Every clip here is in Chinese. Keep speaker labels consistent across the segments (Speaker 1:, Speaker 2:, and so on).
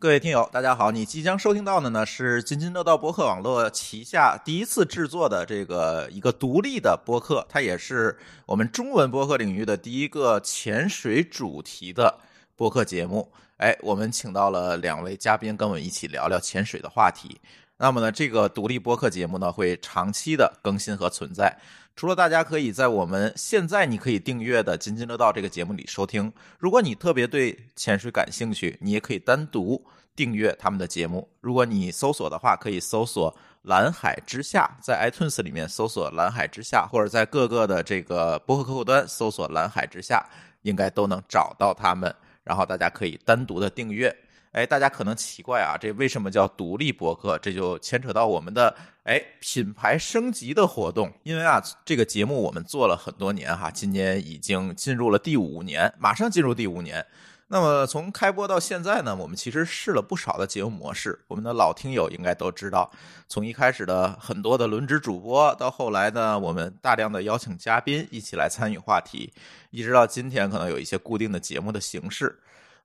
Speaker 1: 各位听友，大家好！你即将收听到的呢是津津乐道播客网络旗下第一次制作的这个一个独立的播客，它也是我们中文播客领域的第一个潜水主题的播客节目。哎，我们请到了两位嘉宾跟我们一起聊聊潜水的话题。那么呢，这个独立播客节目呢会长期的更新和存在。除了大家可以在我们现在你可以订阅的《津津乐道》这个节目里收听，如果你特别对潜水感兴趣，你也可以单独订阅他们的节目。如果你搜索的话，可以搜索“蓝海之下”，在 iTunes 里面搜索“蓝海之下”，或者在各个的这个博客客户端搜索“蓝海之下”，应该都能找到他们。然后大家可以单独的订阅。哎，大家可能奇怪啊，这为什么叫独立博客？这就牵扯到我们的哎品牌升级的活动。因为啊，这个节目我们做了很多年哈，今年已经进入了第五年，马上进入第五年。那么从开播到现在呢，我们其实试了不少的节目模式。我们的老听友应该都知道，从一开始的很多的轮值主播，到后来呢，我们大量的邀请嘉宾一起来参与话题，一直到今天，可能有一些固定的节目的形式。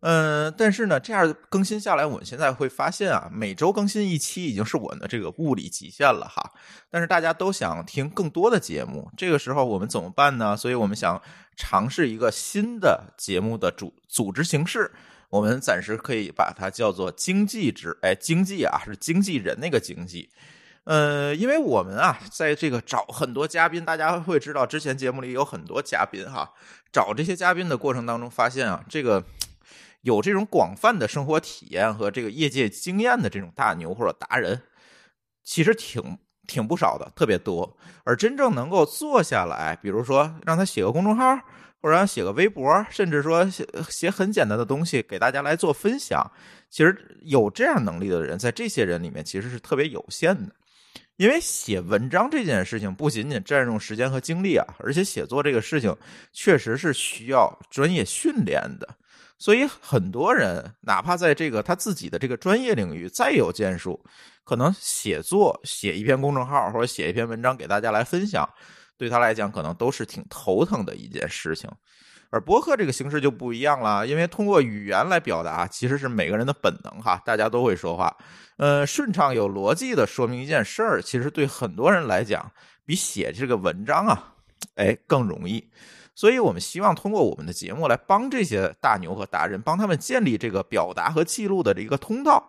Speaker 1: 嗯，但是呢，这样更新下来，我们现在会发现啊，每周更新一期已经是我们的这个物理极限了哈。但是大家都想听更多的节目，这个时候我们怎么办呢？所以我们想尝试一个新的节目的组组织形式，我们暂时可以把它叫做经济制，哎，经济啊是经纪人那个经济。呃，因为我们啊，在这个找很多嘉宾，大家会知道之前节目里有很多嘉宾哈，找这些嘉宾的过程当中，发现啊，这个。有这种广泛的生活体验和这个业界经验的这种大牛或者达人，其实挺挺不少的，特别多。而真正能够坐下来，比如说让他写个公众号，或者让他写个微博，甚至说写写很简单的东西给大家来做分享，其实有这样能力的人，在这些人里面其实是特别有限的。因为写文章这件事情不仅仅占用时间和精力啊，而且写作这个事情确实是需要专业训练的。所以很多人，哪怕在这个他自己的这个专业领域再有建树，可能写作写一篇公众号或者写一篇文章给大家来分享，对他来讲可能都是挺头疼的一件事情。而博客这个形式就不一样了，因为通过语言来表达其实是每个人的本能哈，大家都会说话。呃，顺畅有逻辑的说明一件事儿，其实对很多人来讲，比写这个文章啊，哎更容易。所以，我们希望通过我们的节目来帮这些大牛和达人，帮他们建立这个表达和记录的一个通道，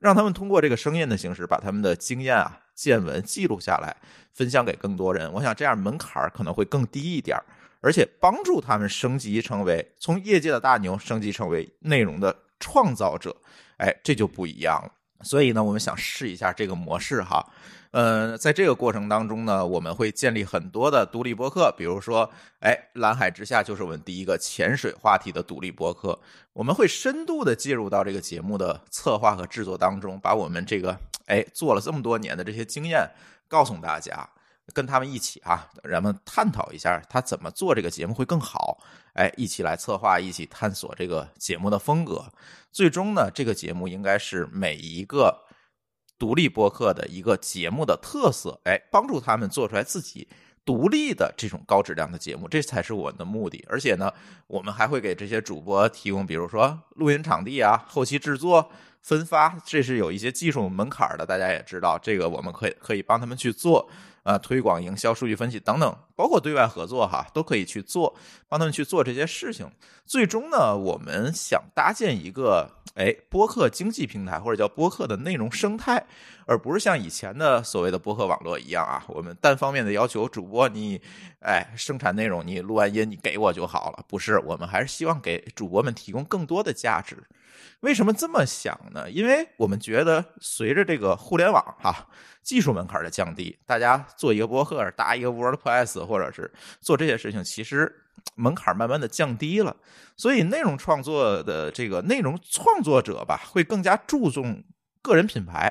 Speaker 1: 让他们通过这个声音的形式，把他们的经验啊、见闻记录下来，分享给更多人。我想这样门槛儿可能会更低一点，而且帮助他们升级成为从业界的大牛，升级成为内容的创造者。哎，这就不一样了。所以呢，我们想试一下这个模式哈。呃，在这个过程当中呢，我们会建立很多的独立博客，比如说，哎，蓝海之下就是我们第一个潜水话题的独立博客。我们会深度的介入到这个节目的策划和制作当中，把我们这个哎做了这么多年的这些经验告诉大家，跟他们一起啊，咱们探讨一下他怎么做这个节目会更好。哎，一起来策划，一起探索这个节目的风格。最终呢，这个节目应该是每一个。独立播客的一个节目的特色，哎，帮助他们做出来自己独立的这种高质量的节目，这才是我们的目的。而且呢，我们还会给这些主播提供，比如说录音场地啊、后期制作、分发，这是有一些技术门槛的，大家也知道，这个我们可以可以帮他们去做。啊，推广、营销、数据分析等等，包括对外合作哈，都可以去做，帮他们去做这些事情。最终呢，我们想搭建一个哎播客经济平台，或者叫播客的内容生态，而不是像以前的所谓的播客网络一样啊，我们单方面的要求主播你哎生产内容，你录完音你给我就好了。不是，我们还是希望给主播们提供更多的价值。为什么这么想呢？因为我们觉得随着这个互联网哈、啊、技术门槛的降低，大家做一个博客、搭一个 WordPress 或者是做这些事情，其实门槛慢慢的降低了。所以内容创作的这个内容创作者吧，会更加注重个人品牌。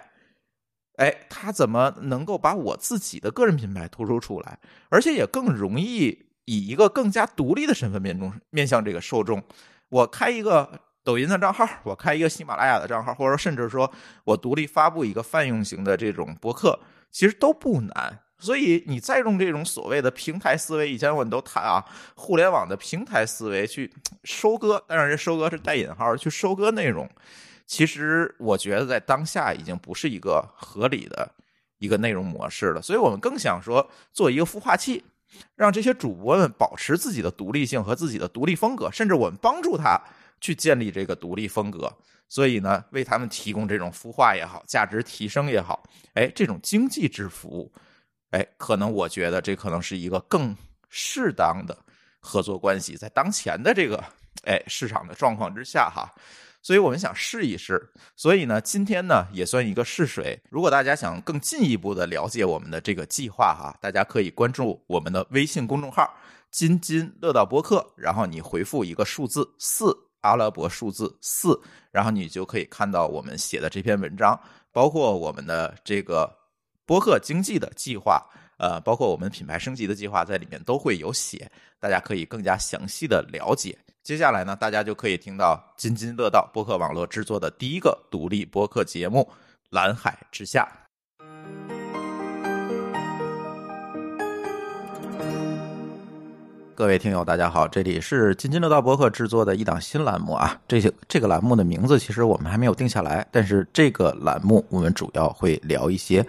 Speaker 1: 哎，他怎么能够把我自己的个人品牌突出出来，而且也更容易以一个更加独立的身份面中面向这个受众？我开一个。抖音的账号，我开一个喜马拉雅的账号，或者甚至说我独立发布一个泛用型的这种博客，其实都不难。所以你再用这种所谓的平台思维，以前我们都谈啊，互联网的平台思维去收割，当然这收割是带引号，去收割内容，其实我觉得在当下已经不是一个合理的一个内容模式了，所以我们更想说做一个孵化器，让这些主播们保持自己的独立性和自己的独立风格，甚至我们帮助他去建立这个独立风格。所以呢，为他们提供这种孵化也好，价值提升也好，哎，这种经济制服务，哎，可能我觉得这可能是一个更适当的合作关系，在当前的这个哎市场的状况之下哈。所以我们想试一试，所以呢，今天呢也算一个试水。如果大家想更进一步的了解我们的这个计划哈，大家可以关注我们的微信公众号“津津乐道播客”，然后你回复一个数字四，阿拉伯数字四，然后你就可以看到我们写的这篇文章，包括我们的这个播客经济的计划。呃，包括我们品牌升级的计划在里面都会有写，大家可以更加详细的了解。接下来呢，大家就可以听到津津乐道播客网络制作的第一个独立播客节目《蓝海之下》。各位听友，大家好，这里是津津乐道播客制作的一档新栏目啊。这些这个栏目的名字其实我们还没有定下来，但是这个栏目我们主要会聊一些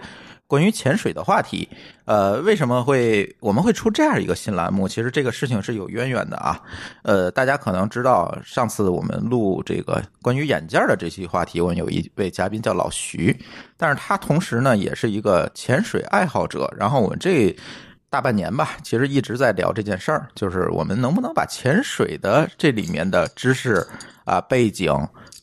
Speaker 1: 关于潜水的话题。呃，为什么会我们会出这样一个新栏目？其实这个事情是有渊源的啊。呃，大家可能知道，上次我们录这个关于眼镜的这期话题，我们有一位嘉宾叫老徐，但是他同时呢也是一个潜水爱好者。然后我们这大半年吧，其实一直在聊这件事儿，就是我们能不能把潜水的这里面的知识啊、背景、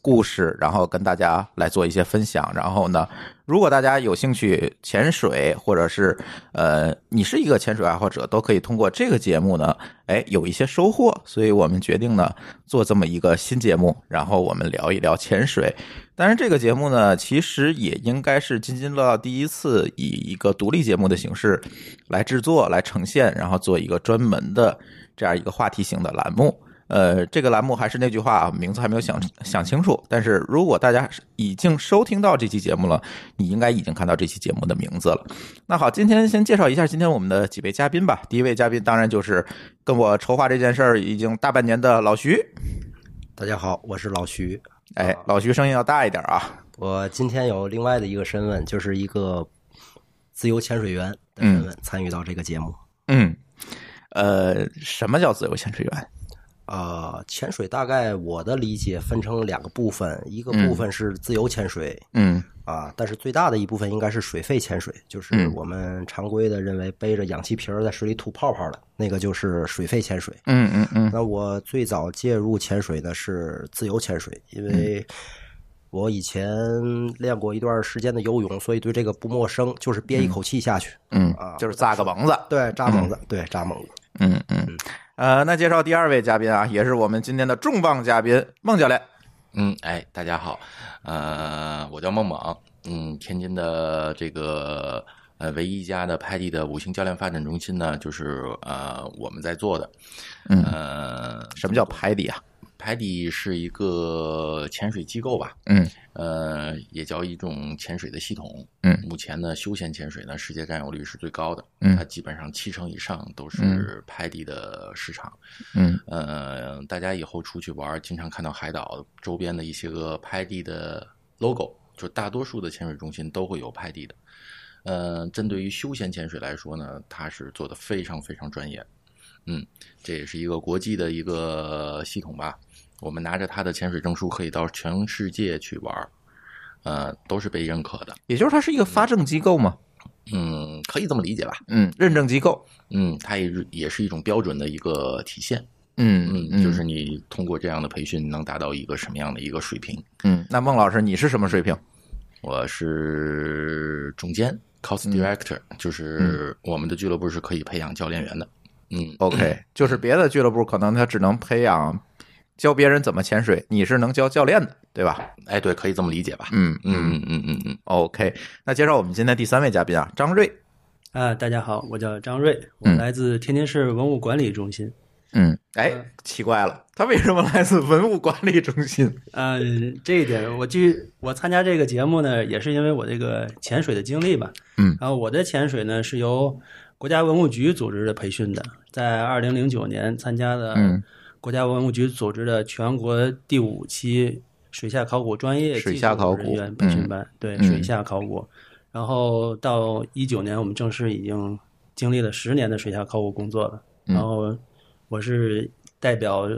Speaker 1: 故事，然后跟大家来做一些分享。然后呢，如果大家有兴趣潜水，或者是呃，你是一个潜水爱好者，都可以通过这个节目呢，哎，有一些收获。所以我们决定呢，做这么一个新节目，然后我们聊一聊潜水。当然，这个节目呢，其实也应该是津津乐道第一次以一个独立节目的形式来制作、来呈现，然后做一个专门的这样一个话题型的栏目。呃，这个栏目还是那句话啊，名字还没有想想清楚。但是如果大家已经收听到这期节目了，你应该已经看到这期节目的名字了。那好，今天先介绍一下今天我们的几位嘉宾吧。第一位嘉宾当然就是跟我筹划这件事儿已经大半年的老徐。
Speaker 2: 大家好，我是老徐。
Speaker 1: 哎，老徐声音要大一点啊。
Speaker 2: 我今天有另外的一个身份，就是一个自由潜水员的身份，参与到这个节目。
Speaker 1: 嗯，呃，什么叫自由潜水员？
Speaker 2: 啊、潜水大概我的理解分成两个部分，一个
Speaker 1: 嗯
Speaker 2: 部分是自由潜水、
Speaker 1: 嗯
Speaker 2: 啊，但是最大的一部分应该是水肺潜水，就是
Speaker 1: 嗯
Speaker 2: 我们常规的认为背着氧气瓶儿在水里吐泡泡的那个，就是水肺潜水。
Speaker 1: 嗯嗯嗯
Speaker 2: 那我最早介入潜水的是自由潜水，因为我以前练过一段时间的游泳，所以对这个不陌生，就是憋一口气下去。
Speaker 1: 嗯
Speaker 2: 啊，
Speaker 1: 就是扎个猛子。
Speaker 2: 对，扎猛子，对，扎猛子。
Speaker 1: 嗯嗯，呃，那介绍第二位嘉宾啊，也是我们今天的重磅嘉宾孟教练。
Speaker 3: 嗯，哎，大家好，呃，我叫孟猛，嗯，天津的这个呃唯一一家的拍地的五星教练发展中心呢，就是呃我们在做的，
Speaker 1: 嗯
Speaker 3: 呃，
Speaker 1: 什么叫排底啊？
Speaker 3: 拍地是一个潜水机构吧，
Speaker 1: 嗯
Speaker 3: 呃，也叫一种潜水的系统，
Speaker 1: 嗯
Speaker 3: 目前呢休闲潜水呢世界占有率是最高的，
Speaker 1: 嗯
Speaker 3: 它基本上七成以上都是拍地的市场，
Speaker 1: 嗯
Speaker 3: 呃，大家以后出去玩儿，经常看到海岛周边的一些个拍地的 logo，就大多数的潜水中心都会有拍地的。呃，针对于休闲潜水来说呢，它是做的非常非常专业。嗯，这也是一个国际的一个系统吧。我们拿着它的潜水证书，可以到全世界去玩儿，呃，都是被认可的。
Speaker 1: 也就是它是一个发证机构嘛。
Speaker 3: 嗯，可以这么理解吧？
Speaker 1: 嗯，认证机构。
Speaker 3: 嗯，它也是也是一种标准的一个体现。
Speaker 1: 嗯
Speaker 3: 嗯，就是你通过这样的培训能达到一个什么样的一个水平？
Speaker 1: 嗯，那孟老师你是什么水平？
Speaker 3: 我是总监 （cost director），、就是我们的俱乐部是可以培养教练员的。嗯，
Speaker 1: OK，就是别的俱乐部可能他只能培养教别人怎么潜水，你是能教教练的，对吧？
Speaker 3: 哎，对，可以这么理解吧？
Speaker 1: 嗯
Speaker 3: 嗯嗯嗯嗯嗯，
Speaker 1: ，OK。那介绍我们今天第三位嘉宾啊，张瑞。
Speaker 4: 啊，大家好，我叫张瑞，我
Speaker 1: 嗯
Speaker 4: 来自天津市文物管理中心。
Speaker 1: 嗯，哎，奇怪了，他为什么来自文物管理中心？
Speaker 4: 呃，这一点我继续，我参加这个节目呢，也是因为我这个潜水的经历吧。
Speaker 1: 嗯，
Speaker 4: 然后我的潜水呢是由国家文物局组织的培训的，在二零零九年参加的
Speaker 1: 嗯
Speaker 4: 国家文物局组织的全国第五期水下考古专业
Speaker 1: 水下考古嗯
Speaker 4: 技术人员培训班，对，水下考古。然后到一九年，我们正式已经经历了十年的水下考古工作了。
Speaker 1: 嗯
Speaker 4: 然后我是代表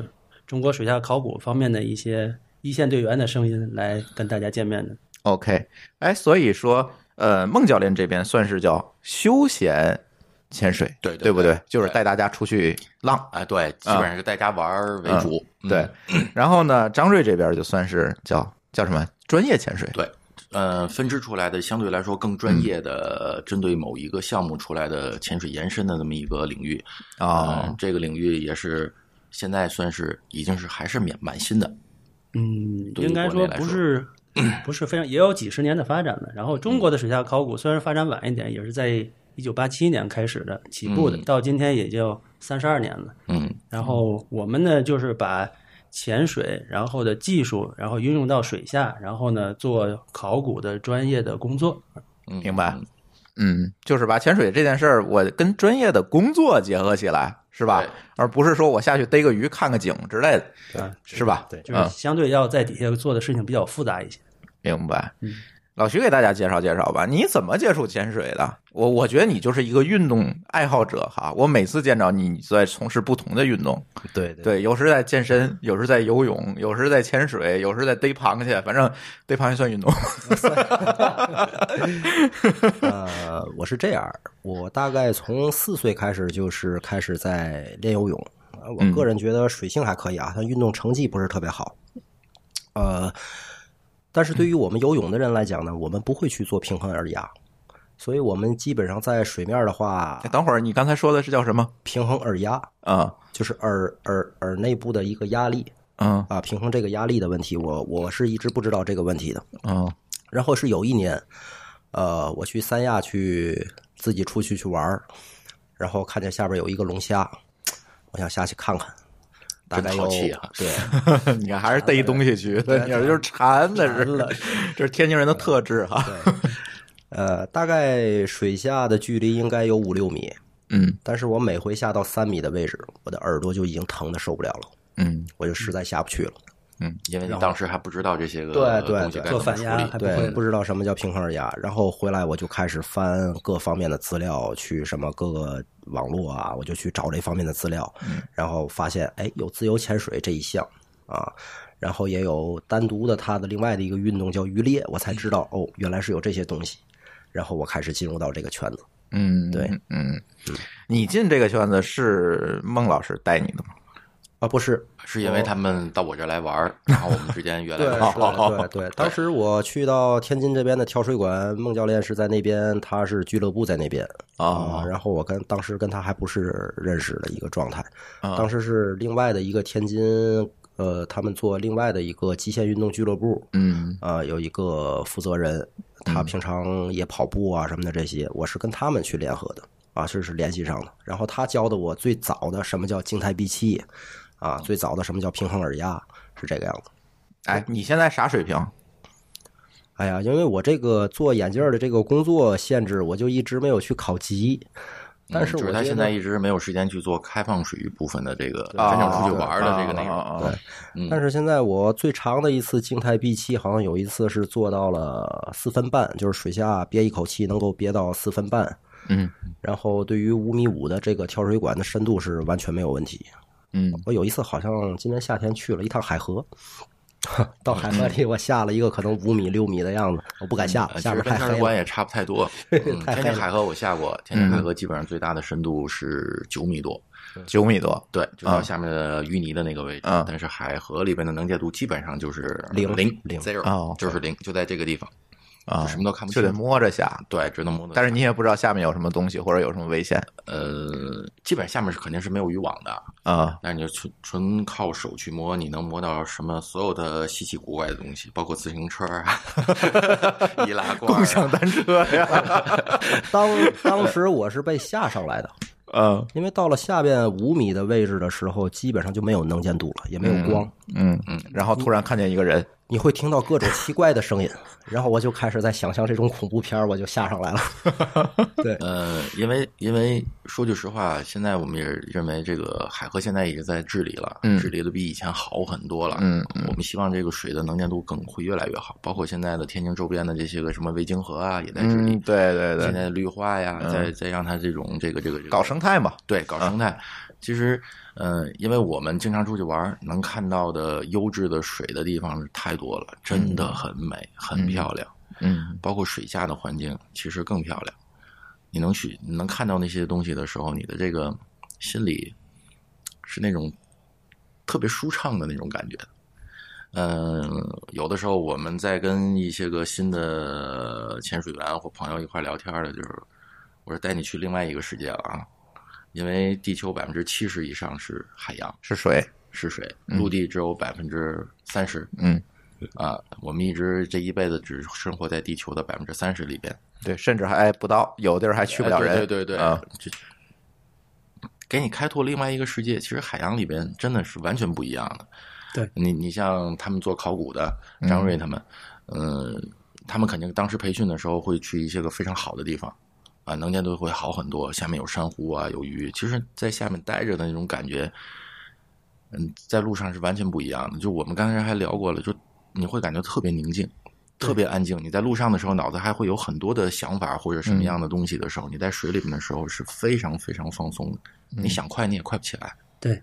Speaker 4: 中国水下考古方面的一些一线队员的声音来跟大家见面的。
Speaker 1: OK，哎，所以说，呃，孟教练这边算是叫休闲潜水，
Speaker 3: 对对
Speaker 1: 对不对？就是
Speaker 3: 对
Speaker 1: 带大家出去浪，
Speaker 3: 啊，对，基本上是带家玩儿为主，嗯
Speaker 1: 对。然后呢，张瑞这边就算是叫叫什么专业潜水，
Speaker 3: 对，呃，分支出来的相对来说更专业的，针对某一个项目出来的潜水延伸的这么一个领域呃
Speaker 1: 哦，
Speaker 3: 这个领域也是现在算是已经是还是蛮蛮新的，
Speaker 4: 嗯，
Speaker 3: 对于
Speaker 4: 应该
Speaker 3: 国内
Speaker 4: 说
Speaker 3: 来
Speaker 4: 不
Speaker 3: 说
Speaker 4: 是不是非常，也有几十年的发展了。然后中国的水下考古虽然发展晚一点，也是在一九八七年开始的起步的，
Speaker 3: 嗯
Speaker 4: 到今天也就三十二年了。
Speaker 3: 嗯，
Speaker 4: 然后我们呢，就是把潜水然后的技术，然后运用到水下，然后呢做考古的专业的工作。
Speaker 3: 嗯
Speaker 1: 明白。嗯，就是把潜水这件事儿，我跟专业的工作结合起来，是吧
Speaker 3: 对？
Speaker 1: 而不是说我下去逮个鱼、看个景之类的，
Speaker 4: 啊，
Speaker 1: 是吧？
Speaker 2: 对
Speaker 4: 就是相对要在底下做的事情比较复杂一些。
Speaker 1: 明白
Speaker 4: 嗯。
Speaker 1: 老徐给大家介绍介绍吧，你怎么接触潜水的？我我觉得你就是一个运动爱好者哈。我每次见着你，你在从事不同的运动，
Speaker 2: 对对
Speaker 1: 对，有时在健身，有时在游泳，有时在潜水，有时在逮螃蟹，反正逮螃蟹算运 动。
Speaker 2: 呃，我是这样，我大概从四岁开始就是开始在练游泳。呃我
Speaker 1: 嗯
Speaker 2: 个人觉得水性还可以啊，但运动成绩不是特别好。呃，但是对于我们游泳的人来讲呢，我们不会去做平衡耳压，所以我们基本上在水面的话，
Speaker 1: 等会儿你刚才说的是叫什么？
Speaker 2: 平衡耳压
Speaker 1: 啊
Speaker 2: 就是耳耳耳内部的一个压力
Speaker 1: 嗯
Speaker 2: 啊，平衡这个压力的问题，我我是一直不知道这个问题的。
Speaker 1: 嗯
Speaker 2: 然后是有一年，呃，我去三亚去自己出去去玩儿，然后看见下边有一个龙虾，我想下去看看，大概
Speaker 3: 真
Speaker 2: 有
Speaker 3: 淘气啊
Speaker 2: 对，
Speaker 1: 嗯， 你看还是逮东西去，对，你就是馋的是
Speaker 2: 馋了，
Speaker 1: 这是天津人的特质哈。
Speaker 2: 呃，大概水下的距离应该有五六米，
Speaker 1: 嗯
Speaker 2: 但是我每回下到三米的位置，我的耳朵就已经疼的受不了了，
Speaker 1: 嗯
Speaker 2: 我就实在下不去了。
Speaker 3: 因为你当时还不知道这些个
Speaker 2: 对对
Speaker 3: 东西
Speaker 2: 对
Speaker 3: 该怎
Speaker 4: 做
Speaker 3: 么
Speaker 4: 反
Speaker 3: 处
Speaker 4: 压
Speaker 3: 理
Speaker 4: 还，不
Speaker 2: 对，
Speaker 4: 会
Speaker 2: 不知道什么叫平衡耳压，然后回来我就开始翻各方面的资料，去什么各个网络啊，我就去找这方面的资料，
Speaker 4: 嗯
Speaker 2: 然后发现哎有自由潜水这一项啊，然后也有单独的它的另外的一个运动叫渔猎，我才知道哦原来是有这些东西，然后我开始进入到这个圈子。
Speaker 1: 嗯，
Speaker 2: 对
Speaker 1: 嗯，你进这个圈子是孟老师带你的吗？
Speaker 2: 啊，不是，
Speaker 3: 是因为他们到我这儿来玩儿，然后我们之间越来
Speaker 2: 对
Speaker 3: 越
Speaker 1: 好
Speaker 3: 好。
Speaker 1: 好
Speaker 2: 对 对对，当时我去到天津这边的跳水馆，孟教练是在那边，他是俱乐部在那边
Speaker 1: 哦
Speaker 2: 啊、然后我跟当时跟他还不是认识的一个状态，
Speaker 1: 啊
Speaker 2: 当时是另外的一个天津呃，他们做另外的一个极限运动俱乐部，
Speaker 1: 嗯
Speaker 2: 呃，有一个负责人，他平常也跑步啊什么的这些，我是跟他们去联合的啊，这是联系上的。然后他教的我最早的什么叫静态闭气啊，最早的什么叫平衡耳压，是这个样子。
Speaker 1: 哎，你现在啥水平？
Speaker 2: 哎呀，因为我这个做眼镜儿的这个工作限制，我就一直没有去考级。但
Speaker 3: 嗯
Speaker 2: 是我
Speaker 3: 就是他
Speaker 2: 觉
Speaker 3: 现
Speaker 2: 得
Speaker 3: 在一直没有时间去做开放水域部分的这个
Speaker 1: 啊
Speaker 3: 真正出去
Speaker 2: 哦
Speaker 3: 玩儿的这个内容。
Speaker 1: 啊啊啊啊
Speaker 3: 嗯
Speaker 2: 但是现在我最长的一次静态闭气，好像有一次是做到了四分半，就是水下憋一口气能够憋到四分半。
Speaker 1: 嗯
Speaker 2: 然后对于五米五的这个跳水管的深度是完全没有问题。
Speaker 1: 嗯
Speaker 2: 我有一次好像今年夏天去了一趟海河，到海河里我下了一个可能五米六米的样子，我不敢下，
Speaker 3: 呃其
Speaker 2: 哦下
Speaker 3: 实
Speaker 2: 面
Speaker 3: 跟
Speaker 2: 太
Speaker 3: 天
Speaker 2: 黑
Speaker 3: 津
Speaker 2: 了
Speaker 3: 关。也差不 太多。嗯
Speaker 2: 太黑
Speaker 3: 天津
Speaker 2: 了嗯
Speaker 3: 海河我下过，天津海河基本上最大的深度是九米多，
Speaker 1: 九米多，
Speaker 3: 对，就
Speaker 2: 嗯
Speaker 3: 到下面的淤泥的那个位置。
Speaker 1: 嗯
Speaker 3: 但是海河里边的能见度基本上就是
Speaker 2: 零
Speaker 3: 零
Speaker 2: 零哦
Speaker 3: zero，、
Speaker 1: 哦
Speaker 3: 就是零，就在这个地方，
Speaker 1: 啊
Speaker 3: 就什么都看不
Speaker 1: 就
Speaker 3: 清。
Speaker 1: 得摸着下。
Speaker 3: 对，只能摸得
Speaker 1: 但
Speaker 3: 到。
Speaker 1: 是你也不知道下面有什么东西或者有什么危险
Speaker 3: 呃，基本上下面是肯定是没有渔网的，
Speaker 1: 啊
Speaker 3: 但是你就纯纯靠手去摸，你能摸到什么所有的稀奇古怪的东西，包括自行车啊、 易拉罐、啊、
Speaker 1: 共享单车呀，
Speaker 2: 当当时我是被吓上来的，
Speaker 1: 嗯
Speaker 2: 因为到了下边五米的位置的时候，基本上就没有能见度了，也没有光。
Speaker 1: 嗯，然后突然看见一个人，
Speaker 2: 你会听到各种奇怪的声音，然后我就开始在想象这种恐怖片儿，我就下上来 了。对，
Speaker 3: 呃，因为因为说句实话，现在我们也认为这个海河现在也是在治理了，
Speaker 1: 嗯
Speaker 3: 治理的比以前好很多了。
Speaker 1: 嗯
Speaker 3: 我们希望这个水的能见度更会越来越好，包括现在的天津周边的这些个什么维京河啊，也在治理。
Speaker 1: 嗯，对对
Speaker 3: 现
Speaker 1: 对，
Speaker 3: 在的绿化呀，
Speaker 1: 嗯
Speaker 3: 再再让它这种这个这个这个
Speaker 1: 搞生态嘛，
Speaker 3: 对，搞生态。其实，呃，因为我们经常出去玩儿，能看到的优质的水的地方太多了，真的很美，很漂亮。
Speaker 1: 嗯
Speaker 3: 包括水下的环境，其实更漂亮。你能去，你能看到那些东西的时候，你的这个心里是那种特别舒畅的那种感觉。嗯，有的时候我们在跟一些个新的潜水员或朋友一块聊天的，就是我说带你去另外一个世界了啊，因为地球百分之七十以上是海洋
Speaker 1: 是水，
Speaker 3: 是水，
Speaker 1: 嗯
Speaker 3: 陆地只有百分之三十，
Speaker 1: 嗯，
Speaker 3: 啊，我们一直这一辈子只生活在地球的百分之三十里边，
Speaker 1: 对，甚至还不到，有地儿还去不了人，
Speaker 3: 哎对对对对
Speaker 1: 啊，
Speaker 3: 这给你开拓另外一个世界。其实海洋里边真的是完全不一样的。
Speaker 4: 对
Speaker 3: 你，你像他们做考古的
Speaker 1: 嗯
Speaker 3: 张瑞他们，嗯、他们肯定当时培训的时候会去一些个非常好的地方。啊，能见度会好很多。下面有珊瑚啊，有鱼。其实，在下面待着的那种感觉，嗯，在路上是完全不一样的。就我们刚才还聊过了，就你会感觉特别宁静，特别安静。你在路上的时候，脑子还会有很多的想法或者
Speaker 1: 嗯
Speaker 3: 什么样的东西的时候，你在水里面的时候是非常非常放松的。
Speaker 1: 嗯
Speaker 3: 你想快，你也快不起来。
Speaker 4: 对，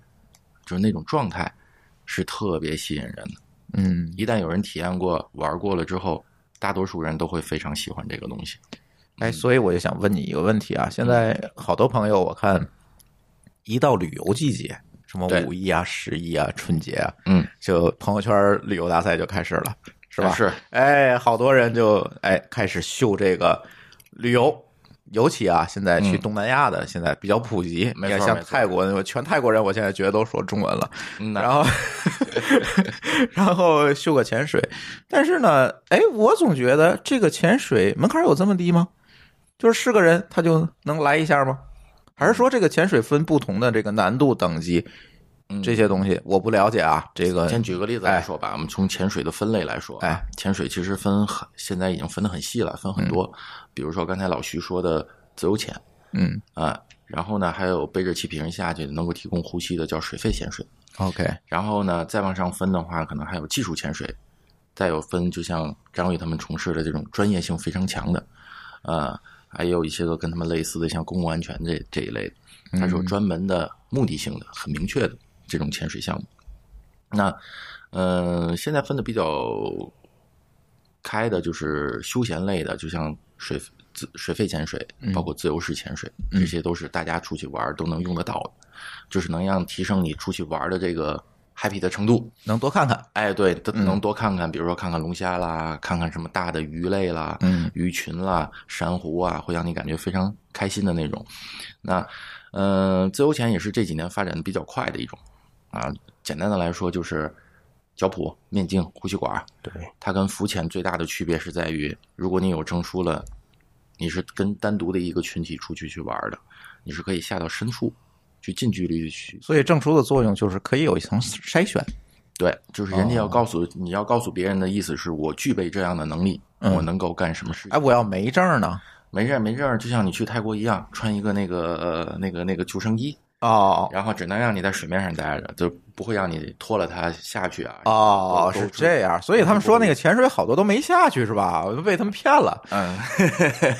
Speaker 3: 就是那种状态是特别吸引人的。
Speaker 1: 嗯，
Speaker 3: 一旦有人体验过、玩过了之后，大多数人都会非常喜欢这个东西。
Speaker 1: 哎，
Speaker 3: 嗯
Speaker 1: 所以我就想问你一个问题啊，现在好多朋友我看，一到旅游季节，什么
Speaker 3: 对
Speaker 1: 五一啊、十一啊、春节啊，
Speaker 3: 嗯，
Speaker 1: 就朋友圈旅游大赛就开始了，是吧？
Speaker 3: 是，
Speaker 1: 哎，好多人就哎开始秀这个旅游，尤其啊，现在去
Speaker 3: 嗯
Speaker 1: 东南亚的、现在比较普及。
Speaker 3: 没
Speaker 1: 你看
Speaker 3: 错
Speaker 1: 像
Speaker 3: 没错
Speaker 1: 泰国，我全泰国人我现在觉得都说中文了，
Speaker 3: 嗯，
Speaker 1: 然后 然后秀个潜水，但是呢，哎，我总觉得这个潜水门槛有这么低吗？就是是个人他就能来一下吗？还是说这个潜水分不同的这个难度等级
Speaker 3: 嗯
Speaker 1: 这些东西我不了解啊？这个
Speaker 3: 先举个例子来说吧，我们从潜水的分类来说，啊
Speaker 1: 哎，
Speaker 3: 潜水其实分很，现在已经分得很细了，分很多。比如说刚才老徐说的自由潜
Speaker 1: 嗯
Speaker 3: 啊，然后呢还有背着气瓶下去能够提供呼吸的叫水肺潜水，
Speaker 1: ，OK，
Speaker 3: 然后呢再往上分的话，可能还有技术潜水，再有分就像张宇他们从事的这种专业性非常强的，啊，还有一些个跟他们类似的像公共安全这这一类的，它是有专门的目的性的、很明确的这种潜水项目。那，嗯，现在分的比较开的就是休闲类的，就像水自水肺潜水，包括自由式潜水，这些都是大家出去玩儿都能用得到的，就是能让提升你出去玩儿的这个 happy 的程度。
Speaker 1: 能多看看，
Speaker 3: 哎，对，都
Speaker 1: 嗯
Speaker 3: 能多看看，比如说看看龙虾啦，看看什么大的鱼类啦，
Speaker 1: 嗯
Speaker 3: 鱼群啦、珊瑚啊，会让你感觉非常开心的那种。那，呃，自由潜也是这几年发展的比较快的一种啊。简单的来说，就是脚蹼、面镜、呼吸管，
Speaker 2: 对，
Speaker 3: 它跟浮潜最大的区别是在于，如果你有证书了，你是跟单独的一个群体出去去玩的，你是可以下到深处去近距离地去
Speaker 1: 所以证书的作用就是可以有一层筛选。
Speaker 3: 对，就是人家
Speaker 1: 哦
Speaker 3: 要告诉、你要告诉别人的意思是我具备这样的能力，
Speaker 1: 嗯
Speaker 3: 我能够干什么事情。
Speaker 1: 哎，我要没证呢？
Speaker 3: 没事儿没事儿，就像你去泰国一样，穿一个那个呃那个那个救生衣，
Speaker 1: 哦
Speaker 3: 然后只能让你在水面上待着，就不会让你脱了它下去啊。
Speaker 1: 哦，
Speaker 3: 都
Speaker 1: 是这。样，所以他们说那个潜水好多都没下去是吧？我就被他们骗了。
Speaker 3: 都嗯，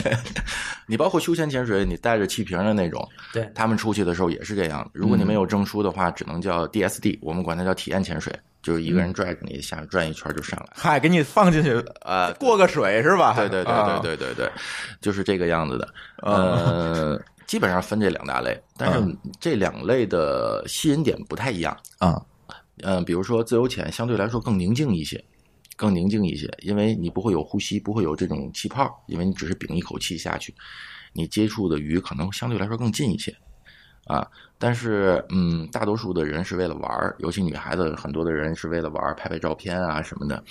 Speaker 3: 你包括休闲潜水，你带着气瓶的那种，
Speaker 4: 对
Speaker 3: 他们出去的时候也是这样。如果你
Speaker 1: 嗯
Speaker 3: 没有证书的话，只能叫 DSD，我们管它叫体验潜水，就是一个
Speaker 1: 嗯
Speaker 3: 人拽着你下转一圈就上来。
Speaker 1: 嗨，给你放进去，
Speaker 3: 啊
Speaker 1: 过个水是吧？
Speaker 3: 对对
Speaker 1: 啊
Speaker 3: 对对对对对，就是这个样子的。
Speaker 1: 啊
Speaker 3: 呃， 基本上分这两大类，但是这两类的吸引点不太一样。
Speaker 1: 啊，
Speaker 3: 嗯、比如说自由潜相对来说更宁静一些，更宁静一些，因为你不会有呼吸，不会有这种气泡，因为你只是屏一口气下去，你接触的鱼可能相对来说更近一些。啊，但是嗯，大多数的人是为了玩儿，尤其女孩子，很多的人是为了玩儿，拍拍照片啊什么的，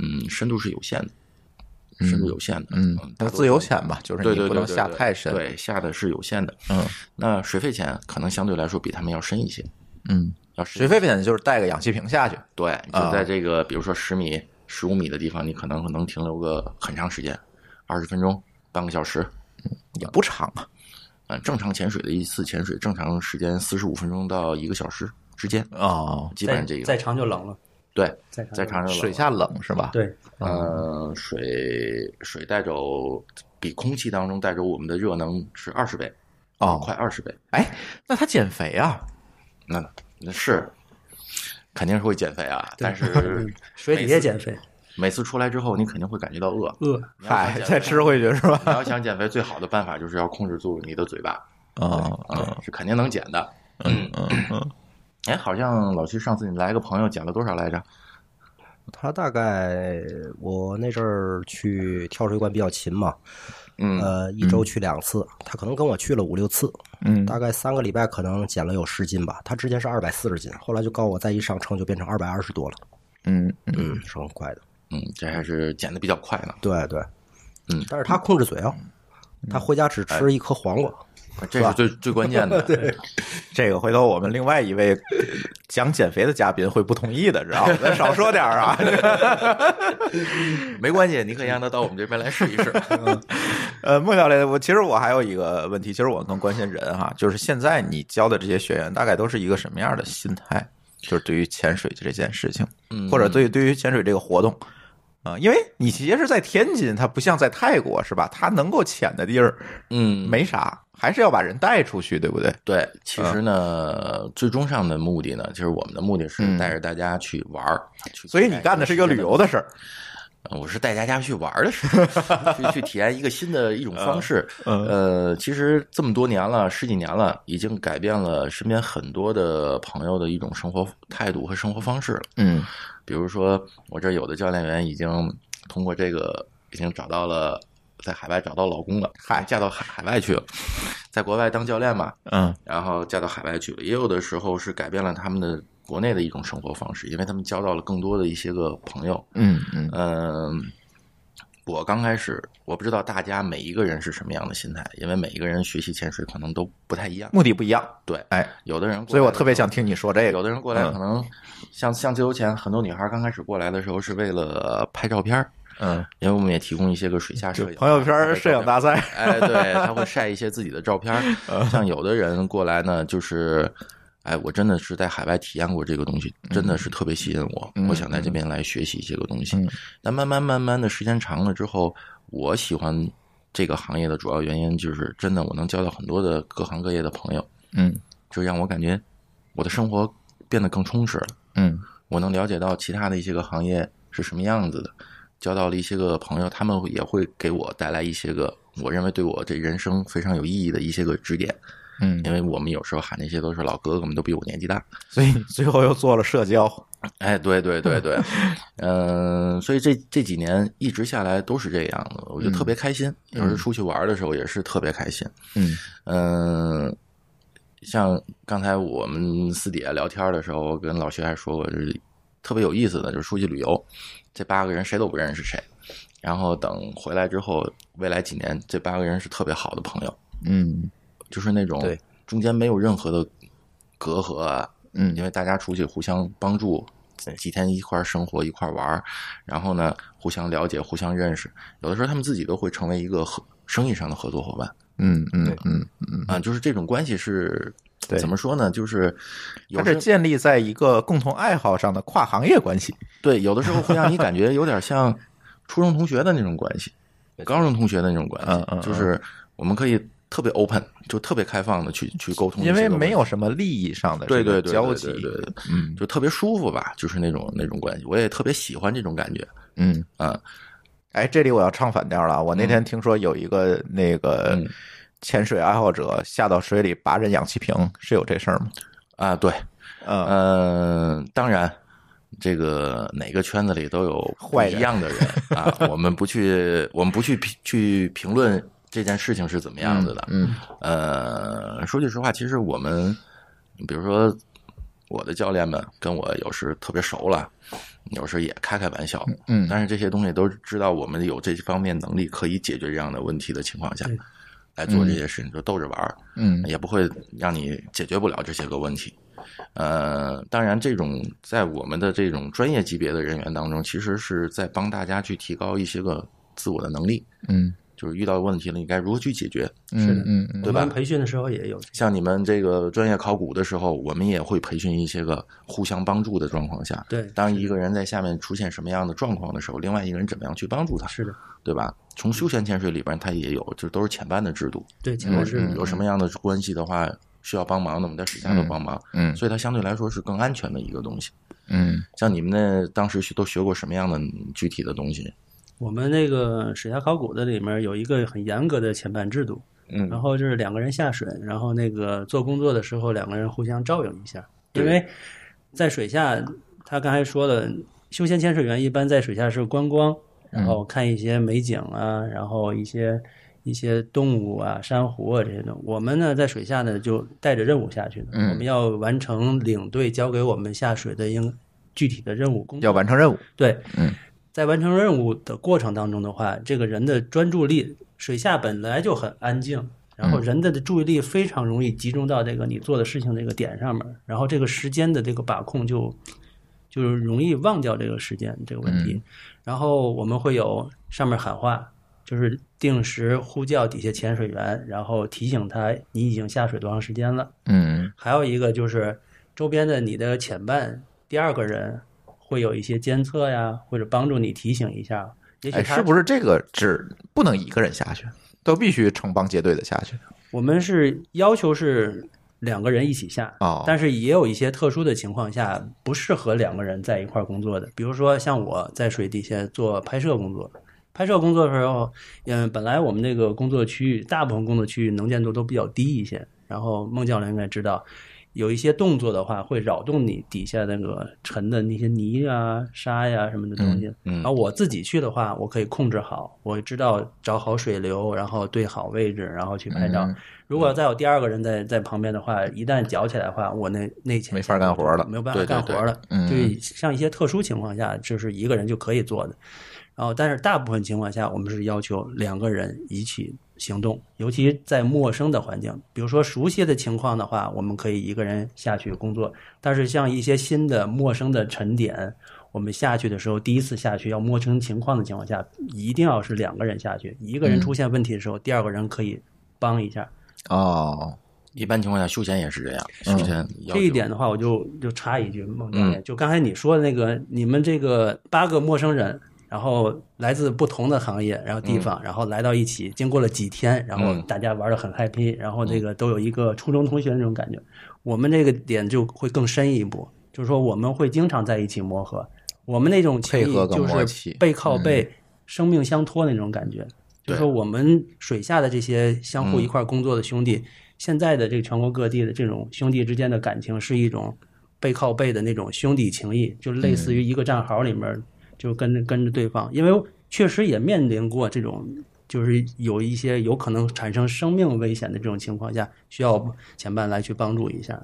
Speaker 3: 嗯，深度是有限的，深度有限的，
Speaker 1: 嗯，
Speaker 3: 大
Speaker 1: 那
Speaker 3: 多数
Speaker 1: 自由潜吧，就是
Speaker 3: 对
Speaker 1: 你
Speaker 3: 对
Speaker 1: 不
Speaker 3: 对
Speaker 1: 能
Speaker 3: 对
Speaker 1: 下
Speaker 3: 对
Speaker 1: 太深。
Speaker 3: 对下的是有限的。
Speaker 1: 嗯
Speaker 3: 那水肺潜可能相对来说比他们要深一些，
Speaker 1: 嗯，
Speaker 3: 要深
Speaker 1: 水肺潜就是带个氧气瓶下去。
Speaker 3: 啊对，就在这个比如说十米、十五米的地方，你可能能停留个很长时间，二十分钟、半个小时。
Speaker 1: 也不长啊。
Speaker 3: 嗯，正常潜水的一次潜水，正常时间四十五分钟到一个小时之间，
Speaker 1: 哦，
Speaker 3: 基本上这个
Speaker 4: 再长就冷了，
Speaker 3: 对，
Speaker 4: 再
Speaker 3: 在
Speaker 4: 长
Speaker 3: 长
Speaker 4: 就
Speaker 3: 上
Speaker 1: 水下冷是吧？，
Speaker 4: 对，
Speaker 3: 呃，水水带走比空气当中带走我们的热能是二十倍，
Speaker 1: 哦，
Speaker 3: 快二十倍。
Speaker 1: 哎，那他减肥啊？
Speaker 3: 那那是肯定是会减肥啊，但是
Speaker 4: 水底
Speaker 3: 每
Speaker 4: 也
Speaker 3: 次
Speaker 4: 减肥，
Speaker 3: 每次出来之后，你肯定会感觉到饿。
Speaker 4: 饿，
Speaker 3: 你要想
Speaker 1: 嗨，
Speaker 3: 减
Speaker 1: 再
Speaker 3: 肥
Speaker 1: 吃回去是吧？
Speaker 3: 你要想减肥，最好的办法就是要控制住你的嘴巴
Speaker 1: 哦，
Speaker 3: 啊，是肯定能减的。
Speaker 1: 嗯嗯嗯，
Speaker 3: 哎，好像老徐上次你来个朋友减了多少来着？
Speaker 2: 他大概我那阵儿去跳水馆比较勤嘛，
Speaker 3: 嗯，
Speaker 2: 呃，一周去两次，他可能跟我去了五六次，
Speaker 1: 嗯
Speaker 2: 大概三个礼拜可能减了有十斤吧。他之前是二百四十斤，后来就告我再一上称就变成二百二十多了，
Speaker 1: 嗯嗯，
Speaker 2: 嗯，是很快的。
Speaker 3: 嗯，这还是减的比较快呢。
Speaker 2: 对对，
Speaker 3: 嗯
Speaker 2: 但是他控制嘴啊，
Speaker 1: 嗯
Speaker 2: 他回家只
Speaker 1: 哎
Speaker 2: 吃一颗黄瓜，
Speaker 3: 这是最最 关键的。对，
Speaker 1: 这个回头我们另外一位讲减肥的嘉宾会不同意的，知道吗？咱少说点儿 啊。
Speaker 3: 没关系，你可以让他到我们这边来 试一试。
Speaker 1: 呃，孟教练，我其实我还有一个问题，其实我更关心人哈，就是现在你教的这些学员大概都是一个什么样的心态？就是对于潜水这件事情，
Speaker 3: 嗯
Speaker 1: 或者对于对于潜水这个活动啊、因为你其实是在天津，它不像在泰国是吧？它能够潜的地儿
Speaker 3: 嗯，
Speaker 1: 没啥，还是要把人带出去，对不对？
Speaker 3: 对，其实呢，最终上的目的呢，其实我们的目的
Speaker 1: 嗯
Speaker 3: 是带着大家去玩儿。去
Speaker 1: 所以
Speaker 3: 体
Speaker 1: 你
Speaker 3: 验
Speaker 1: 干的是一个
Speaker 3: 新
Speaker 1: 旅游的事儿，
Speaker 3: 呃我是带大家去玩儿的事情， 去去体验一个新的一种方式。
Speaker 1: 嗯
Speaker 3: 呃，其实这么多年了，十几年了，已经改变了身边很多的朋友的一种生活态度和生活方式了。
Speaker 1: 嗯
Speaker 3: 比如说，我这儿有的教练员已经通过这个已经找到了在海外找到老公了，嗨，嫁到海海外去了，在国外当教练嘛，
Speaker 1: 嗯
Speaker 3: 然后嫁到海外去了。也有的时候是改变了他们的国内的一种生活方式，因为他们交到了更多的一些个朋友。
Speaker 1: 嗯嗯
Speaker 3: 嗯，我刚开始我不知道大家每一个人是什么样的心态，因为每一个人学习潜水可能都不太一样。
Speaker 1: 目的不一样，
Speaker 3: 对，
Speaker 1: 哎，
Speaker 3: 有的人过来的时
Speaker 1: 所
Speaker 3: 候，
Speaker 1: 以我特别想听你说这
Speaker 3: 有
Speaker 1: 个，
Speaker 3: 的人过来
Speaker 1: 嗯
Speaker 3: 可能像像自由潜，很多女孩刚开始过来的时候是为了拍照片儿，
Speaker 1: 嗯，
Speaker 3: 因为我们也提供一些个水下摄
Speaker 1: 就
Speaker 3: 影啊、
Speaker 1: 朋友圈
Speaker 3: 拍
Speaker 1: 儿
Speaker 3: 照
Speaker 1: 摄影
Speaker 3: 片
Speaker 1: 大嗯赛，
Speaker 3: 哎，对，他会晒一些自己的照片儿。像有的人过来呢，就是，哎，我真的是在海外体验过这个东西，真的是特别吸引我，
Speaker 1: 嗯
Speaker 3: 我想在这边来学习这个东西。
Speaker 1: 嗯
Speaker 3: 但慢慢慢慢的时间长了之后，我喜欢这个行业的主要原因就是，真的我能交到很多的各行各业的朋友，
Speaker 1: 嗯
Speaker 3: 这让我感觉我的生活变得更充实了。
Speaker 1: 嗯
Speaker 3: 我能了解到其他的一些个行业是什么样子的，交到了一些个朋友，他们也会给我带来一些个我认为对我这人生非常有意义的一些个指点。
Speaker 1: 嗯
Speaker 3: 因为我们有时候喊那些都是老哥哥们，都比我年纪大。
Speaker 1: 所 以你最后又做了社交，
Speaker 3: 哎，对对对对， 嗯、所以这这几年一直下来都是这样的，我就特别开心。有时候出去玩的时候也是特别开心。
Speaker 1: 嗯
Speaker 3: 嗯，像刚才我们私底下聊天的时候，我跟老徐还说过，就是特别有意思的，就是出去旅游，这八个人谁都不认识谁，然后等回来之后，未来几年这八个人是特别好的朋友，
Speaker 1: 嗯
Speaker 3: 就是那种
Speaker 2: 对
Speaker 3: 中间没有任何的隔阂啊，
Speaker 1: 嗯
Speaker 3: 因为大家出去互相帮助，几天一块儿生活一块儿玩儿，然后呢互相了解、互相认识，有的时候他们自己都会成为一个合生意上的合作伙伴。
Speaker 1: 嗯嗯嗯，
Speaker 3: 啊，就是这种关系是
Speaker 1: 对
Speaker 3: 怎么说呢？就是有
Speaker 1: 它是
Speaker 3: 时
Speaker 1: 建立在一个共同爱好上的跨行业关系。
Speaker 3: 对有的时候会让你 感觉有点像初中同学的那种关系，高中同学的那种关系，
Speaker 1: 嗯嗯嗯
Speaker 3: 就是我们可以特别 open，就特别开放的去去沟通一些
Speaker 1: 因
Speaker 3: 个问题，
Speaker 1: 为没有什么利益上的
Speaker 3: 对
Speaker 1: 这
Speaker 3: 对
Speaker 1: 个
Speaker 3: 对
Speaker 1: 交集
Speaker 3: 对，对对对
Speaker 1: 嗯
Speaker 3: 就特别舒服吧，就是那种那种关系，我也特别喜欢这种感觉
Speaker 1: 嗯，
Speaker 3: 啊，
Speaker 1: 哎，这里我要唱反调了啊。我那天听说有一个那个
Speaker 3: 嗯
Speaker 1: 潜水爱好者下到水里拔人氧气瓶，是有这事儿吗？
Speaker 3: 啊，对，
Speaker 1: 嗯，
Speaker 3: 嗯、当然。这个哪个圈子里都有不
Speaker 1: 坏
Speaker 3: 一
Speaker 1: 人
Speaker 3: 样的人啊，我们不去，我们不去评去评论这件事情是怎么样子的，
Speaker 1: 嗯
Speaker 3: 呃，说句实话，其实我们，比如说我的教练们跟我有时特别熟了，有时也开开玩笑，
Speaker 1: 嗯
Speaker 3: 但是这些东西都是知道我们有这方面能力可以解决这样的问题的情况下，来做这些事情，就逗着玩儿，
Speaker 1: 嗯
Speaker 3: 也不会让你解决不了这些个问题。呃，当然，这种在我们的这种专业级别的人员当中，其实是在帮大家去提高一些个自我的能力，
Speaker 1: 嗯，
Speaker 3: 就是遇到问题了，你该如何去解决。
Speaker 1: 是的，嗯嗯
Speaker 4: 我们培训的时候也有，
Speaker 3: 像你们这个专业考古的时候，我们也会培训一些个互相帮助的状况下，
Speaker 4: 对，
Speaker 3: 当一个人在下面出现什么样的状况的时候，另外一个人怎么样去帮助他，
Speaker 4: 是的，
Speaker 3: 对吧？从休闲潜水里边，它也有，就都是潜班的制度，
Speaker 4: 对，前
Speaker 3: 有
Speaker 4: 面是
Speaker 3: 有什么样的关系的话，需要帮忙，那我们在水下头帮忙，
Speaker 1: 嗯
Speaker 3: 所以它相对来说是更安全的一个东西。
Speaker 1: 嗯
Speaker 3: 像你们那当时学都学过什么样的具体的东西？
Speaker 4: 我们那个水下考古的里面有一个很严格的前半制度，
Speaker 3: 嗯
Speaker 4: 然后就是两个人下水，然后那个做工作的时候两个人互相照应一下，因为在水下，他刚才说了，休闲潜水员一般在水下是观光，然后看一些美景啊，然后一些一些动物啊、珊瑚啊这些东西。我们呢在水下呢就带着任务下去的，
Speaker 1: 嗯
Speaker 4: 我们要完成领队交给我们下水的应具体的任务
Speaker 3: 嗯
Speaker 4: 工作。
Speaker 1: 要完成任务，
Speaker 4: 对，
Speaker 1: 嗯，
Speaker 4: 在完成任务的过程当中的话，这个人的专注力，水下本来就很安静，然后人的注意力非常容易集中到这个你做的事情这个点上面，然后这个时间的这个把控就就是容易忘掉这个时间这个问题。然后我们会有上面喊话，就是定时呼叫底下潜水员，然后提醒他你已经下水多长时间了。
Speaker 1: 嗯
Speaker 4: 还有一个就是周边的你的潜伴第二个人会有一些监测呀，或者帮助你提醒一下。也许
Speaker 1: 哎，
Speaker 4: 他、
Speaker 1: 是不是这个只不能一个人下去，都必须成帮结队的下去？
Speaker 4: 我们是要求是两个人一起下，
Speaker 1: 哦
Speaker 4: 但是也有一些特殊的情况下不适合两个人在一块儿工作的，比如说像我在水底下做拍摄工作。拍摄工作的时候，嗯，本来我们那个工作区域，大部分工作区域能见度都比较低一些。然后孟教练应该知道，有一些动作的话会扰动你底下那个沉的那些泥啊、沙呀、什么的东西。
Speaker 3: 嗯嗯
Speaker 4: 然后我自己去的话，我可以控制好，我知道找好水流，然后对好位置，然后去拍
Speaker 3: 嗯
Speaker 4: 照。如
Speaker 1: 嗯
Speaker 4: 果再有第二个人在在旁边的话，一旦搅起来的话，我那那前
Speaker 1: 没法干活了
Speaker 4: 没有办法
Speaker 3: 对对
Speaker 4: 干活了。
Speaker 1: 嗯
Speaker 4: 就是像一些特殊情况下，就是一个人就可以做的。然后，但是大部分情况下，我们是要求两个人一起行动，尤其在陌生的环境，比如说熟悉的情况的话，我们可以一个人下去工作。但是像一些新的陌生的沉点，我们下去的时候，第一次下去要陌生情况的情况下，一定要是两个人下去，一个
Speaker 1: 嗯
Speaker 4: 人出现问题的时候，第二个人可以帮一下。
Speaker 1: 哦，
Speaker 3: 一般情况下，休闲也是这样，休闲要
Speaker 4: 嗯这一
Speaker 3: 求
Speaker 4: 点的话，我就就插一句，孟教练，
Speaker 3: 嗯
Speaker 4: 就刚才你说的那个，你们这个八个陌生人，然后来自不同的行业，然后地方，然后来到一起，经过了几天，然后
Speaker 3: 嗯
Speaker 4: 大家玩的很 happy，然后这个都有一个初中同学那种感觉。我们这个点就会更深一步，就是说我们会经常在一起磨合，我们那种情
Speaker 1: 配
Speaker 4: 谊
Speaker 1: 合更
Speaker 4: 就
Speaker 1: 默契
Speaker 4: 是背靠背、生命相托那种感觉。
Speaker 3: 对
Speaker 4: 就是说我们水下的这些相互一块儿工作的兄弟，现在的这个全国各地的这种兄弟之间的感情是一种背靠背的那种兄弟情谊，就类似于一个战壕里面就跟着跟着对方，因为确实也面临过这种。就是有一些有可能产生生命危险的这种情况下，需要前伴来去帮助一下。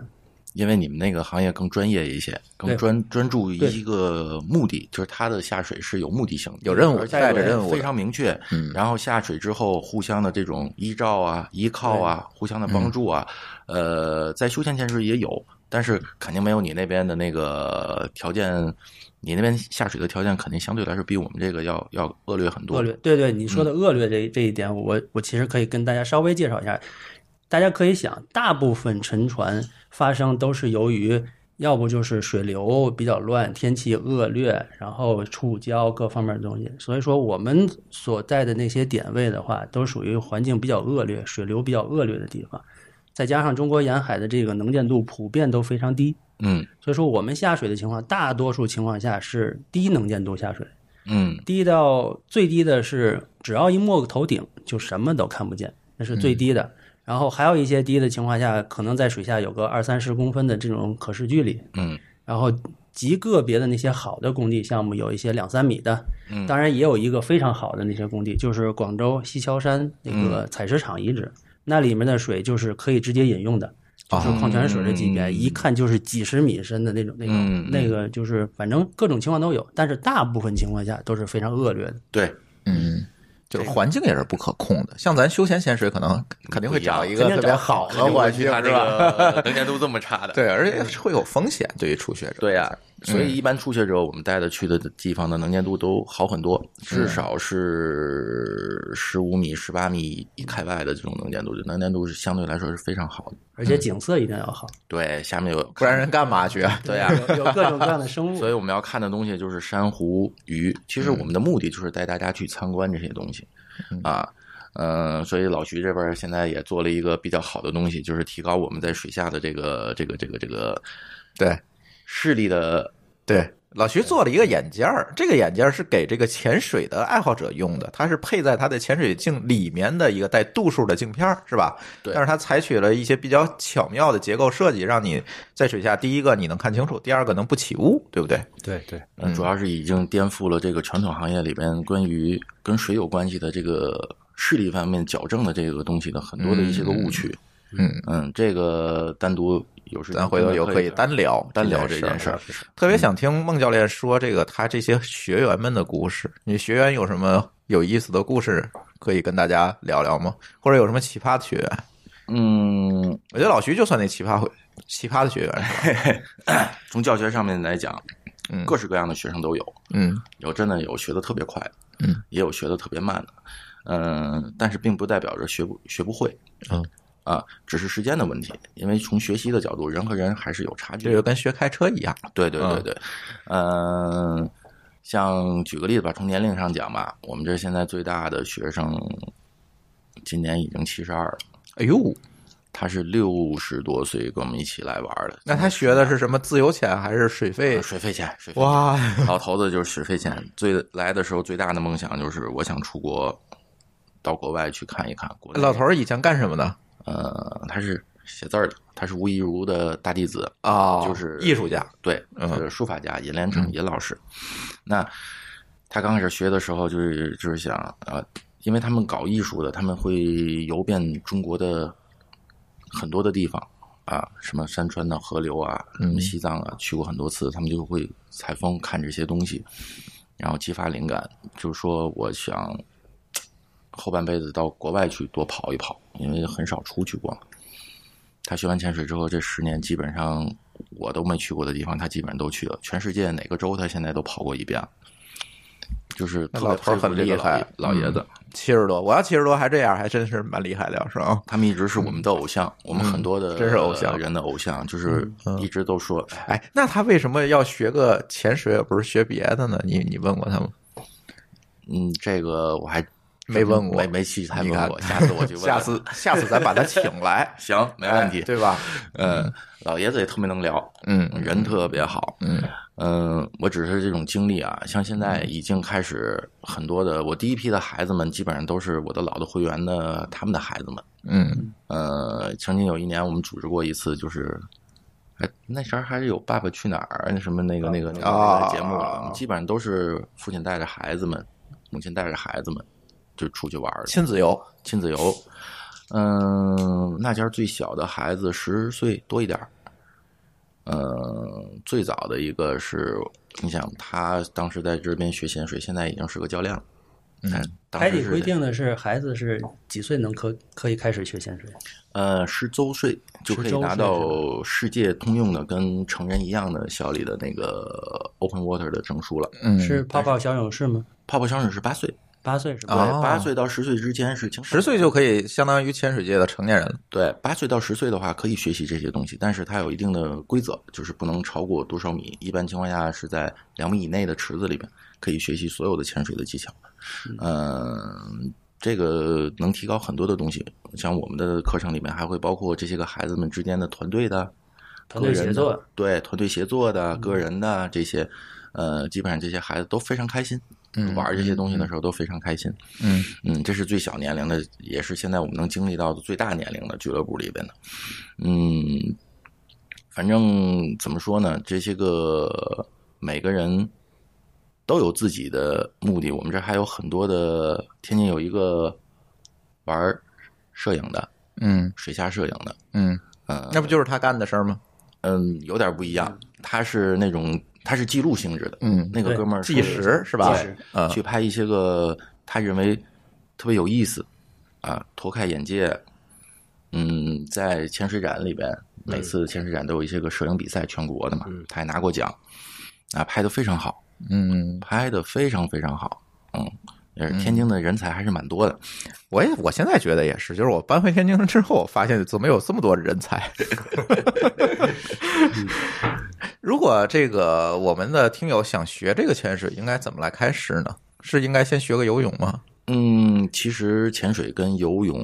Speaker 3: 因为你们那个行业更专业一些，更
Speaker 4: 对
Speaker 3: 专专注于
Speaker 4: 对
Speaker 3: 一个目的，就是它的下水是有目的性的，
Speaker 1: 有任务
Speaker 3: 而且
Speaker 1: 带着任务的
Speaker 3: 非常明确。
Speaker 1: 嗯
Speaker 3: 然后下水之后，互相的这种依照啊、依靠啊、互相的帮助啊，
Speaker 1: 嗯
Speaker 3: 呃，在休闲潜水也有，但是肯定没有你那边的那个条件，你那边下水的条件肯定相对来说比我们这个要要恶劣很多。
Speaker 4: 恶劣，对对，你说的恶劣这、这一点，我我其实可以跟大家稍微介绍一下。大家可以想，大部分沉船发生都是由于要不就是水流比较乱、天气恶劣，然后触礁各方面的东西。所以说，我们所在的那些点位的话，都属于环境比较恶劣、水流比较恶劣的地方，再加上中国沿海的这个能见度普遍都非常低，
Speaker 3: 嗯
Speaker 4: 所以说我们下水的情况，大多数情况下是低能见度下水。
Speaker 3: 嗯
Speaker 4: 低到最低的是，只要一没个头顶，就什么都看不见，那是最低的。然后还有一些低的情况下，可能在水下有个二三十公分的这种可视距离。
Speaker 3: 嗯
Speaker 4: 然后极个别的那些好的工地项目，有一些两三米的，
Speaker 3: 嗯
Speaker 4: 当然也有一个非常好的那些工地，就是广州西樵山那个采石场遗址，
Speaker 3: 嗯
Speaker 4: 那里面的水就是可以直接饮用的。就是矿泉水的级别，
Speaker 3: 哦嗯
Speaker 4: 一看就是几十米深的那种，那种、
Speaker 3: 嗯嗯
Speaker 4: 那个就是，反正各种情况都有，但是大部分情况下都是非常恶劣的。
Speaker 3: 对，
Speaker 1: 嗯就是环境也是不可控的。像咱休闲潜水，可能肯定会找一个
Speaker 2: 肯定
Speaker 1: 特别
Speaker 2: 找
Speaker 1: 好
Speaker 2: 肯
Speaker 1: 的
Speaker 2: 定会
Speaker 1: 环
Speaker 3: 去
Speaker 1: 境，
Speaker 3: 他这
Speaker 1: 是吧？
Speaker 3: 个 能见度这么差 的，
Speaker 1: 对，而且会有风险对于初学者。
Speaker 3: 对呀、所以一般初学者我们带的去的地方的能见度都好很多，至少是十五米、十八米以开外的这种能见度，就能见度是相对来说是非常好的。
Speaker 4: 而且景色一定 要好，
Speaker 3: 对，下面有
Speaker 1: 不然人干嘛去？啊
Speaker 3: 对 呀、
Speaker 4: 有有各种各样的生物
Speaker 3: 所。以我们要看的东西就是珊瑚、鱼。其实我们的目的就是带大家去参观这些东西，啊，嗯，所以老徐这边现在也做了一个比较好的东西，就是提高我们在水下的这个这个这个这个
Speaker 1: 对
Speaker 3: 视力的。
Speaker 1: 对，老徐做了一个眼镜儿，这个眼镜儿是给这个潜水的爱好者用的，它是配在它的潜水镜里面的一个带度数的镜片儿，是吧？
Speaker 3: 对
Speaker 1: 但是它采取了一些比较巧妙的结构设计，让你在水下，第一个你能看清楚，第二个能不起雾，对不对？
Speaker 2: 对对，
Speaker 3: 嗯，主要是已经颠覆了这个传统行业里边关于跟水有关系的这个视力方面矫正的这个东西的很多的一些个误区。
Speaker 1: 嗯
Speaker 3: 嗯，这个单独有时间
Speaker 1: 咱回头有
Speaker 3: 可
Speaker 1: 可以单聊
Speaker 3: 单聊
Speaker 1: 这
Speaker 3: 这件事
Speaker 1: 儿啊嗯
Speaker 3: 儿。。
Speaker 1: 特别想听孟教练说这个他这些学员们的故事。你学员有什么有意思的故事可以跟大家聊聊吗？或者有什么奇葩的学员？
Speaker 3: 嗯，
Speaker 1: 我觉得老徐就算那奇葩会奇葩的学员是吧？
Speaker 3: 从教学上面来讲，
Speaker 1: 嗯
Speaker 3: 各式各样的学生都有，
Speaker 1: 嗯
Speaker 3: 有真的有学的特别快的，
Speaker 1: 嗯，
Speaker 3: 也有学的特别慢的，嗯、但是并不代表着学不学不会，
Speaker 1: 嗯
Speaker 3: 啊，只是时间的问题，因为从学习的角度，人和人还是有差距
Speaker 1: 这
Speaker 3: 的
Speaker 1: 就。跟学开车一样。
Speaker 3: 对对对对，嗯、像举个例子吧，从年龄上讲吧，我们这现在最大的学生今年已经七十二了，
Speaker 1: 哎呦，
Speaker 3: 他是六十多岁跟我们一起来玩的，
Speaker 1: 那他学的是什么自由潜还是水肺？
Speaker 3: 水费钱，水费钱
Speaker 1: 哎哇，
Speaker 3: 老头子就是水费钱。最来的时候最大的梦想就是我想出国，到国外去看一看。国内
Speaker 1: 老头儿以前干什么的？
Speaker 3: 呃，他是写字儿的，他是吴亦如的大弟子，
Speaker 1: 啊
Speaker 3: 就是
Speaker 1: 艺术家。
Speaker 3: 对，是书法家尹连成尹老师。那他刚开始学的时候，就是就是想呃，因为他们搞艺术的，他们会游遍中国的很多的地方。啊，什么山川的河流啊，
Speaker 1: 嗯
Speaker 3: 什么西藏啊，去过很多次，他们就会采风看这些东西，然后激发灵感，就是说我想后半辈子到国外去多跑一跑，因为很少出去过嘛。他学完潜水之后，这十年基本上我都没去过的地方，他基本上都去了。全世界哪个州，他现在都跑过一遍了。就是
Speaker 1: 那
Speaker 3: 特别
Speaker 1: 老头儿
Speaker 3: 佩服
Speaker 1: 很
Speaker 3: 这个
Speaker 1: 厉害
Speaker 3: 老爷老爷子。
Speaker 1: 七十多，我要七十多还这样，还真是蛮厉害的，要是啊，
Speaker 3: 他们一直是我们的偶像，我们很多的
Speaker 1: 嗯真是偶像嗯
Speaker 3: 人的偶像，就是一直都说，哎
Speaker 1: 哎，那他为什么要学个潜水，而不是学别的呢？你你问过他吗？
Speaker 3: 嗯，这个我还
Speaker 1: 没问过
Speaker 3: 没没细谈
Speaker 1: 你
Speaker 3: 问
Speaker 1: 看
Speaker 3: 过，下次我去 问问，，
Speaker 1: 下次下次咱把他请来
Speaker 3: 行 没问题
Speaker 1: 哎，对吧？
Speaker 3: 嗯，老爷子也特别能聊，
Speaker 1: 嗯
Speaker 3: 人特别好，
Speaker 1: 嗯
Speaker 3: 嗯，我只是这种经历啊，像现在已经开始很多的，我第一批的孩子们基本上都是我的老的会员的他们的孩子们，
Speaker 1: 嗯，
Speaker 3: 呃，曾经有一年我们组织过一次，就是，哎，那时候还是有《爸爸去哪儿》啊那什么那个那个那个那
Speaker 1: 啊
Speaker 3: 个节目
Speaker 1: 啊啊
Speaker 3: 了，基本上都是父亲带着孩子们，母亲带着孩子们就出去玩儿
Speaker 1: 亲子游，
Speaker 3: 亲子游。嗯，那家最小的孩子十岁多一点儿。呃，最早的一个是，你想他当时在这边学潜水，现在已经是个教练了。嗯，当
Speaker 4: 海
Speaker 3: 时
Speaker 4: 底
Speaker 3: 是
Speaker 4: 规定的是，孩子是几岁能可可以开始学潜水？
Speaker 3: 呃，十周岁就可以
Speaker 4: 10周岁
Speaker 3: 拿到世界通用的跟成人一样的小李的那个 Open Water 的证书了。
Speaker 1: 嗯
Speaker 4: 是泡泡小勇士吗？
Speaker 3: 泡泡香水是八岁，
Speaker 4: 八岁是
Speaker 3: 对，
Speaker 4: 吧？
Speaker 1: 啊
Speaker 3: 八岁到十岁之间是青少
Speaker 1: 十
Speaker 3: 年
Speaker 1: 岁就可以相当于潜水界的成年人了。
Speaker 3: 对，八岁到十岁的话可以学习这些东西，但是它有一定的规则，就是不能超过多少米。一般情况下是在两米以内的池子里边可以学习所有的潜水的技巧。嗯，这个能提高很多的东西。像我们的课程里面还会包括这些个孩子们之间的团队的、
Speaker 4: 团队
Speaker 3: 个人
Speaker 4: 协
Speaker 3: 的
Speaker 4: 作，
Speaker 3: 对团队协作的、
Speaker 1: 嗯
Speaker 3: 个人的这些，呃，基本上这些孩子都非常开心，
Speaker 1: 嗯
Speaker 3: 玩这些东西的时候都非常开心。
Speaker 1: 嗯
Speaker 3: 嗯，这是最小年龄的，也是现在我们能经历到的最大年龄的俱乐部里边的。嗯，反正怎么说呢，这些个每个人都有自己的目的。我们这还有很多的，天津有一个玩儿摄影的，
Speaker 1: 嗯
Speaker 3: 水下摄影的，
Speaker 1: 嗯，
Speaker 3: 嗯，
Speaker 1: 那不就是他干的事儿吗？
Speaker 3: 嗯有点不一样，他是那种他是记录性质的，
Speaker 1: 嗯
Speaker 3: 那个哥们儿
Speaker 1: 计
Speaker 3: 是
Speaker 1: 时是吧
Speaker 4: 计时？
Speaker 1: 嗯
Speaker 3: 去拍一些个他认为特别有意思啊，拓开眼界。嗯，在潜水展里边，每次潜水展都有一些个摄影比赛，全国的嘛，他也拿过奖啊，拍的非常好，
Speaker 1: 嗯，
Speaker 3: 拍的非常非常好。嗯，也是天津的人才还是蛮多的。
Speaker 1: 我也我现在觉得也是，就是我搬回天津之后，我发现怎么有这么多人才。嗯 如果这个我们的听友想学这个潜水，应该怎么来开始呢？是应该先学个游泳吗？
Speaker 3: 嗯，其实潜水跟游泳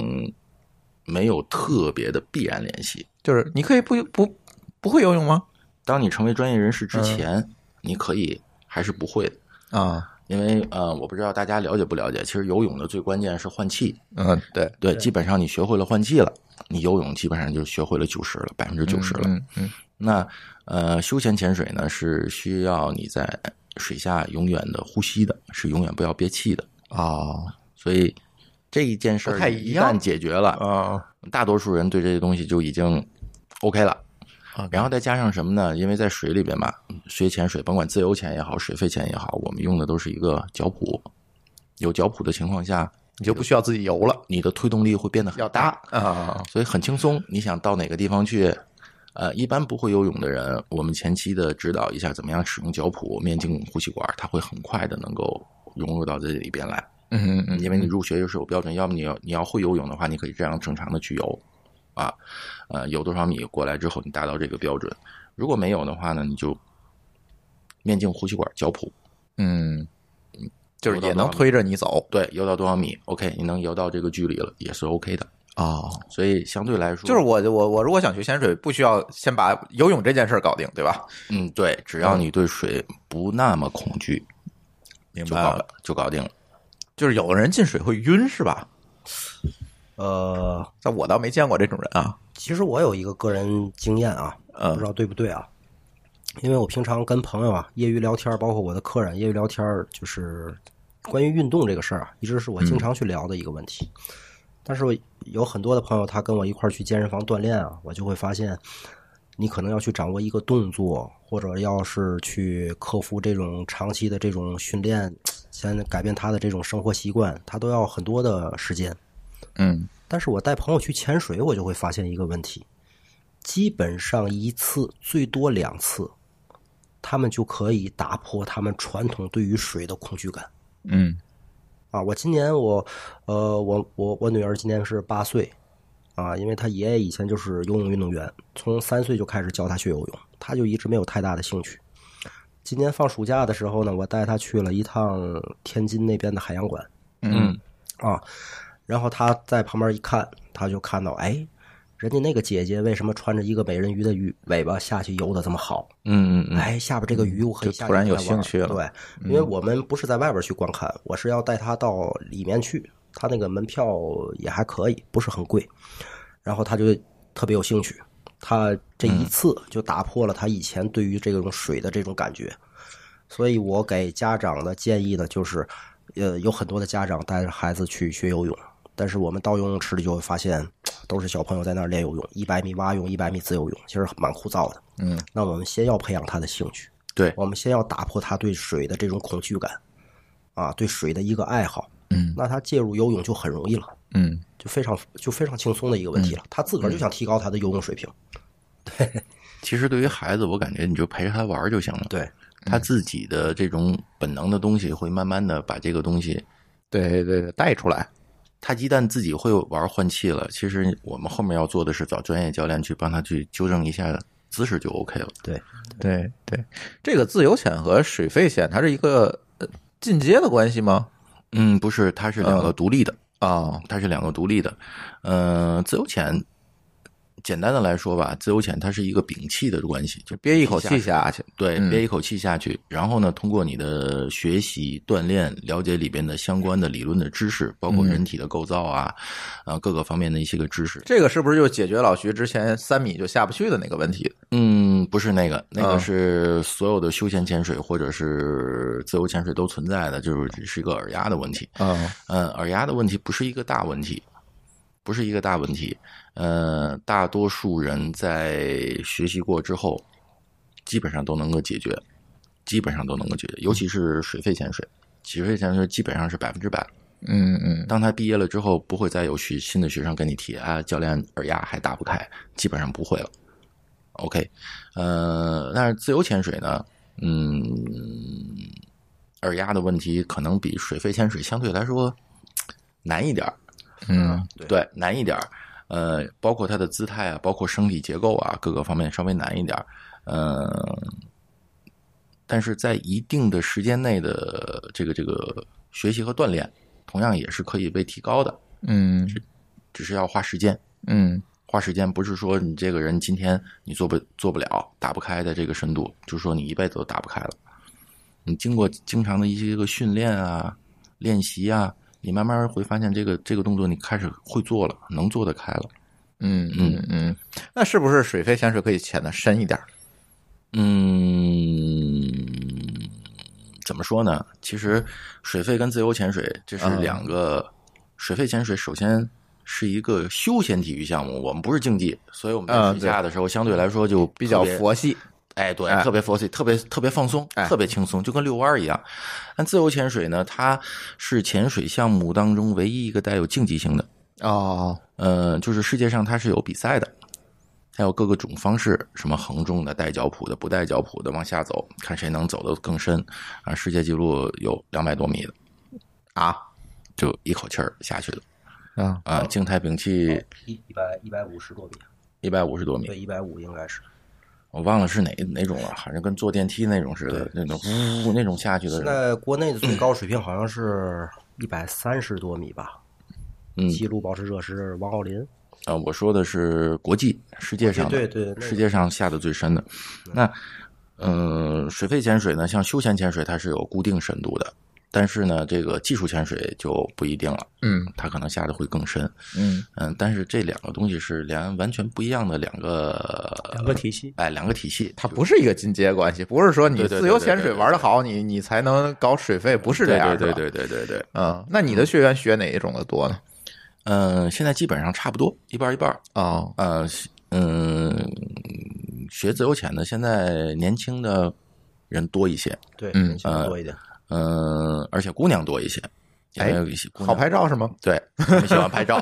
Speaker 3: 没有特别的必然联系。
Speaker 1: 就是你可以不不不会游泳吗？
Speaker 3: 当你成为专业人士
Speaker 1: 嗯
Speaker 3: 之前，你可以还是不会的，
Speaker 1: 啊，
Speaker 3: 因为呃，我不知道大家了解不了解，其实游泳的最关键是换气。
Speaker 1: 嗯，对，
Speaker 3: 对，基本上你学会了换气了，你游泳基本上就学会了九十了，百分之九十了。
Speaker 1: 嗯嗯
Speaker 3: 那呃，休闲潜水呢是需要你在水下永远的呼吸的，是永远不要憋气的。
Speaker 1: 哦
Speaker 3: 所以这一件事
Speaker 1: 不
Speaker 3: 儿
Speaker 1: 太一
Speaker 3: 一
Speaker 1: 样
Speaker 3: 旦解决了，
Speaker 1: 哦，
Speaker 3: 大多数人对这些东西就已经 OK 了
Speaker 1: OK。
Speaker 3: 然后再加上什么呢？因为在水里边嘛，学潜水，甭管自由潜也好，水肺潜也好，我们用的都是一个脚蹼。有脚蹼的情况下，
Speaker 1: 你就不需要自己游了
Speaker 3: 你的推动力会变得很大，
Speaker 1: 啊，
Speaker 3: 所以很轻松。你想到哪个地方去？呃，一般不会游泳的人，我们前期的指导一下怎么样使用脚蹼、面颈呼吸管，他会很快的能够融入到这里边来。
Speaker 1: 嗯嗯嗯，
Speaker 3: 因为你入学又是有标准，要么你要你要会游泳的话，你可以这样正常的去游，啊，呃，游多少米过来之后，你达到这个标准。如果没有的话呢，你就面镜呼吸管脚蹼，
Speaker 1: 嗯，就是也能推着你走
Speaker 3: 对，游到多少米，OK，你能游到这个距离了，也是 OK 的。
Speaker 1: 哦。
Speaker 3: 所以相对来说，
Speaker 1: 就是我我我如果想学潜水，不需要先把游泳这件事儿搞定，对吧？
Speaker 3: 嗯，对，只要你对水不那么恐惧，
Speaker 1: 明
Speaker 3: 就搞。就搞定了。
Speaker 1: 就是有的人进水会晕，是吧？
Speaker 2: 呃，
Speaker 1: 但我倒没见过这种人啊。
Speaker 2: 其实我有一个个人经验啊，
Speaker 1: 嗯
Speaker 2: 不知道对不对啊？因为我平常跟朋友啊业余聊天儿，包括我的客人业余聊天儿，就是关于运动这个事儿啊，一直是我经常去聊的一个问题。但是我有很多的朋友，他跟我一块儿去健身房锻炼啊，我就会发现，你可能要去掌握一个动作，或者要是去克服这种长期的这种训练，先改变他的这种生活习惯，他都要很多的时间。
Speaker 1: 嗯
Speaker 2: 但是我带朋友去潜水，我就会发现一个问题：基本上一次最多两次，他们就可以打破他们传统对于水的恐惧感。
Speaker 1: 嗯
Speaker 2: 啊，我今年我，呃，我我我女儿今年是八岁，啊，因为她爷爷以前就是游泳运动员，从三岁就开始教她学游泳，她就一直没有太大的兴趣。今年放暑假的时候呢，我带她去了一趟天津那边的海洋馆，
Speaker 1: 嗯
Speaker 2: 啊，然后他在旁边一看，他就看到，哎，人家那个姐姐为什么穿着一个美人鱼的鱼尾巴下去游的这么好？
Speaker 3: 嗯嗯嗯，
Speaker 2: 哎，下边这个鱼我可以
Speaker 1: 就
Speaker 2: 下去
Speaker 1: 突然有
Speaker 2: 看玩
Speaker 1: 兴趣了嗯
Speaker 2: 对，因为我们不是在外边去观看，我是要带他到里面去，他那个门票也还可以，不是很贵，然后他就特别有兴趣，他这一次就打破了他以前对于这种水的这种感
Speaker 1: 嗯
Speaker 2: 觉，所以我给家长的建议呢，就是，呃，有很多的家长带着孩子去学游泳，但是我们到游泳池里就会发现，都是小朋友在那儿练游泳，一百米蛙泳，一百米自由泳，其实蛮枯燥的。
Speaker 1: 嗯，
Speaker 2: 那我们先要培养他的兴趣，
Speaker 3: 对
Speaker 2: 我们先要打破他对水的这种恐惧感，啊，对水的一个爱好。
Speaker 1: 嗯
Speaker 2: 那他介入游泳就很容易了，
Speaker 1: 嗯，
Speaker 2: 就非常就非常轻松的一个问题了。他自个儿就想提高他的游泳水平。
Speaker 3: 其实对于孩子，我感觉你就陪着他玩儿就行了。
Speaker 2: 对，
Speaker 3: 他自己的这种本能的东西会慢慢的把这个东西，
Speaker 1: 对对对，带出来。
Speaker 3: 他一旦自己会玩换气了，其实我们后面要做的是找专业教练去帮他去纠正一下姿势就 OK 了。
Speaker 2: 对，
Speaker 1: 对对，这个自由潜和水肺潜，它是一个呃进阶的关系吗？
Speaker 3: 嗯，哦不是，它是两个独立的，
Speaker 1: 啊，
Speaker 3: 它是两个独立的。呃，自由潜，简单的来说吧，自由潜它是一个屏气的关系，就
Speaker 1: 憋一口气下去。
Speaker 3: 对，
Speaker 1: 嗯
Speaker 3: 憋一口气下去，然后呢，通过你的学习、锻炼，了解里边的相关的理论的知识，包括人体的构造啊，啊各个方面的一些个知识。
Speaker 1: 这个是不是就解决老徐之前三米就下不去的那个问题？
Speaker 3: 嗯，不是那个，那
Speaker 1: 啊
Speaker 3: 个是所有的休闲潜水或者是自由潜水都存在的，就是只是一个耳压的问题。
Speaker 1: 嗯
Speaker 3: 嗯，耳压的问题不是一个大问题，不是一个大问题。呃，大多数人在学习过之后，基本上都能够解决，基本上都能够解决。尤其是水肺潜水，水肺潜水基本上是百分之百
Speaker 1: 嗯嗯
Speaker 3: 当他毕业了之后，不会再有学新的学生跟你提啊，教练耳压还打不开，基本上不会了。OK，呃，但是自由潜水呢，嗯，耳压的问题可能比水肺潜水相对来说难一点儿，呃
Speaker 1: 嗯
Speaker 3: 对，难一点儿。呃，包括它的姿态啊，包括生理结构啊，各个方面稍微难一点儿。呃，但是在一定的时间内的这个这个学习和锻炼，同样也是可以被提高的，
Speaker 1: 嗯
Speaker 3: 只是要花时间。
Speaker 1: 嗯
Speaker 3: 花时间不是说你这个人今天你做不做不了，打不开的这个深度，就是说你一辈子都打不开了。你经过经常的一些个训练啊、练习啊，你慢慢会发现这个这个动作你开始会做了，能做得开了。
Speaker 1: 嗯嗯嗯，那是不是水肺潜水可以潜的深一点儿？
Speaker 3: 嗯，怎么说呢？其实水肺跟自由潜水这是
Speaker 1: 啊
Speaker 3: 两个，水肺潜水首先是一个休闲体育项目，我们不是竞技，所以我们在
Speaker 1: 嗯
Speaker 3: 水下的时候相对来说就
Speaker 1: 比较
Speaker 3: 特别
Speaker 1: 佛系，
Speaker 3: 哎，对，
Speaker 1: 哎
Speaker 3: 特别佛系，特别特别放松，
Speaker 1: 哎
Speaker 3: 特别轻松，就跟遛弯儿一样。但自由潜水呢，它是潜水项目当中唯一一个带有竞技性的，
Speaker 1: 哦，
Speaker 3: 呃，就是世界上它是有比赛的，它有各个种方式，什么横重的、带脚蹼的、不带脚蹼的，往下走，看谁能走得更深啊！世界纪录有两百多米的啊，就一口气儿下去的
Speaker 1: 啊，
Speaker 3: 啊！静态屏气
Speaker 2: 一一百一百五十多米，啊
Speaker 3: 一百五十多米，
Speaker 2: 对，一百五应该是。
Speaker 3: 我忘了是哪哪种了，好像跟坐电梯那种似的，那种呜那种下去的
Speaker 2: 现
Speaker 3: 人。
Speaker 2: 在国内的最高水平好像是一百三十多米吧，
Speaker 3: 嗯
Speaker 2: 记录保持者是王浩林。
Speaker 3: 呃，我说的是国际世界上的，
Speaker 2: 对对对那个
Speaker 3: 世界上下的最深的。那呃，水肺潜水呢，像休闲潜水它是有固定深度的，但是呢，这个技术潜水就不一定了，
Speaker 1: 嗯
Speaker 3: 它可能下的会更深。
Speaker 1: 嗯
Speaker 3: 嗯，但是这两个东西是两完全不一样的两个
Speaker 4: 两个体系。
Speaker 3: 哎两个体系，
Speaker 1: 它不是一个进阶关系，不是说你
Speaker 3: 对对对
Speaker 1: 自由潜水
Speaker 3: 对对对
Speaker 1: 玩的好，你你才能搞水费，不是这样，
Speaker 3: 对
Speaker 1: 是吧
Speaker 3: 对对对对对。
Speaker 1: 嗯，那你的学员学哪一种的多呢？
Speaker 3: 嗯、现在基本上差不多一半儿一半儿。
Speaker 1: 哦，
Speaker 3: 呃，嗯、学自由潜的现在年轻的人多一些，
Speaker 2: 对，
Speaker 1: 嗯
Speaker 2: 年轻人多一点。
Speaker 3: 嗯，而且姑娘多一些，因为
Speaker 1: 哎
Speaker 3: 有一些姑
Speaker 1: 好
Speaker 3: 娘
Speaker 1: 拍照是吗？
Speaker 3: 对，他们喜欢拍照，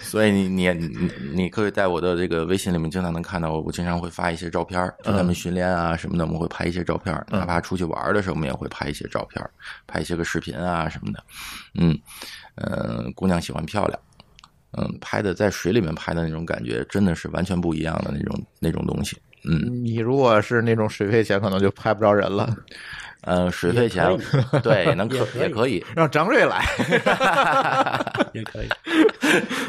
Speaker 3: 所以你你你你可以在我的这个微信里面经常能看到我，我经常会发一些照片儿，就他们训练啊什么的，我们会拍一些照片儿，哪怕出去玩儿的时候，我们也会拍一些照片儿，拍一些个视频啊什么的，嗯，呃，姑娘喜欢漂亮。嗯，拍的在水里面拍的那种感觉，真的是完全不一样的那种那种东西。嗯，
Speaker 1: 你如果是那种水费潜，可能就拍不着人了，
Speaker 3: 呃，水肺潜
Speaker 4: 也可，
Speaker 3: 对，能可
Speaker 4: 也
Speaker 3: 也可以，
Speaker 1: 让张瑞来，
Speaker 4: 也可以，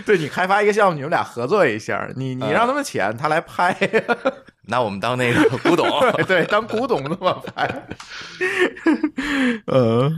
Speaker 1: 对你开发一个项目，你们俩合作一下，你你让他们潜，他来拍，
Speaker 3: 嗯拿我们当那个古董。
Speaker 1: 对，当古董那么拍。 嗯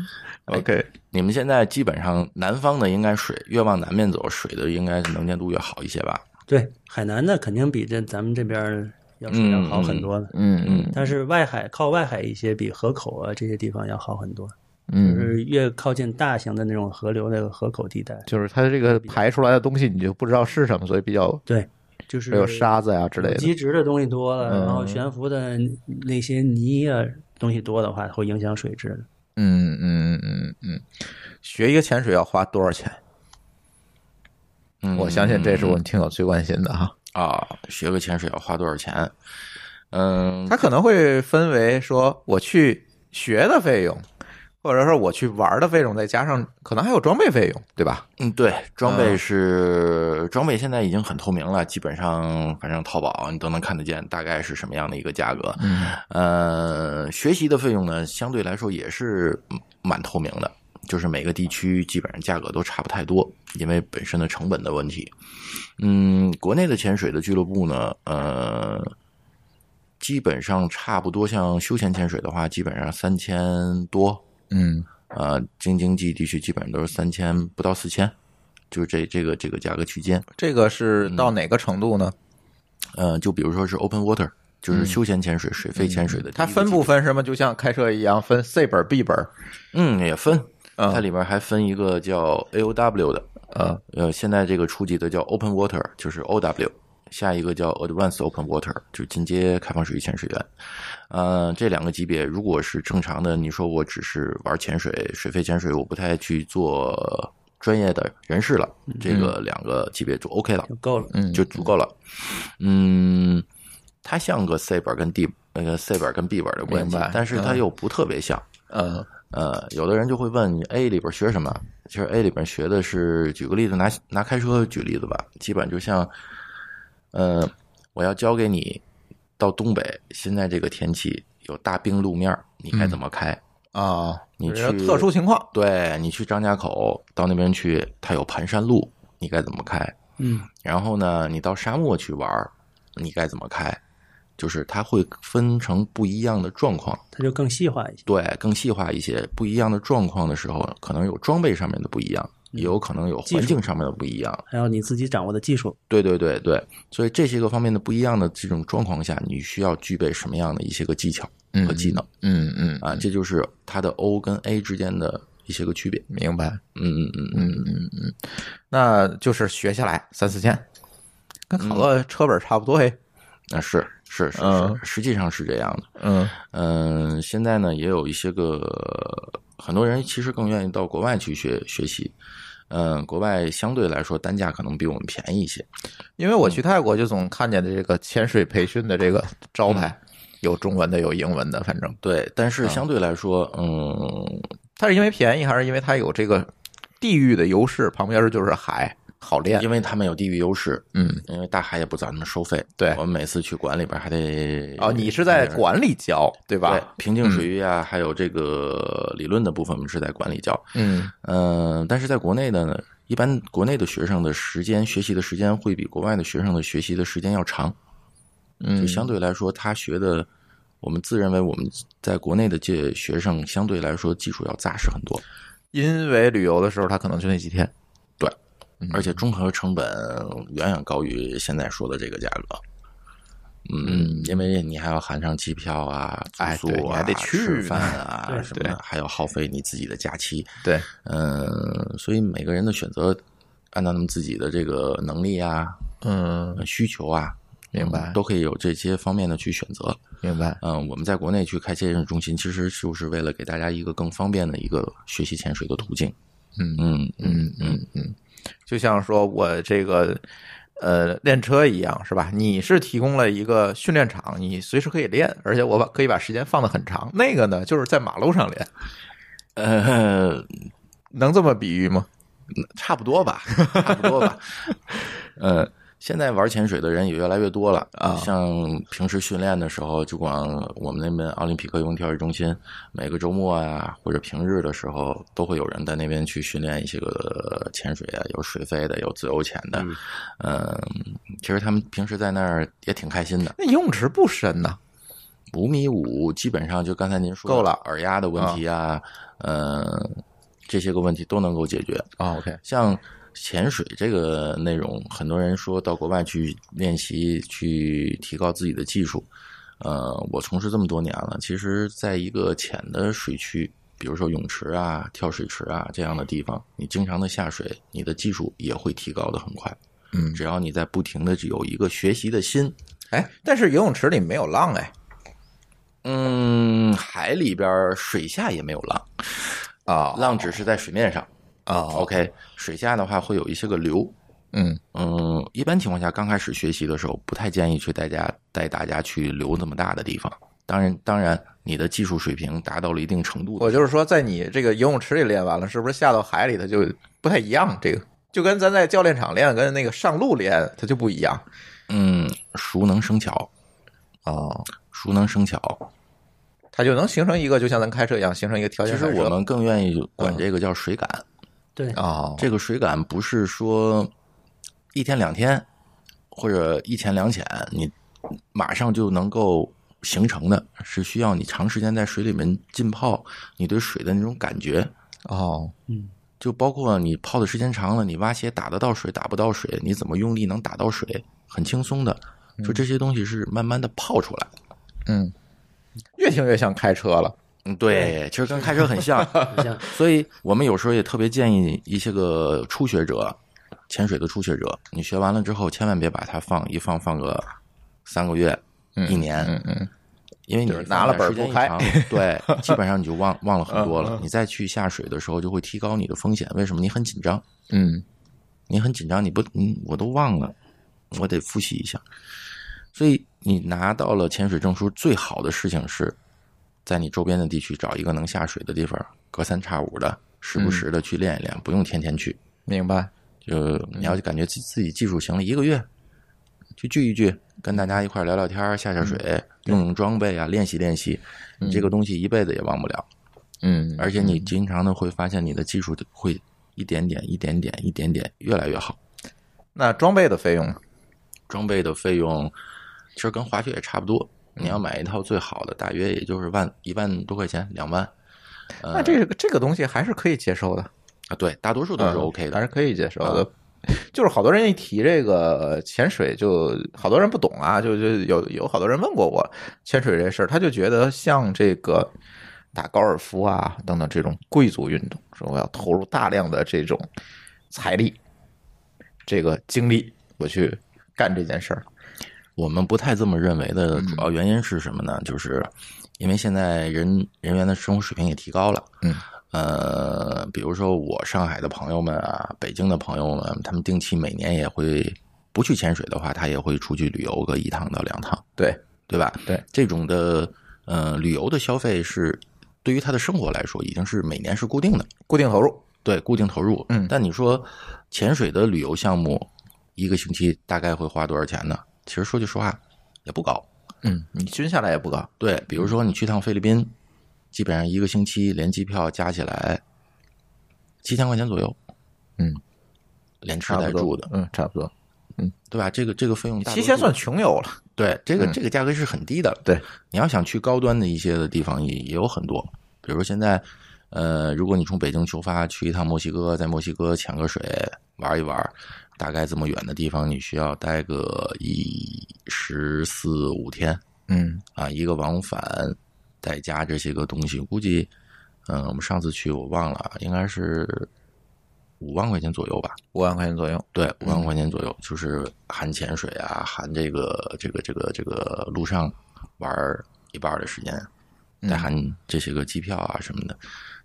Speaker 1: ，OK，
Speaker 3: 哎你们现在基本上南方的应该水越往南面走，水的应该是能见度越好一些吧？
Speaker 4: 对，海南呢肯定比这咱们这边儿要水要好很多的，
Speaker 1: 嗯嗯
Speaker 4: 但是外海靠外海一些，比河口啊这些地方要好很多，就
Speaker 1: 嗯，
Speaker 4: 是越靠近大型的那种河流的河口地带，
Speaker 1: 就是它这个排出来的东西，你就不知道是什么，所以比较
Speaker 4: 对，就是
Speaker 1: 有沙子呀、之类的。
Speaker 4: 基质的东西多了，
Speaker 1: 嗯
Speaker 4: 然后悬浮的那些泥啊东西多的话，会影响水质的。
Speaker 1: 嗯嗯嗯嗯嗯，学一个潜水要花多少钱？
Speaker 3: 嗯，
Speaker 1: 我相信这是我们听友最关心的哈。
Speaker 3: 啊，学个潜水要花多少钱？嗯，
Speaker 1: 它可能会分为说我去学的费用，或者说我去玩的费用，再加上可能还有装备费用，对吧？
Speaker 3: 嗯，对，装备
Speaker 1: 嗯
Speaker 3: 是、装备，现在已经很透明了，基本上反正淘宝你都能看得见，大概是什么样的一个价格。
Speaker 1: 嗯
Speaker 3: 呃，学习的费用呢，相对来说也是嗯蛮透明的，就是每个地区基本上价格都差不太多，因为本身的成本的问题。嗯，国内的潜水的俱乐部呢，呃，基本上差不多，像休闲潜水的话，基本上三千多，
Speaker 1: 嗯
Speaker 3: 呃，京津冀地区基本上都是三千不到四千，就是这这个这个价格区间。
Speaker 1: 这个是到哪个程度呢？
Speaker 3: 呃，就比如说是 open water，就是休闲潜水、水肺潜水的第一
Speaker 1: 嗯
Speaker 3: 个
Speaker 1: 它
Speaker 3: 级别，
Speaker 1: 分不分什么？就像开车一样，分 C 本 B 本。
Speaker 3: 嗯，也分，
Speaker 1: 嗯
Speaker 3: 它里面还分一个叫 AOW 的，
Speaker 1: 嗯
Speaker 3: 呃，现在这个初级的叫 Open Water，就是 OW，下一个叫 Advanced Open Water，就是进阶开放水域潜水员。呃，这两个级别，如果是正常的，你说我只是玩潜水、水肺潜水，我不太去做专业的人士了，这个两个级别就 OK 了，
Speaker 4: 就够了。
Speaker 1: 嗯
Speaker 3: 就足够了。嗯，它像个 C 本跟 D 那个 C 本跟 B 本的关系
Speaker 1: 明白，嗯
Speaker 3: 但是它又不特别像。
Speaker 1: 呃，
Speaker 3: 呃，有的人就会问你 A 里边学什么？其实 A 里边学的是，举个例子，拿拿开车举例子吧，基本就像，呃，我要教给你到东北，现在这个天气有大冰路面儿，你该怎么开？
Speaker 1: 啊，
Speaker 3: 你去
Speaker 1: 就是特殊情况，
Speaker 3: 对你去张家口到那边去，它有盘山路，你该怎么开？
Speaker 4: 嗯，
Speaker 3: 然后呢，你到沙漠去玩儿，你该怎么开？就是它会分成不一样的状况。
Speaker 4: 它就更细化一些。
Speaker 3: 对，更细化一些不一样的状况的时候，可能有装备上面的不一样，
Speaker 1: 嗯
Speaker 3: 也有可能有环境上面的不一样。
Speaker 4: 还有你自己掌握的技术，
Speaker 3: 对对对对，所以这些个方面的不一样的这种状况下，你需要具备什么样的一些个技巧和技能、
Speaker 1: 嗯嗯，
Speaker 3: 啊？这就是它的 O 跟 A 之间的一些个区别。
Speaker 1: 明白。
Speaker 3: 嗯嗯嗯嗯，
Speaker 1: 那就是学下来三四千，跟考个车本差不多哎。
Speaker 3: 那是是是
Speaker 1: 嗯
Speaker 3: 是，实际上是这样的。
Speaker 1: 嗯
Speaker 3: 嗯，现在呢也有一些个很多人其实更愿意到国外去学学习。嗯，国外相对来说单价可能比我们便宜一些。
Speaker 1: 因为我去泰国就总看见的这个潜水培训的这个招牌，有中文的，有英文的，反正
Speaker 3: 对，但是相对来说，嗯，
Speaker 1: 它是因为便宜，还是因为它有这个地域的优势？旁边就是海，好练。
Speaker 3: 因为他们有地域优势，
Speaker 1: 嗯，
Speaker 3: 因为大海也不咱们收费。
Speaker 1: 对
Speaker 3: 我们每次去馆里边还得
Speaker 1: 哦，你是在馆里教对
Speaker 3: 对
Speaker 1: 吧？嗯
Speaker 3: 平静水域啊，还有这个理论的部分，我们是在馆里教。
Speaker 1: 嗯
Speaker 3: 嗯，但是在国内呢，一般国内的学生的时间学习的时间会比国外的学生的学习的时间要长。
Speaker 1: 嗯，
Speaker 3: 就相对来说，他学的，我们自认为我们在国内的这学生相对来说技术要扎实很多，
Speaker 1: 因为旅游的时候他可能就那几天。
Speaker 3: 而且综合成本远远高于现在说的这个价格。
Speaker 1: 嗯
Speaker 3: 嗯，因为你还要含上机票啊、住
Speaker 1: 哎
Speaker 3: 宿
Speaker 1: 对你
Speaker 3: 啊、
Speaker 1: 还得去
Speaker 3: 吃
Speaker 1: 呢
Speaker 3: 饭啊
Speaker 4: 对
Speaker 3: 什么的，还要耗费你自己的假期。
Speaker 1: 对，
Speaker 3: 嗯，所以每个人的选择，按照他们自己的这个能力啊、
Speaker 1: 嗯，
Speaker 3: 呃需求啊，
Speaker 1: 明白
Speaker 3: 都可以有这些方面的去选择。
Speaker 1: 明白。
Speaker 3: 嗯，我们在国内去开健身中心，其实就是为了给大家一个更方便的一个学习潜水的途径。
Speaker 1: 嗯
Speaker 3: 嗯嗯，
Speaker 1: 嗯嗯嗯，就像说我这个呃练车一样，是吧？你是提供了一个训练场，你随时可以练，而且我把可以把时间放得很长。那个呢，就是在马路上练，
Speaker 3: 呃，
Speaker 1: 能这么比喻吗？
Speaker 3: 差不多吧，差不多吧。嗯，现在玩潜水的人也越来越多了
Speaker 1: 啊
Speaker 3: 像平时训练的时候，就光我们那边奥林匹克游泳跳水中心，每个周末啊或者平日的时候，都会有人在那边去训练一些个潜水啊，有水肺的，有自由潜的。嗯，其实他们平时在那儿也挺开心的。
Speaker 1: 那游泳池不深呐，
Speaker 3: 五米五基本上就刚才您说的
Speaker 1: 够了
Speaker 3: 耳压的问题啊，呃，这些个问题都能够解决。
Speaker 1: 啊，OK，
Speaker 3: 像潜水这个内容，很多人说到国外去练习，去提高自己的技术。呃，我从事这么多年了，其实在一个浅的水区，比如说泳池啊、跳水池啊这样的地方，你经常的下水，你的技术也会提高的很快。
Speaker 1: 嗯
Speaker 3: 只要你在不停的有一个学习的心，
Speaker 1: 哎，但是游泳池里没有浪哎
Speaker 3: 嗯，海里边儿水下也没有浪，
Speaker 1: 啊
Speaker 3: 哦浪只是在水面上。
Speaker 1: 啊，
Speaker 3: OK，水下的话会有一些个流。
Speaker 1: 嗯
Speaker 3: 嗯，一般情况下，刚开始学习的时候，不太建议去带家带大家去流那么大的地方。当然，当然，你的技术水平达到了一定程度的
Speaker 1: 我就是说，在你这个游泳池里练完了，是不是下到海里它就不太一样？这个就跟咱在教练场练，跟那个上路练它就不一样
Speaker 3: 嗯，熟能生巧，
Speaker 1: 哦。
Speaker 3: 熟能生巧。
Speaker 1: 它就能形成一个，就像咱开车一样，形成一个条
Speaker 3: 其
Speaker 1: 件
Speaker 3: 实
Speaker 1: 反射。
Speaker 3: 我们更愿意管这个叫水感。
Speaker 4: 对，
Speaker 1: 嗯哦，
Speaker 3: 这个水感不是说一天两天或者一潜两潜，你马上就能够形成的，是需要你长时间在水里面浸泡，你对水的那种感觉，
Speaker 1: 哦，
Speaker 4: 嗯，
Speaker 3: 就包括你泡的时间长了，你蛙鞋打得到水，打不到水，你怎么用力能打到水，很轻松的。就这些东西是慢慢的泡出来的。
Speaker 1: 嗯，越听越像开车了。
Speaker 3: 嗯，对，其实跟开 车很像，
Speaker 4: 很像
Speaker 3: 所以我们有时候也特别建议一些个初学者，潜水的初学者，你学完了之后，千万别把它放一放放个三个月、
Speaker 1: 嗯
Speaker 3: 一年，
Speaker 1: 嗯嗯，
Speaker 3: 因为你
Speaker 1: 就是拿了本儿
Speaker 3: 时间
Speaker 1: 不
Speaker 3: 一
Speaker 1: 开 嗯
Speaker 3: 长，对，基本上你就忘忘了很多了。你再去下水的时候，就会提高你的风险。为什么？你很紧张，
Speaker 1: 嗯
Speaker 3: 你很紧张，你不，你我都忘了，我得复习一下。所以你拿到了潜水证书，最好的事情是，在你周边的地区找一个能下水的地方，隔三差五的，时
Speaker 1: 嗯
Speaker 3: 不时的去练一练，不用天天去。
Speaker 1: 明白。
Speaker 3: 就你
Speaker 1: 嗯
Speaker 3: 要感觉自自己技术行了，一个月去聚一聚，跟大家一块儿聊聊天儿、下
Speaker 1: 嗯
Speaker 3: 下水、用用装备啊，练习练习。你这个东西一辈子也忘不了，
Speaker 1: 嗯，
Speaker 3: 而且你经常的会发现你的技术会一点点、一点点、一点点越来越好。
Speaker 1: 那装备的费用呢，
Speaker 3: 嗯装备的费用其实跟滑雪也差不多，你要买一套最好的，大约也就是万一万多块钱，两万
Speaker 1: 那这个这个东西还是可以接受的，
Speaker 3: 啊。对，大多数都是
Speaker 1: 嗯
Speaker 3: OK 的。
Speaker 1: 还是啊可以接受的。 就是好多人一提这个潜水就，好多人不懂啊，就就有有好多人问过我潜水这事儿，他就觉得像这个打高尔夫啊等等这种贵族运动，说我要投入大量的这种财力、这个精力，我去干这件事儿。
Speaker 3: 我们不太这么认为
Speaker 1: 嗯
Speaker 3: 的主要原因是什么呢？就是因为现在人人员的生活水平也提高了，
Speaker 1: 嗯，
Speaker 3: 呃，比如说我上海的朋友们啊，北京的朋友们，他们定期每年也会不去潜水的话，他也会出去旅游个一趟到两趟，
Speaker 1: 对，
Speaker 3: 对吧？
Speaker 1: 对，
Speaker 3: 这种的呃旅游的消费是对于他的生活来说，已经是每年是固定的，
Speaker 1: 固定投入，
Speaker 3: 对，固定投入。
Speaker 1: 嗯
Speaker 3: 但你说潜水的旅游项目，一个星期大概会花多少钱呢？其实说句实话，也不高。
Speaker 1: 嗯，你均下来也不高，
Speaker 3: 对，比如说你去趟菲律宾，基本上一个星期连机票加起来七千块钱左右，
Speaker 1: 嗯，
Speaker 3: 连吃
Speaker 1: 差
Speaker 3: 带
Speaker 1: 不多
Speaker 3: 住的，，
Speaker 1: 嗯，差不多，
Speaker 3: 对吧？这个这个费用大多
Speaker 1: 提前
Speaker 3: 数
Speaker 1: 算穷游了，
Speaker 3: 对，这个、
Speaker 1: 嗯
Speaker 3: 这个价格是很低的。
Speaker 1: 对，
Speaker 3: 你要想去高端的一些的地方也也有很多，比如说现在，呃，如果你从北京出发去一趟墨西哥，在墨西哥潜个水玩一玩，大概这么远的地方，你需要待个一十四五天
Speaker 1: 嗯，
Speaker 3: 啊，一个往返，再加这些个东西，估计，嗯、我们上次去我忘了，应该是五万块钱左右吧。
Speaker 1: 五万块钱左右，
Speaker 3: 对，
Speaker 1: 嗯
Speaker 3: 五万块钱左右，就是含潜水啊，含这个这个这个这个路上玩儿一半儿的时间，再
Speaker 1: 嗯
Speaker 3: 含这些个机票啊什么的，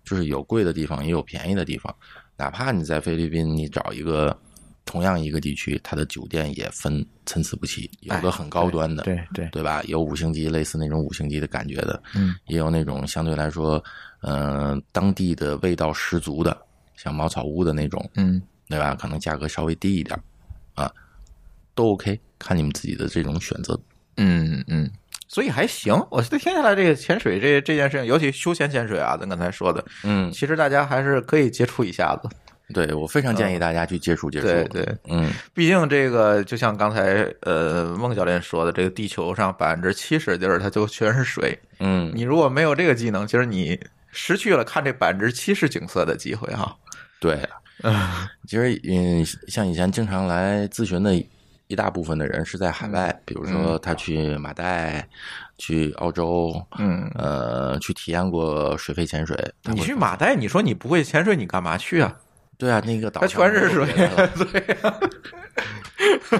Speaker 3: 就是有贵的地方，也有便宜的地方。哪怕你在菲律宾，你找一个同样一个地区，它的酒店也分参差不齐，有的很高端的，
Speaker 1: 哎对对，
Speaker 3: 对吧？有五星级，类似那种五星级的感觉的，
Speaker 1: 嗯，
Speaker 3: 也有那种相对来说，嗯、当地的味道十足的，像茅草屋的那种，
Speaker 1: 嗯，
Speaker 3: 对吧？可能价格稍微低一点儿，啊，都 OK，看你们自己的这种选择。
Speaker 1: 嗯嗯，所以还行。我觉得听下来，这个潜水这这件事情，尤其休闲潜水啊，咱刚才说的，
Speaker 3: 嗯，
Speaker 1: 其实大家还是可以接触一下子。
Speaker 3: 对我非常建议大家去接触接触。
Speaker 1: 嗯对对，
Speaker 3: 嗯，
Speaker 1: 毕竟这个就像刚才呃孟教练说的，这个地球上百分之七十地儿它就全是水，
Speaker 3: 嗯
Speaker 1: 你如果没有这个技能，其实你失去了看这百分之七十景色的机会哈、
Speaker 3: 对。啊其实，嗯，像以前经常来咨询的一大部分的人是在海
Speaker 1: 嗯
Speaker 3: 外，比如说他去马代、去澳洲，
Speaker 1: 嗯，
Speaker 3: 呃，去体验过水肺潜水。他
Speaker 1: 你
Speaker 3: 会
Speaker 1: 去马代，你说你不会潜水，你干嘛去啊？
Speaker 3: 对啊，那个岛
Speaker 1: 它全是水，
Speaker 3: 上没有别的了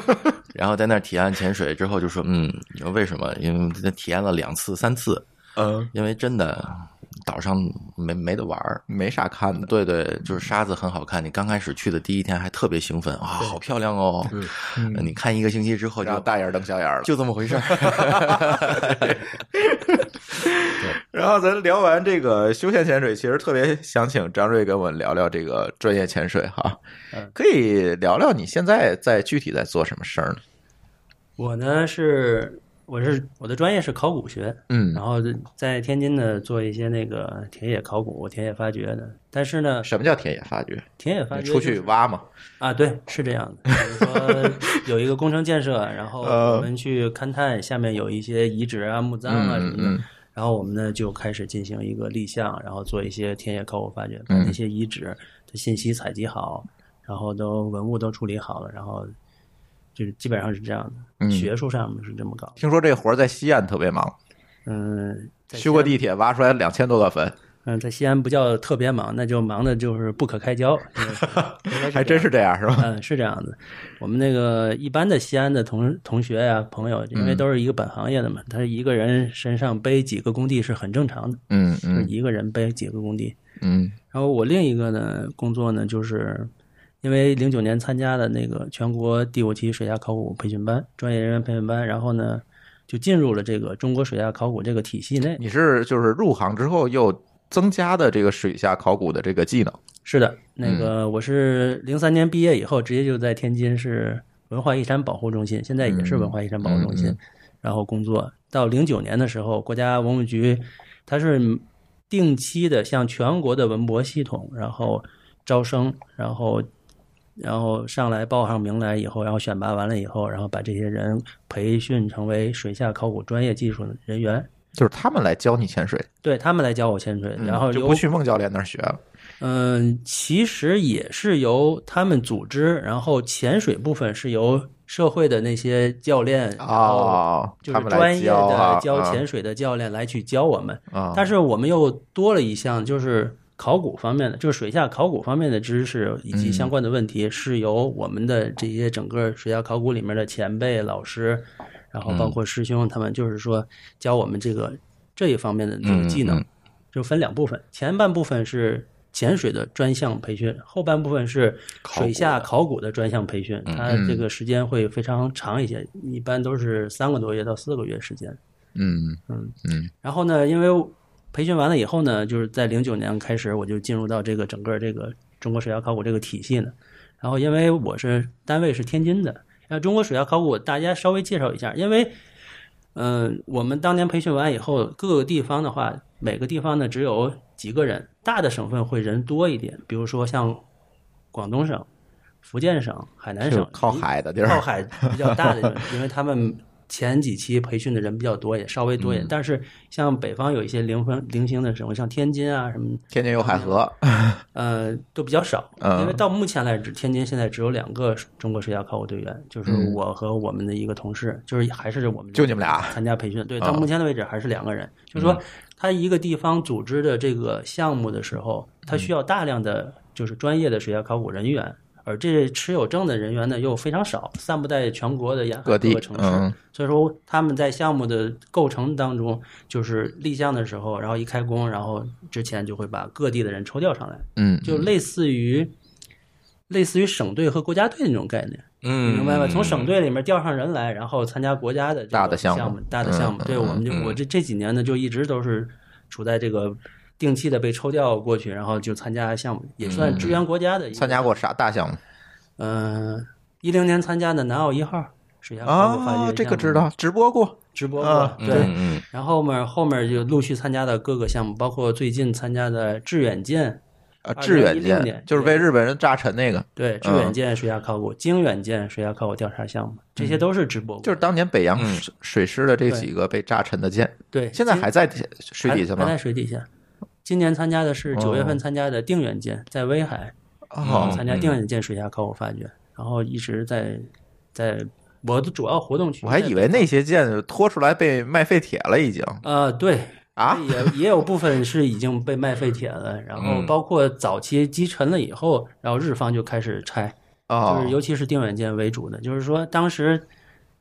Speaker 1: 对，啊
Speaker 3: 然后在那儿体验潜水之后，就说嗯，你说为什么？因为体验了两次、三次，
Speaker 1: 嗯，
Speaker 3: 因为真的岛上没没得玩儿。
Speaker 1: 没啥看的。
Speaker 3: 对对，就是沙子很好看。你刚开始去的第一天还特别兴奋啊，好漂亮哦！呃你看一个星期之后
Speaker 1: 嗯然后
Speaker 3: 就
Speaker 1: 大眼瞪小眼了，
Speaker 3: 就这么回事 儿。
Speaker 1: 然后咱聊完这个休闲潜水，其实特别想请张瑞跟我们聊聊这个专业潜水哈
Speaker 4: 嗯，
Speaker 1: 可以聊聊你现在在具体在做什么事儿呢？
Speaker 4: 我呢是我是我的专业是考古学，
Speaker 1: 嗯
Speaker 4: 然后在天津呢做一些那个田野考古、田野发掘的。但是呢，
Speaker 1: 什么叫田野发掘？
Speaker 4: 田野发
Speaker 1: 你
Speaker 4: 掘
Speaker 1: 出
Speaker 4: 就是
Speaker 1: 去挖嘛？
Speaker 4: 啊，对，是这样的。比如 说有一个工程建设，然后
Speaker 1: 呃
Speaker 4: 我们去勘探下面有一些遗址啊、墓葬啊什
Speaker 1: 嗯
Speaker 4: 么的，
Speaker 1: 嗯
Speaker 4: 然后我们呢就开始进行一个立项，然后做一些田野考古发掘，把
Speaker 1: 嗯
Speaker 4: 那些遗址的信息采集好，然后都文物都处理好了，然后就是基本上是这样的。
Speaker 1: 嗯
Speaker 4: 学术上面是这么搞的。
Speaker 1: 听说这活儿在西安特别忙，
Speaker 4: 嗯，在
Speaker 1: 去过
Speaker 4: 西安
Speaker 1: 地铁挖出来两千多个坟。
Speaker 4: 嗯，在西安不叫特别忙，那就忙的就是不可 开交，就是应该
Speaker 1: 还真
Speaker 4: 是
Speaker 1: 是这样是
Speaker 4: 这
Speaker 1: 吧？
Speaker 4: 样。嗯，是这样子。我们那个一般的西安的同同学呀、朋友，因
Speaker 1: 嗯
Speaker 4: 为都是一个本行业的嘛，他一个人身上背几个工地是很正常的，
Speaker 1: 嗯
Speaker 4: 就是
Speaker 1: 嗯
Speaker 4: 一个人背几个工地。
Speaker 1: 嗯
Speaker 4: 然后我另一个呢工作呢，就是因为零九年参加的那个全国第五期水下考古培训班，专业人员培训班，然后呢就进入了这个中国水下考古这个体系内。
Speaker 1: 你是就是入行之后又增加的这个水下考古的这个技能，
Speaker 4: 是的，
Speaker 1: 嗯
Speaker 4: 那个我是零三年毕业以后，直接就在天津市文化遗产保护中心，现在也是文化遗产保护中心，
Speaker 1: 嗯嗯
Speaker 4: 然后工作。到零九年的时候，国家文物局它是定期的向全国的文博系统，然后招生，然后然后上来报上名来以后，然后选拔完了以后，然后把这些人培训成为水下考古专业技术人员。
Speaker 1: 就是他们来教你潜水，
Speaker 4: 对他们来教我潜水，
Speaker 1: 嗯
Speaker 4: 然后
Speaker 1: 就
Speaker 4: 由
Speaker 1: 不去孟教练那儿学了。
Speaker 4: 嗯，其实也是由他们组织，然后潜水部分是由社会的那些教练，然后
Speaker 1: 哦，
Speaker 4: 就
Speaker 1: 他
Speaker 4: 是
Speaker 1: 们
Speaker 4: 专
Speaker 1: 来
Speaker 4: 业
Speaker 1: 教啊
Speaker 4: 的，教潜水的教练来去教我们。
Speaker 1: 啊，啊
Speaker 4: 但是我们又多了一项，就是考古方面的，就是水下考古方面的知识以及相关的问题，是由我们的这些整个水下考古里面的前辈老师，然后包括师兄他们，就是说教我们这个这一方面的这个技能，
Speaker 3: 嗯嗯
Speaker 4: 就分两部分，前半部分是。潜水的专项培训，后半部分是水下考古的专项培训，它这个时间会非常长一些，一般都是三个多月到四个月时间。
Speaker 1: 嗯
Speaker 4: 然后呢，因为培训完了以后呢，就是在零九年开始，我就进入到这个整个这个中国水下考古这个体系呢。然后因为我是单位是天津的，那中国水下考古大家稍微介绍一下，因为嗯、我们当年培训完以后，各个地方的话，每个地方呢只有几个人，大的省份会人多一点，比如说像广东省、福建省、海南
Speaker 1: 就
Speaker 4: 省，
Speaker 1: 靠海的地
Speaker 4: 靠
Speaker 1: 儿，
Speaker 4: 海比较大的 地方，因为他们前几期培训的人比较多，也稍微多一
Speaker 1: 嗯
Speaker 4: 点。但是像北方有一些零分零星的省份，像天津啊什么，
Speaker 1: 天津有海河，
Speaker 4: 呃，都比较少。
Speaker 1: 嗯
Speaker 4: 因为到目前来止，天津现在只有两个中国水下考古队员，就是我和我们的一个同事，就是还是我们
Speaker 1: 嗯就你们俩
Speaker 4: 参加培训。
Speaker 1: 啊
Speaker 4: 对，到目前的为止还是两个人。就是
Speaker 1: 嗯
Speaker 4: 说，他一个地方组织的这个项目的时候，
Speaker 1: 嗯
Speaker 4: 他需要大量的就是专业的水下考古人员。而这持有证的人员呢又非常少，散布在全国的沿海
Speaker 1: 各地
Speaker 4: 个城市，
Speaker 1: 嗯
Speaker 4: 所以说他们在项目的构成当中，就是立项的时候，然后一开工，然后之前就会把各地的人抽调上来，
Speaker 1: 嗯，
Speaker 4: 就类似于、类似于省队和国家队那种概念，
Speaker 3: 嗯
Speaker 4: 明白吧？从省队里面调上人来，然后参加国家的这个
Speaker 1: 大的项
Speaker 4: 项
Speaker 1: 目
Speaker 4: 大的项目。
Speaker 1: 嗯
Speaker 4: 对，
Speaker 1: 嗯
Speaker 4: 我们就、我这这几年呢，就一直都是处在这个定期的被抽调过去，然后就参加项目，也算支援国家的一个
Speaker 1: 嗯参加过啥大项目
Speaker 4: 嗯，一零年参加的南澳一号水下考古发掘项
Speaker 1: 啊？
Speaker 4: 目
Speaker 1: 这个知道，直播过，
Speaker 4: 直播
Speaker 1: 啊
Speaker 4: 过，
Speaker 1: 嗯
Speaker 4: 对。
Speaker 3: 嗯
Speaker 4: 然后面后面就陆续参加的各个项目，包括最近参加的致远舰，
Speaker 1: 啊，
Speaker 4: 2016
Speaker 1: 致远舰
Speaker 4: 年
Speaker 1: 就是被日本人炸沉那个，
Speaker 4: 对，致
Speaker 1: 嗯
Speaker 4: 远舰水下考古、经远舰水下考古调查项目，这些都是直播
Speaker 1: 嗯
Speaker 4: 过，
Speaker 1: 就是当年北洋
Speaker 3: 嗯
Speaker 1: 水水师的这几个被炸沉的舰，
Speaker 4: 对，
Speaker 1: 现在
Speaker 4: 今
Speaker 1: 还在地水底下
Speaker 4: 还还
Speaker 1: 吗
Speaker 4: 在？水底下。今年参加的是
Speaker 1: 哦
Speaker 4: 九月份参加的定远舰，在威海，
Speaker 1: 哦，
Speaker 4: 参加定远舰水下考古发掘，然后一直在在我的主要活动区，
Speaker 1: 我还以为那些舰拖出来被卖废铁了已经
Speaker 4: 呃对，
Speaker 1: 啊，
Speaker 4: 也也有部分是已经被卖废铁了，然后
Speaker 3: 嗯
Speaker 4: 包括早期击沉了以后，然后日方就开始拆，
Speaker 1: 哦，
Speaker 4: 就是尤其是定远舰为主的，就是说当时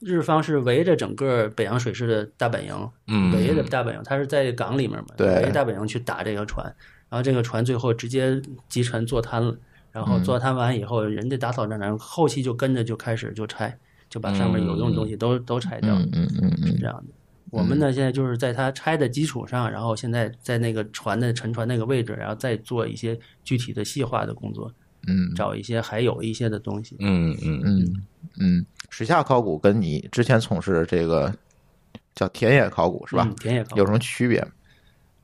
Speaker 4: 日方是围着整个北洋水师的大本营，
Speaker 3: 嗯
Speaker 4: 围着大本营，它是在港里面嘛，
Speaker 1: 对
Speaker 4: 围着大本营去打这个船，然后这个船最后直接击沉坐滩了，然
Speaker 1: 嗯
Speaker 4: 后坐滩完以后，人家打扫战场，后期就跟着就开始就拆，就把上面有用的东西都、都拆掉了，
Speaker 1: 嗯嗯嗯
Speaker 4: 是这样的。我们呢，现在就是在它拆的基础上，然后现在在那个船的沉船那个位置，然后再做一些具体的细化的工作，
Speaker 1: 嗯
Speaker 4: 找一些还有一些的东西。
Speaker 3: 嗯嗯嗯，
Speaker 1: 嗯嗯，水下考古跟你之前从事这个叫田野考古是吧
Speaker 4: 嗯？田野考
Speaker 1: 有
Speaker 4: 古。
Speaker 1: 什么区别？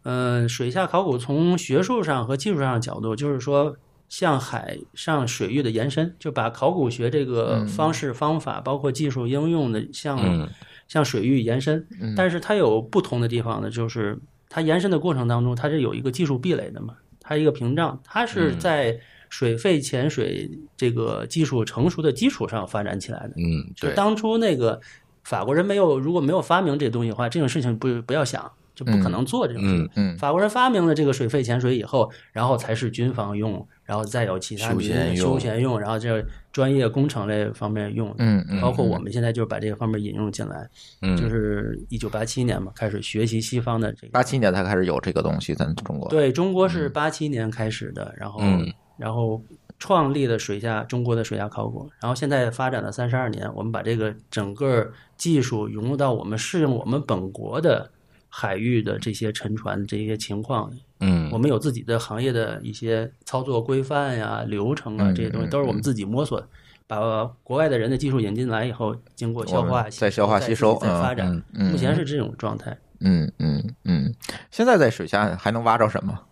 Speaker 4: 嗯、水下考古从学术上和技术上的角度，就是说向海上水域的延伸，就把考古学这个方式、方法，包括技术应用的向、
Speaker 3: 嗯
Speaker 4: 向水域延伸。但是它有不同的地方呢，就是它延伸的过程当中，它是有一个技术壁垒的嘛，它一个屏障，它是在水肺潜水这个技术成熟的基础上发展起来的。
Speaker 3: 嗯，
Speaker 4: 就
Speaker 3: 对，
Speaker 4: 当初那个法国人没有，如果没有发明这东西的话，这种事情不不要想。就不可能做这种事。
Speaker 3: 嗯
Speaker 1: 嗯
Speaker 4: 法国人发明了这个水肺潜水以后，然后才是军方用，然后再有其他
Speaker 3: 休
Speaker 4: 民
Speaker 3: 闲用
Speaker 4: 休闲用，然后这专业工程类方面用。
Speaker 1: 嗯嗯
Speaker 4: 包括我们现在就是把这个方面引用进来，
Speaker 3: 嗯，
Speaker 4: 就是一九八七年嘛，开始学习西方的这个。
Speaker 1: 八七年才开始有这个东西，咱中国。
Speaker 4: 对中国
Speaker 1: 嗯
Speaker 4: 是八七年开始的，然后、
Speaker 3: 嗯
Speaker 4: 然后创立了水下中国的水下考古，然后现在发展了三十二年，我们把这个整个技术融入到我们适应我们本国的海域的这些沉船这些情况，
Speaker 3: 嗯，
Speaker 4: 我们有自己的行业的一些操作规范呀、流程啊
Speaker 1: 嗯
Speaker 4: 这些东西，
Speaker 1: 嗯
Speaker 4: 都是我们自己摸索的。把国外的人的技术引进来以后，经过消
Speaker 1: 我们
Speaker 4: 化、
Speaker 1: 再消化吸收
Speaker 4: 再自己再发
Speaker 1: 嗯
Speaker 4: 展，
Speaker 1: 嗯嗯
Speaker 4: 目前是这种状态。
Speaker 1: 嗯嗯嗯，现在在水下还能挖着什么？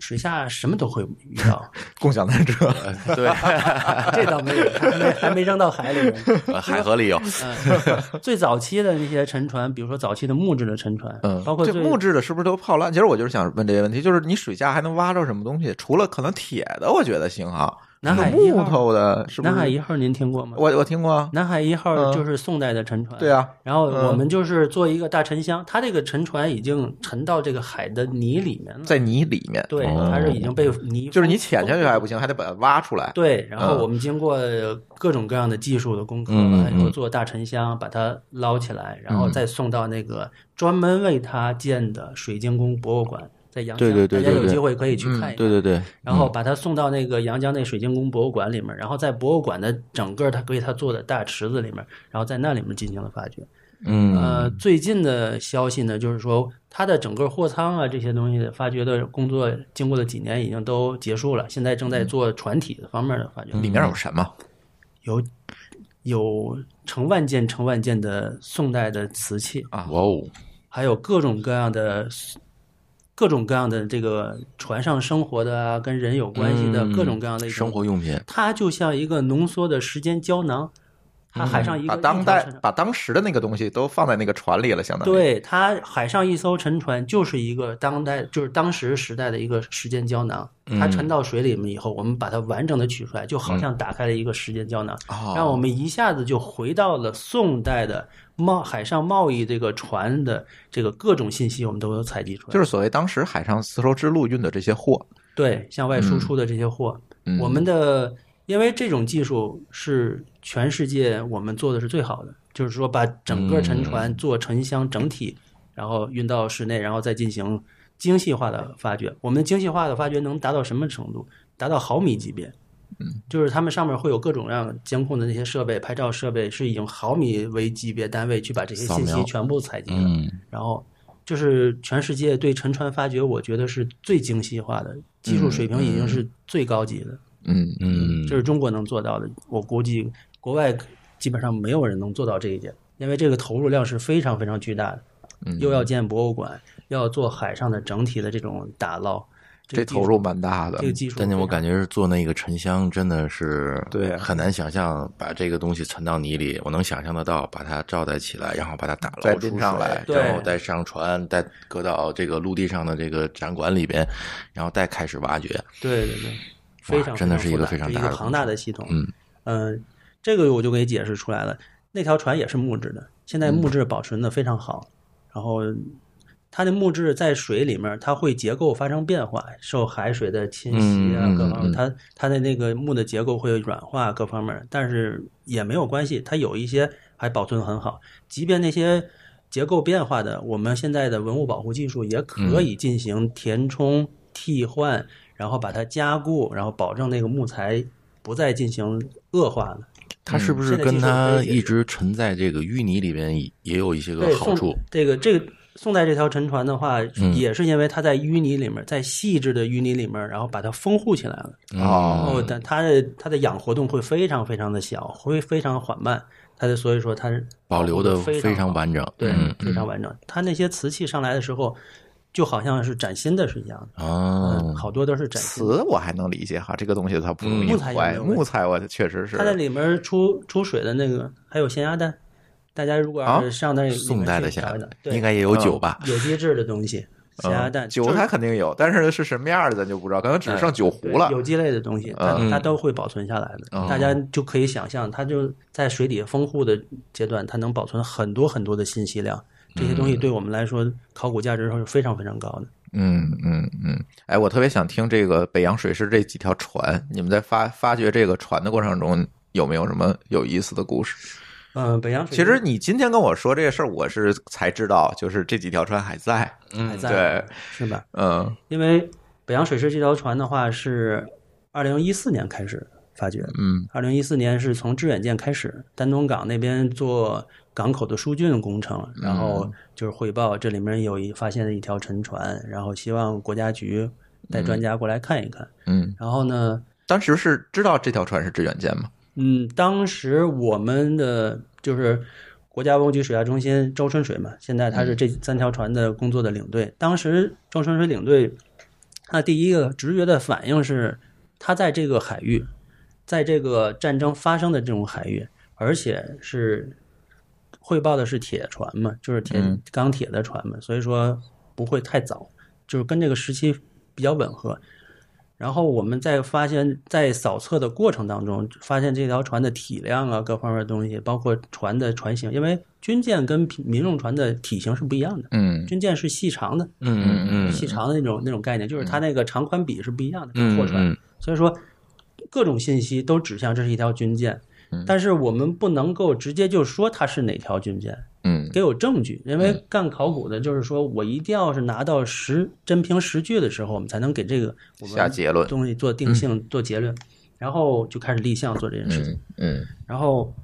Speaker 4: 水下什么都会遇到，
Speaker 1: 共享单车。
Speaker 3: 对，
Speaker 4: 这倒没有，还没还没扔到海里呢。
Speaker 3: 呃海河里有，
Speaker 4: 嗯，最早期的那些沉船，比如说早期的木质的沉船，
Speaker 1: 嗯，
Speaker 4: 包括
Speaker 1: 这
Speaker 4: 最
Speaker 1: 木质的是不是都泡烂？其实我就是想问这些问题，就是你水下还能挖着什么东西？除了可能铁的，我觉得行哈。
Speaker 4: 南海一
Speaker 1: 木
Speaker 4: 号，
Speaker 1: 头的，是不
Speaker 4: 南海
Speaker 1: 是？
Speaker 4: 一号您听过吗？
Speaker 1: 我我听过啊。
Speaker 4: 南海一号
Speaker 1: 嗯
Speaker 4: 就是宋代的沉船，
Speaker 1: 对啊，
Speaker 4: 然后我们就是做一个大沉箱，它这个沉船已经沉到这个海的泥里面了，
Speaker 1: 在泥里面，
Speaker 4: 对，
Speaker 3: 哦
Speaker 4: 它是已经被泥
Speaker 1: 就是你潜下去还不行，还得把它挖出来。
Speaker 4: 对，然后
Speaker 1: 嗯
Speaker 4: 我们经过各种各样的技术的攻克，
Speaker 3: 嗯
Speaker 4: 完了以后
Speaker 3: 嗯
Speaker 4: 做大沉箱，把它捞起来，然后再送到那个专门为它建的水晶宫博物馆，在阳江，
Speaker 3: 对对对
Speaker 4: 大家
Speaker 3: 对
Speaker 4: 有
Speaker 3: 对
Speaker 4: 机会可以去看一看。
Speaker 3: 对对对，
Speaker 4: 然
Speaker 1: 嗯
Speaker 4: 后把它送到那个阳江那水晶宫博物馆里面，然后在博物馆的整个它给它做的大池子里面，然后在那里面进行了发掘。
Speaker 3: 嗯
Speaker 4: 呃，最近的消息呢，就是说它的整个货舱啊这些东西的发掘的工作，经过了几年已经都结束了，现在正在做船体的方面的发掘，
Speaker 1: 嗯里面有什么？
Speaker 4: 有有成万件、成万件的宋代的瓷器，
Speaker 3: 哇哦，
Speaker 4: 还有各种各样的。各种各样的这个船上生活的啊，跟人有关系的、
Speaker 3: 嗯
Speaker 4: 各种各样的一种
Speaker 3: 生活用品，
Speaker 4: 它就像一个浓缩的时间胶囊，它海上一
Speaker 1: 嗯
Speaker 4: 个、
Speaker 1: 把当代、把当时的那个东西都放在那个船里了，相当于。
Speaker 4: 对它海上一艘沉船就是一个当代就是当时时代的一个时间胶囊，
Speaker 1: 嗯
Speaker 4: 它沉到水里面以后，我们把它完整的取出来，就好像打开了一个时间胶囊，
Speaker 1: 哦
Speaker 4: 让我们一下子就回到了宋代的贸海上贸易这个船的这个各种信息，我们都有采集出来，
Speaker 1: 就是所谓当时海上丝绸之路运的这些货，
Speaker 3: 嗯
Speaker 4: 对，向外输出的这些货，
Speaker 1: 嗯
Speaker 4: 我们的因为这种技术是全世界我们做的是最好的，就是说把整个
Speaker 3: 嗯
Speaker 4: 沉船做沉箱整体，然后运到室内，然后再进行精细化的发掘。我们精细化的发掘能达到什么程度？达到毫米级别。嗯，就是他们上面会有各种各样监控的那些设备、拍照设备，是以毫米为级别单位去把这些
Speaker 3: 扫
Speaker 4: 信息
Speaker 3: 描
Speaker 4: 全部采集了。
Speaker 3: 嗯
Speaker 4: 然后就是全世界对沉船发掘，我觉得是最精细化的，技术水平已经是最高级的，
Speaker 1: 嗯，
Speaker 3: 嗯，
Speaker 4: 这是中国能做到的。我估计国外基本上没有人能做到这一点，因为这个投入量是非常非常巨大的，
Speaker 1: 嗯
Speaker 4: 又要建博物馆，又要做海上的整体的这种打捞，
Speaker 1: 这
Speaker 4: 个技术
Speaker 1: 投入蛮大的
Speaker 4: 这。个技术非常，
Speaker 3: 但是我感觉是做那个沉香真的是
Speaker 1: 对啊
Speaker 3: 很难想象把这个东西沉到泥里，我能想象得到把它罩在起来，然后把它打
Speaker 1: 再
Speaker 3: 捞出
Speaker 1: 拎
Speaker 3: 水
Speaker 1: 上来
Speaker 4: 对
Speaker 3: 然后再上船，再搁到这个陆地上的这个展馆里边，然后再开始挖掘。
Speaker 4: 对对对，非常
Speaker 3: 真的是一个
Speaker 4: 非
Speaker 3: 非常
Speaker 4: 复杂
Speaker 3: 大的
Speaker 4: 这一个庞大的系统。
Speaker 3: 嗯
Speaker 4: 呃这个我就给解释出来了。那条船也是木质的，现
Speaker 3: 嗯
Speaker 4: 在木质保存的非常好，然后它的木质在水里面，它会结构发生变化，受海水的侵袭啊
Speaker 3: 嗯嗯
Speaker 4: 各方面，
Speaker 3: 嗯
Speaker 4: 它它的那个木的结构会软化各方面，但是也没有关系，它有一些还保存得很好，即便那些。结构变化的，我们现在的文物保护技术也
Speaker 3: 嗯
Speaker 4: 可以进行填充、替换，然后把它加固，然后保证那个木材不再进行恶化了。
Speaker 3: 它是不是
Speaker 4: 嗯现在技
Speaker 3: 跟
Speaker 4: 术
Speaker 3: 它
Speaker 4: 可以解决
Speaker 3: 一直沉在这个淤泥里边也有一些
Speaker 4: 对，
Speaker 3: 个好
Speaker 4: 宋
Speaker 3: 处？嗯
Speaker 4: 这个这个宋代这条沉船的话，也是因为它在淤泥里面，在细致的淤泥里面，然后把它封护起来了。然
Speaker 1: 哦
Speaker 4: 后，但它的它的氧活动会非常非常的小，会非常缓慢。它的所以说它是
Speaker 3: 保留的
Speaker 4: 非
Speaker 3: 非常
Speaker 4: 好
Speaker 3: 完整。
Speaker 4: 对
Speaker 3: 嗯，
Speaker 4: 非常完整。它那些瓷器上来的时候，就好像是崭新的是一样的，
Speaker 3: 哦
Speaker 4: 嗯，，好多都是崭新的。
Speaker 1: 瓷我还能理解哈，这个东西它不容易
Speaker 4: 嗯木材也没
Speaker 1: 坏，
Speaker 4: 有问题
Speaker 1: 木材我确实是嗯
Speaker 4: 它。在里面出出水的那个，还有咸鸭蛋。大家如果要是上那嗯里面去
Speaker 3: 宋代的
Speaker 4: 找
Speaker 3: 下
Speaker 4: 一找对嗯
Speaker 3: 应该也啊有酒吧？
Speaker 4: 有机制的东西，咸鸭蛋、
Speaker 1: 嗯酒它肯定有，但是是什么样的咱就不知道，可能只剩酒
Speaker 4: 嗯对
Speaker 1: 壶了。
Speaker 4: 有机类的东西，它它都会保存下来的。大家就可以想象，它就在水底丰护的阶段，它能保存很多很多的信息量。这些东西对我们来说，考古价值是非常非常高的。
Speaker 1: 嗯嗯嗯，哎，我特别想听这个北洋水师这几条船，你们在发发掘这个船的过程中有没有什么有意思的故事？
Speaker 4: 嗯，北洋水
Speaker 1: 其实你今天跟我说这个事儿，我是才知道，就是这几条船还在。
Speaker 4: 还
Speaker 3: 嗯，
Speaker 4: 在，
Speaker 1: 对
Speaker 4: 是吧？
Speaker 1: 嗯
Speaker 4: 因为北洋水师这条船的话是二零一四年开始发掘，
Speaker 1: 嗯
Speaker 4: 二零一四年是从致远舰开始，丹东港那边做港口的疏浚工程，然后就是汇报这里面有一发现了一条沉船，然后希望国家局带专家过来看一看。
Speaker 1: 嗯，
Speaker 4: 然后呢，
Speaker 1: 当时是知道这条船是致远舰吗？
Speaker 4: 嗯，当时我们的就是国家文物局水下中心周春水嘛，现在他是这三条船的工作的领队。当时周春水领队，他第一个直觉的反应是，他在这个海域，在这个战争发生的这种海域，而且是汇报的是铁船嘛，就是铁
Speaker 1: 嗯
Speaker 4: 钢铁的船嘛，所以说不会太早，就是跟这个时期比较吻合。然后我们在发现，在扫测的过程当中，发现这条船的体量啊，各方面的东西，包括船的船型，因为军舰跟平民用船的体型是不一样的。
Speaker 1: 嗯
Speaker 4: 军舰是细长的，
Speaker 3: 嗯嗯
Speaker 4: 细长的那种那种概念，就是
Speaker 1: 嗯
Speaker 4: 它那个长宽比是不一样的，跟货
Speaker 3: 嗯
Speaker 4: 船。
Speaker 3: 嗯，
Speaker 4: 所以说，各种信息都指向这是一条军舰，
Speaker 1: 嗯
Speaker 4: 但是我们不能够直接就说它是哪条军舰，
Speaker 1: 嗯
Speaker 4: 得有证据，因为干考古的就是说我一定要是拿到实真凭实据的时候，我们才能给这个我们
Speaker 1: 下结论
Speaker 4: 东西做定性、做结论，然后就开始立项做这件事情。
Speaker 1: 嗯
Speaker 4: 然后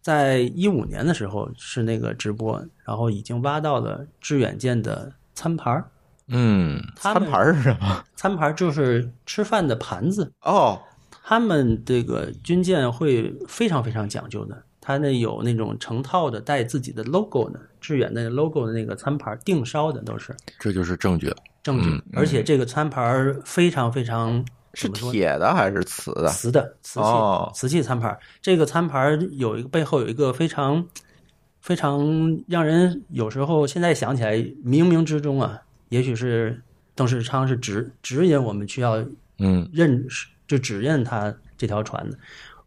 Speaker 4: 在一五年的时候是那个直播，然后已经挖到了致远舰的餐盘儿，
Speaker 3: 嗯
Speaker 4: 他
Speaker 1: 餐
Speaker 4: 们
Speaker 1: 盘儿是什么？
Speaker 4: 餐盘儿就是吃饭的盘子，
Speaker 1: 哦，
Speaker 4: 他们这个军舰会非常非常讲究的，它那有那种成套的带自己的 logo 的，致远的 logo 的那个餐盘定烧的都是
Speaker 3: 这就是证据。
Speaker 4: 证据，而且这个餐盘非常非常
Speaker 1: 是
Speaker 4: 怎么说
Speaker 1: 铁的还是瓷的？
Speaker 4: 瓷的瓷器、
Speaker 1: 哦
Speaker 4: 瓷器餐盘儿，这个餐盘儿有一个背后有一个非常非常让人有时候现在想起来冥冥之中啊，也许是邓世昌是指指引我们去要
Speaker 3: 嗯
Speaker 4: 认识就指认他这条船的。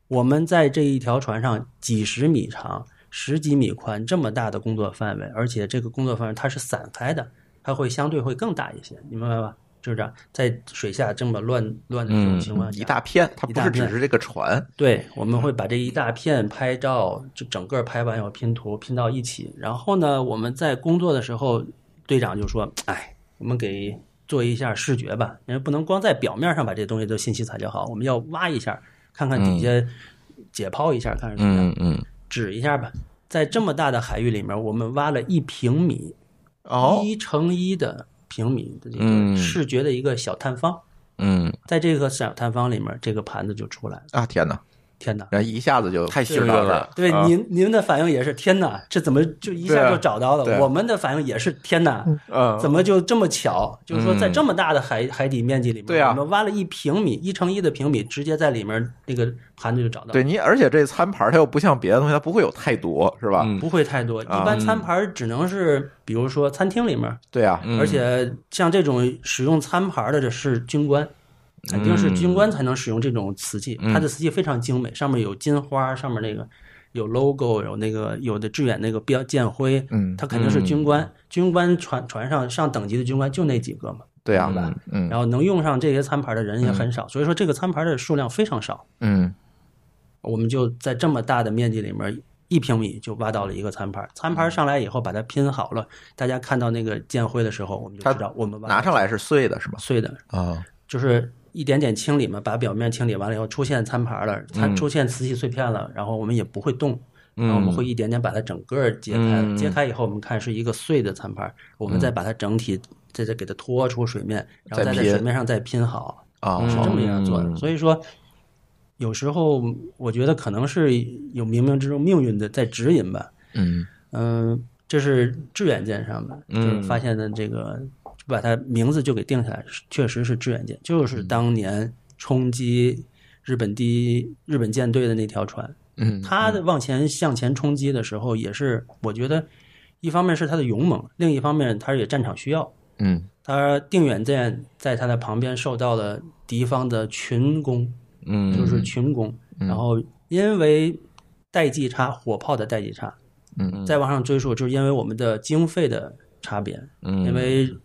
Speaker 4: 我们在这一条船上几十米长、十几米宽这么大的工作范围，而且这个工作范围它是散开的，它会相对会更大一些，你明白吧？就是这样，在水下这么乱乱的这种情况下，
Speaker 1: 一大片，它
Speaker 4: 一
Speaker 1: 不
Speaker 4: 大
Speaker 1: 是只
Speaker 4: 片
Speaker 1: 是这个船。
Speaker 4: 对，我们会把这一大片拍照，就整个拍完以后拼图拼到一起。然后呢，我们在工作的时候，队长就说：“哎，我们给做一下视觉吧，因为不能光在表面上把这东西都信息采集好，我们要挖一下，看看底下，解剖一下，看是什么样，
Speaker 3: 嗯嗯
Speaker 4: 指一下吧。”在这么大的海域里面，我们挖了一平米，
Speaker 1: 哦，
Speaker 4: 一乘一的平米的这个
Speaker 3: 嗯
Speaker 4: 视觉的一个小探方，
Speaker 3: 嗯，
Speaker 4: 在这个小探方里面，这个盘子就出来了。
Speaker 1: 啊天哪！
Speaker 4: 天哪！
Speaker 1: 然后一下子就
Speaker 3: 太
Speaker 1: 知
Speaker 3: 幸运
Speaker 1: 道
Speaker 3: 了
Speaker 1: 了。
Speaker 4: 对
Speaker 1: 啊，
Speaker 4: 您您的反应也是天哪，这怎么就一下
Speaker 1: 对啊
Speaker 4: 就找到
Speaker 1: 对
Speaker 4: 了？
Speaker 1: 啊
Speaker 4: 我们的反应也是天哪，
Speaker 1: 嗯
Speaker 4: 怎么就这么巧？就是说，在
Speaker 3: 嗯
Speaker 4: 这么大的海海底面积里面，
Speaker 1: 对啊
Speaker 4: 我们挖了一平米，一乘一的平米，直接在里面那个盘子就找到，
Speaker 1: 对，你，而且这餐盘儿它又不像别的东西，它不会有太多，是吧？
Speaker 3: 嗯
Speaker 4: 不会太
Speaker 1: 啊
Speaker 4: 多。一般餐盘只能是，比如说餐厅里面，
Speaker 1: 对啊，
Speaker 3: 嗯
Speaker 4: 而且像这种使用餐盘的，这是军官。肯定是
Speaker 1: 嗯
Speaker 4: 军官才能使用这种瓷器，它的瓷器非常精美，上面有金花，上面那个有 logo，有那个有的致远那个标剑徽，
Speaker 1: 嗯
Speaker 4: 它肯定是军官，军官船船上上等级的军官就那几个嘛，
Speaker 1: 对啊
Speaker 4: 是吧，
Speaker 1: 嗯
Speaker 4: 然后能用上这些餐盘的人也很少，所以说这个餐盘的数量非常少，
Speaker 1: 嗯
Speaker 4: 我们就在这么大的面积里面。一平米就挖到了一个餐盘，餐
Speaker 1: 嗯
Speaker 4: 盘上来以后把它拼好了，大家看到那个剑徽的时候，我们就知道我们挖到
Speaker 1: 拿上来是碎的，是吗？
Speaker 4: 碎的
Speaker 1: 啊，
Speaker 4: 就是一点点清理嘛，把表面清理完了以后，出现餐盘了，它出现瓷器碎片了，然后我们也不会动，然后我们会一点点把它整个揭开，
Speaker 3: 嗯
Speaker 4: 揭开以后我们看是一个碎的餐盘，我们再把它整体再再给它拖出水面，然后再在
Speaker 1: 拼
Speaker 4: 水面上再拼好，
Speaker 1: 啊，
Speaker 4: 是这
Speaker 1: 好
Speaker 4: 么一样做的。
Speaker 3: 嗯
Speaker 4: 所以说，有时候我觉得可能是有冥冥之中命运的在指引吧。
Speaker 1: 嗯
Speaker 4: 嗯，这是致远舰上的，就
Speaker 3: 嗯
Speaker 4: 是发现的这个，就把它名字就给定下来，是确实是致远舰，
Speaker 1: 嗯
Speaker 4: 就是当年冲击日本第一日本舰队的那条船。
Speaker 1: 嗯
Speaker 4: 它的往前向前冲击的时候，也是我觉得，一方面是它的勇猛，另一方面它也战场需要。
Speaker 1: 嗯
Speaker 4: 它定远舰在它的旁边受到了敌方的群攻，
Speaker 3: 嗯
Speaker 4: 就是群攻，然后因为代际差，火炮的代际差，
Speaker 1: 嗯
Speaker 4: 再往上追溯，就是因为我们的经费的差别，
Speaker 3: 嗯，
Speaker 4: 因为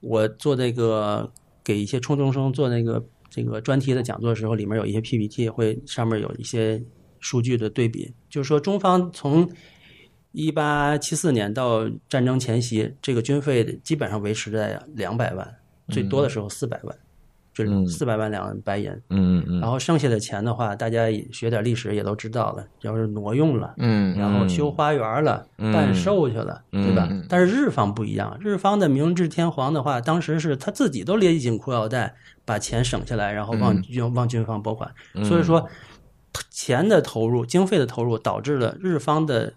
Speaker 4: 我做那个给一些初中生做那个这个专题的讲座的时候，里面有一些 PPT 会上面有一些数据的对比，就是说中方从一八七四年到战争前夕，这个军费基本上维持在两百万，最多的时候四百万，就是四百万两白银。
Speaker 3: 嗯嗯嗯
Speaker 4: 然后剩下的钱的话，大家也学点历史也都知道了，要是挪用了，
Speaker 1: 嗯
Speaker 4: 然后修花园了，办寿去了，对吧？但是日方不一样，日方的明治天皇的话，当时是他自己都勒紧裤腰带把钱省下来，然后往军、往军方拨款，所以说钱的投入、经费的投入，导致了日方的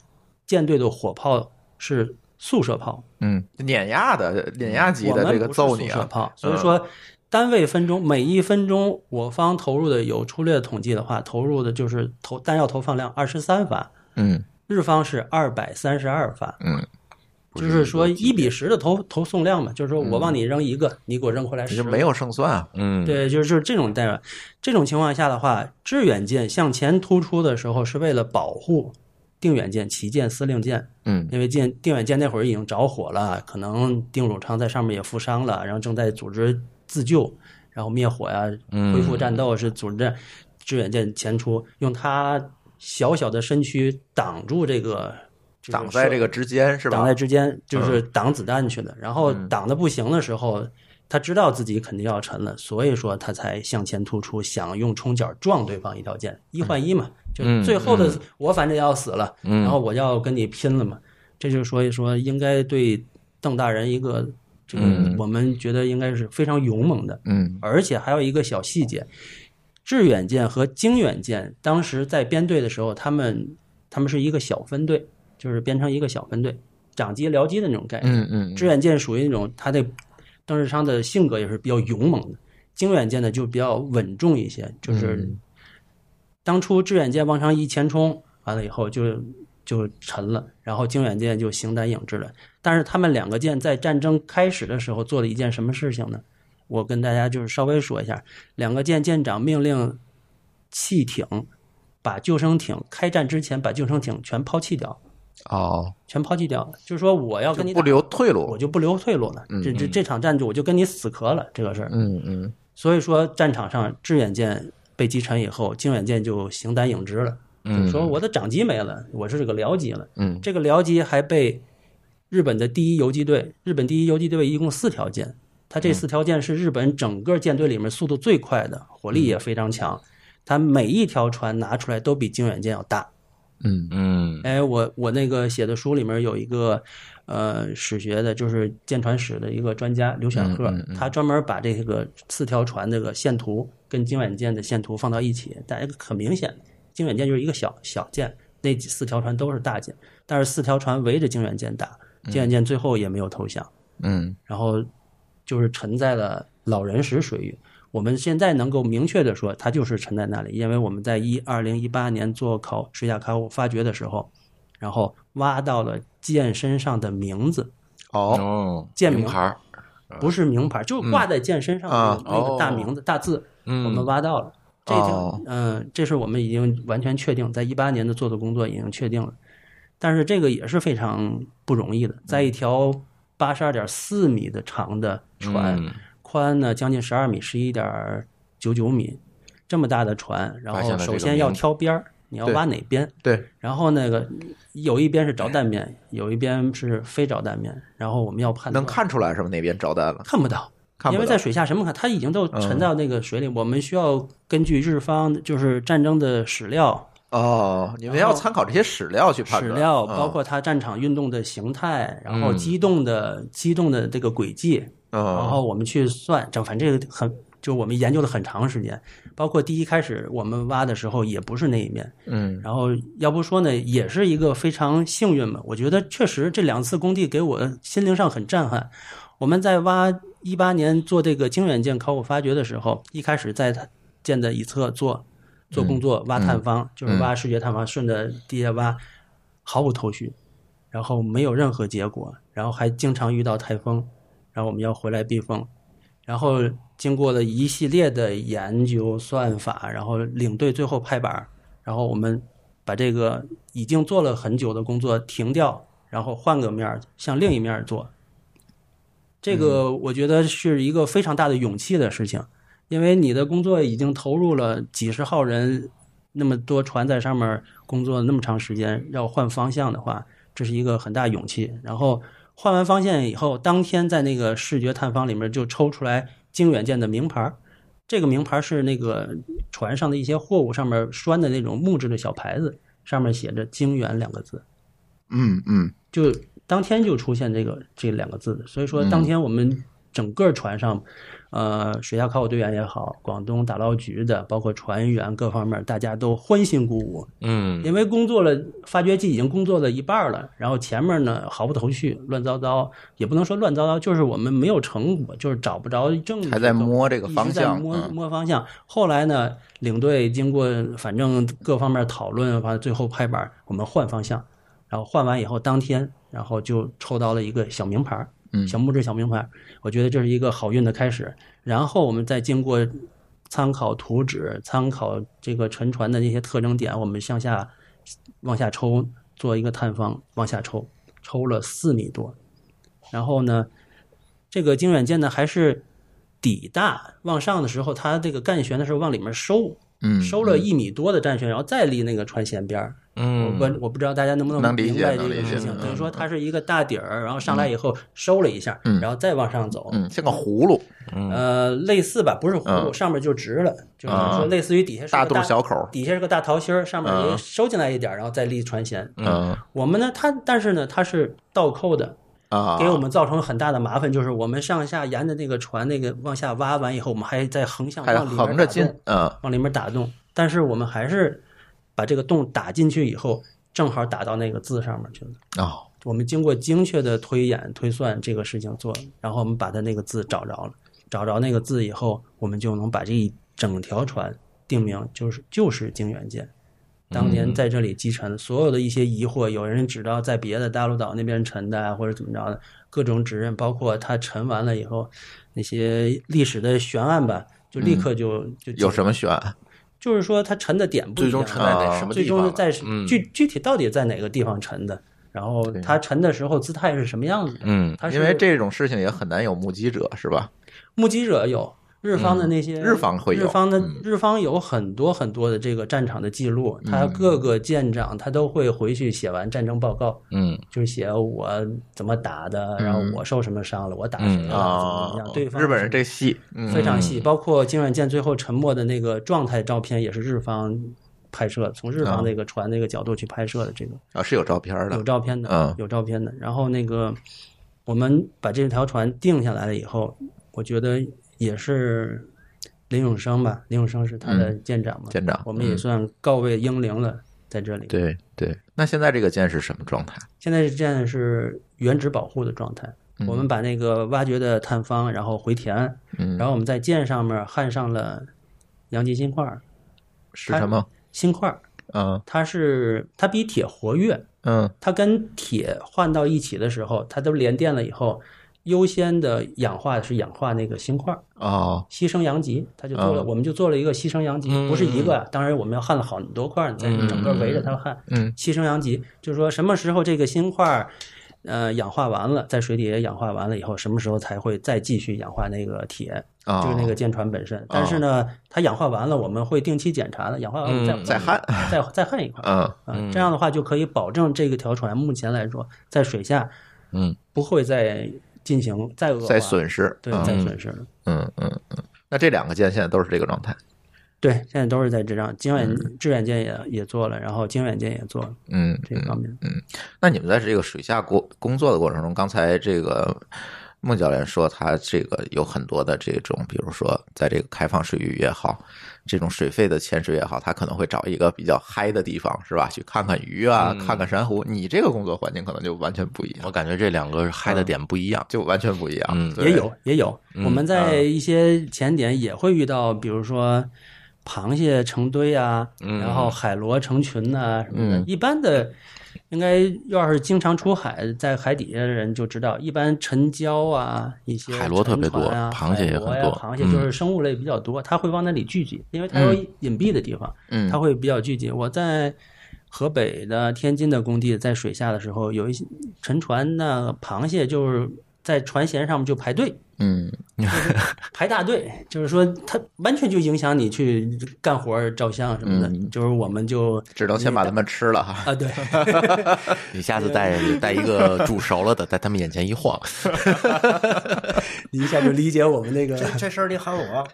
Speaker 4: 舰队的火炮是速射炮，
Speaker 1: 嗯，碾压的碾压级
Speaker 4: 我
Speaker 1: 的
Speaker 4: 们
Speaker 1: 这个
Speaker 4: 不是
Speaker 1: 揍
Speaker 4: 速
Speaker 1: 你
Speaker 4: 射
Speaker 1: 啊，
Speaker 4: 炮，所以说单位分钟，每一分钟我方投入的有粗略统计的话，投入的就是投弹药投放量二十三发，
Speaker 1: 嗯
Speaker 4: 日方是二百三十二发，
Speaker 1: 嗯，
Speaker 4: 就是说一比十的投投送量嘛，就是说我往你扔一个，你给我扔回来
Speaker 1: 这
Speaker 4: 十
Speaker 1: 嗯就
Speaker 4: 个，
Speaker 1: 没有胜算啊，
Speaker 3: 嗯，
Speaker 4: 对，就是就是这种代表。这种情况下的话，致远舰向前突出的时候是为了保护定远舰、旗舰、司令舰，
Speaker 1: 嗯
Speaker 4: 因为舰定远舰那会儿已经着火了，可能丁汝昌在上面也负伤了，然后正在组织自救，然后灭火呀、恢复战斗是组织战致远舰前出，用它小小的身躯挡住这个。这
Speaker 1: 挡在
Speaker 4: 射
Speaker 1: 这个之间是吧嗯
Speaker 4: 挡？在之间，就是挡子弹去的。然后挡的不行的时候，他知道自己肯定要沉了，所以说他才向前突出，想用冲脚撞对方一条箭，一换一
Speaker 1: 嗯
Speaker 4: 嘛，就是最后的我反正要死了，然后我要跟你拼了嘛。这就是说一说应该对邓大人一个这个我们觉得应该是非常勇猛的，
Speaker 1: 嗯
Speaker 4: 而且还有一个小细节，致远舰和经远舰当时在编队的时候，他们他们是一个小分队，就是编成一个小分队，长机僚机的那种概念。
Speaker 1: 嗯嗯
Speaker 4: 致远舰属于那种他的邓世昌的性格也是比较勇猛的，经远舰呢就比较稳重一些，就是当初致远舰往上一前冲，完了以后就就沉了，然后经远舰就形单影只了。但是他们两个舰在战争开始的时候做了一件什么事情呢？我跟大家就是稍微说一下，两个舰舰长命令弃艇，把救生艇开战之前把救生艇全抛弃掉，
Speaker 1: 哦，
Speaker 4: 全抛弃掉，就是说我要
Speaker 1: 就
Speaker 4: 跟你
Speaker 1: 不
Speaker 4: 打
Speaker 1: 留退
Speaker 4: 我
Speaker 1: 路，
Speaker 4: 就不留退路了。这这这场战就我就跟你死磕了，这个事儿。
Speaker 1: 嗯嗯
Speaker 4: 所以说战场上致远舰被击沉以后，靖远舰就形单影只了。就是说我的长机没了，我是这个僚机了。
Speaker 1: 嗯，
Speaker 4: 这个僚机还被日本的第一游击队，日本第一游击队一共四条舰，它
Speaker 1: 嗯
Speaker 4: 这四条舰是日本整个舰队里面速度最快的，火
Speaker 1: 嗯
Speaker 4: 力也非常强。它每一条船拿出来都比靖远舰要大。
Speaker 1: 嗯
Speaker 3: 嗯
Speaker 4: 哎，我我那个写的书里面有一个，呃，史学的，就是舰船史的一个专家刘选鹤，他专门把这个四条船这个线图跟经远舰的线图放到一起，大家很明显，经远舰就是一个小小舰，那几四条船都是大舰，但是四条船围着经远舰打，经远舰最后也没有投降，
Speaker 1: 嗯
Speaker 4: 然后就是沉在了老人石水域。我们现在能够明确的说，它就是沉在那里，因为我们在一二零一八年做考水下考古发掘的时候，然后挖到了舰身上的名字，
Speaker 1: 哦
Speaker 3: 哦，
Speaker 4: 建
Speaker 3: 名
Speaker 4: 明
Speaker 3: 牌儿，
Speaker 4: 不是名牌，就挂在舰身上的
Speaker 3: 啊嗯嗯啊
Speaker 4: 那个大名字、大字，
Speaker 3: 嗯
Speaker 4: 我们挖到了。这
Speaker 1: 哦
Speaker 4: 条，嗯、这是我们已经完全确定，在一八年的做的工作已经确定了。但是这个也是非常不容易的，
Speaker 3: 嗯
Speaker 4: 在一条八十二点四米的长的船，
Speaker 3: 嗯
Speaker 4: 宽呢将近十二米，十一点九九米，这么大的船，然
Speaker 3: 发现
Speaker 4: 后
Speaker 3: 了这
Speaker 4: 首
Speaker 3: 个
Speaker 4: 先要
Speaker 3: 名
Speaker 4: 挑边儿，你要
Speaker 1: 对
Speaker 4: 挖哪边？
Speaker 1: 对，
Speaker 4: 然后那个有一边是着弹面，有一边是非着弹面，然后我们要判
Speaker 1: 能
Speaker 4: 断
Speaker 1: 看出来是吧？哪边着弹了？
Speaker 4: 看不到，
Speaker 1: 看
Speaker 4: 因
Speaker 1: 不
Speaker 4: 为在
Speaker 1: 到，嗯
Speaker 4: 水下什么看，它已经都沉到那个水里。我们需要根据日方就是战争的史料、
Speaker 1: 哦，你们
Speaker 4: 然
Speaker 1: 要
Speaker 4: 后
Speaker 1: 参考这些史料去判
Speaker 4: 史
Speaker 1: 断，
Speaker 4: 料，
Speaker 1: 嗯
Speaker 4: 包括它战场运动的形态，然后机动的机动的这个轨迹，然
Speaker 1: 嗯
Speaker 4: 后我们去算，这反正这个很，就我们研究了很长时间，包括第一开始我们挖的时候也不是那一面，
Speaker 1: 嗯
Speaker 4: 然后要不说呢，也是一个非常幸运吧。我觉得确实这两次工地给我心灵上很震撼。我们在挖一八年做这个经远舰考古发掘的时候，一开始在它舰的一侧做做工作，挖探方，就是挖视觉探方，顺着地下挖，毫无头绪，然后没有任何结果，然后还经常遇到台风，然后我们要回来避风，然后经过了一系列的研究算法，然后领队最后拍板儿，然后我们把这个已经做了很久的工作停掉，然后换个面儿向另一面儿做。这个我觉得是一个非常大的勇气的事情，因为你的工作已经投入了几十号人，那么多船在上面工作那么长时间，要换方向的话，这是一个很大勇气。然后换完方向以后，当天在那个视觉探访里面就抽出来经远舰的名牌儿，这个名牌是那个船上的一些货物上面拴的那种木质的小牌子，上面写着“经远”两个字，
Speaker 1: 嗯嗯，
Speaker 4: 就当天就出现这个这两个字。所以说，当天我们整个船上，呃，水下考古队员也好，广东打捞局的，包括船员各方面，大家都欢欣鼓舞，
Speaker 3: 嗯，
Speaker 4: 因为工作了，发掘机已经工作了一半了，然后前面呢毫不头绪，乱糟糟，也不能说乱糟糟，就是我们没有成果，就是找不着证据，
Speaker 1: 还在摸这个
Speaker 4: 一直
Speaker 1: 方
Speaker 4: 在
Speaker 1: 向
Speaker 4: 摸
Speaker 1: 嗯
Speaker 4: 摸方向。后来呢，领队经过反正各方面讨论，完了最后拍板，我们换方向，然后换完以后当天，然后就抽到了一个小名牌儿，
Speaker 1: 嗯
Speaker 4: 小木质小名牌儿，我觉得这是一个好运的开始。然后我们再经过参考图纸、参考这个沉船的那些特征点，我们向下往下抽，做一个探方往下抽，抽了四米多。然后呢，这个经远舰呢还是底大往上的时候，它这个干旋的时候往里面收，
Speaker 1: 嗯，
Speaker 4: 收了一米多的战旋，然后再立那个船舷边儿。我
Speaker 3: 嗯，
Speaker 4: 不我不知道大家能不
Speaker 1: 能理解
Speaker 4: 明白这
Speaker 1: 能
Speaker 4: 个
Speaker 1: 理
Speaker 4: 事
Speaker 1: 解
Speaker 4: 情，
Speaker 1: 嗯
Speaker 4: 等于说它是一个大底儿，然后上来以后收了一下，
Speaker 1: 嗯
Speaker 4: 然后再往上走，
Speaker 1: 嗯，像个葫芦，
Speaker 4: 呃，类似吧，不是葫芦，
Speaker 1: 嗯
Speaker 4: 上面就直了，就是说
Speaker 1: 嗯
Speaker 4: 类似于底下是个
Speaker 1: 大肚小口，
Speaker 4: 底下是个大桃心儿，上面也
Speaker 1: 嗯
Speaker 4: 收进来一点儿，然后再立船舷。
Speaker 1: 嗯
Speaker 4: 我们呢，它但是呢，它是倒扣的，
Speaker 1: 啊，
Speaker 4: 给我们造成很大的麻烦，就是我们上下沿着那个船那个往下挖完以后，我们还在横向
Speaker 1: 还
Speaker 4: 往里面
Speaker 1: 横着
Speaker 4: 打
Speaker 1: 进
Speaker 4: 洞，
Speaker 1: 嗯
Speaker 4: 往里面打洞，但是我们还是把这个洞打进去以后，正好打到那个字上面去了。
Speaker 1: 哦，
Speaker 4: 我们经过精确的推演推算这个事情做，然后我们把它那个字找着了，找着那个字以后，我们就能把这一整条船定名就是就是靖远舰。当年在这里击沉的所有的一些疑惑，有人指到在别的大陆岛那边沉的啊，或者怎么着的，各种指认，包括它沉完了以后那些历史的悬案吧，就立刻就、就
Speaker 1: 有什
Speaker 4: 么，
Speaker 1: 么选？
Speaker 4: 就是说它沉的点不
Speaker 3: 最
Speaker 4: 一样，啊
Speaker 3: 终沉在哪什么
Speaker 4: 最
Speaker 3: 地
Speaker 4: 终
Speaker 3: 方
Speaker 4: 是
Speaker 3: 了？嗯
Speaker 4: 在具具体到底在哪个地方沉的，然后它沉的时候姿态是什么样子的？
Speaker 3: 嗯，
Speaker 4: 它是
Speaker 1: 因为这种事情也很难有目击者，是吧？
Speaker 4: 目击者有日方
Speaker 3: 嗯
Speaker 4: 的那些、
Speaker 1: 日方会有
Speaker 4: 日方的、
Speaker 1: 嗯
Speaker 4: 日方有很多很多的这个战场的记录，他
Speaker 3: 嗯
Speaker 4: 各个舰长他都会回去写完战争报告，
Speaker 3: 嗯，
Speaker 4: 就写我怎么打的，然后我受什么伤了，我打
Speaker 3: 嗯
Speaker 4: 谁了，嗯怎么怎么
Speaker 1: 啊
Speaker 3: 哦
Speaker 4: 样，，对方
Speaker 1: 日本人这戏，
Speaker 4: 非
Speaker 1: 嗯
Speaker 4: 常细，包括金远舰最后沉没的那个状态照片也是日方拍摄，从日方那个船那个角度去拍摄的这个。
Speaker 1: 啊是有照片
Speaker 4: 有
Speaker 1: 的，
Speaker 4: 照片的，
Speaker 1: 嗯
Speaker 4: 有照片的。然后那个，我们把这条船定下来了以后，我觉得也是林永生吧，林永生是他的舰长嘛，
Speaker 1: 嗯舰长
Speaker 4: 我们也
Speaker 1: 嗯
Speaker 4: 算告慰英灵了，在这里。，
Speaker 1: 对对。那现在这个舰是什么状态？
Speaker 4: 现在是这样是原址保护的状态。我们把那个挖掘的探方，然后回填，
Speaker 1: 嗯
Speaker 4: 然后我们在舰上面焊上了阳极锌块儿，
Speaker 1: 是什么？
Speaker 4: 锌块儿
Speaker 1: 嗯
Speaker 4: 它是它比铁活跃，
Speaker 1: 嗯
Speaker 4: 它跟铁换到一起的时候，它都连电了以后，优先的氧化是氧化那个锌块，
Speaker 1: 哦
Speaker 4: 牺牲阳极，它就做了，
Speaker 1: 嗯
Speaker 4: 我们就做了一个牺牲阳极，
Speaker 3: 嗯
Speaker 4: 不是一个，当然我们要焊了好多块，在整个围着它焊，
Speaker 1: 嗯
Speaker 4: 牺牲阳极，就是说什么时候这个锌块。呃，氧化完了，在水底下氧化完了以后，什么时候才会再继续氧化那个铁，
Speaker 1: 啊，
Speaker 4: 就是那个舰船本身。但是呢，它氧化完了，我们会定期检查的，氧化完我
Speaker 3: 嗯
Speaker 4: 们再
Speaker 1: 哦再焊，
Speaker 4: 再再焊一块。
Speaker 1: 嗯
Speaker 4: 啊，这样的话就可以保证这个条船目前来说在水下，
Speaker 3: 嗯，
Speaker 4: 不会再进行再恶化，
Speaker 1: 再损失，
Speaker 4: 对，
Speaker 1: 嗯
Speaker 4: 再损失了。
Speaker 1: 嗯嗯嗯。那这两个舰现在都是这个状态，
Speaker 4: 对，现在都是在这样，经远致远舰也也做了，然后经远舰也做了
Speaker 1: 嗯
Speaker 4: 这方面。
Speaker 1: 那你们在这个水下过工作的过程中，刚才这个孟教练说，他这个有很多的这种，比如说在这个开放水域也好，这种水肺的潜水也好，他可能会找一个比较嗨的地方，是吧？去看看鱼啊，
Speaker 3: 嗯
Speaker 1: 看看珊瑚。你这个工作环境可能就完全不一样
Speaker 3: 我，感觉这两个嗨的点不一样。
Speaker 1: 就完全不一样。
Speaker 3: 嗯
Speaker 1: 对嗯啊
Speaker 4: 也有也有，我们在一些前点也会遇到，比如说螃蟹成堆啊，
Speaker 1: 嗯
Speaker 4: 然后海螺成群呐、什么的。一般的，应该要是经常出海，在海底下的人就知道，一般沉礁啊，一些
Speaker 3: 海螺特别多
Speaker 4: 沉船啊、
Speaker 3: 螃蟹也很多嗯
Speaker 4: 海螺呀螃蟹就是生物类比较多，它会往那里聚集，因为它有隐蔽的地方，
Speaker 1: 嗯
Speaker 4: 它会比较聚集。我在。河北的、天津的工地在水下的时候，有一些沉船那螃蟹就是在船舷上面就排队，
Speaker 1: 嗯，
Speaker 4: 排大队，就是说它完全就影响你去干活儿、照相什么的。
Speaker 1: 嗯
Speaker 4: 就是我们就
Speaker 1: 只能先把它们吃了哈。
Speaker 4: 啊，对， 嗯
Speaker 3: 你下次带 带一个煮熟了的，在他们眼前一 晃，
Speaker 4: 你一下就理解我们那个，
Speaker 2: 这这事儿你喊我，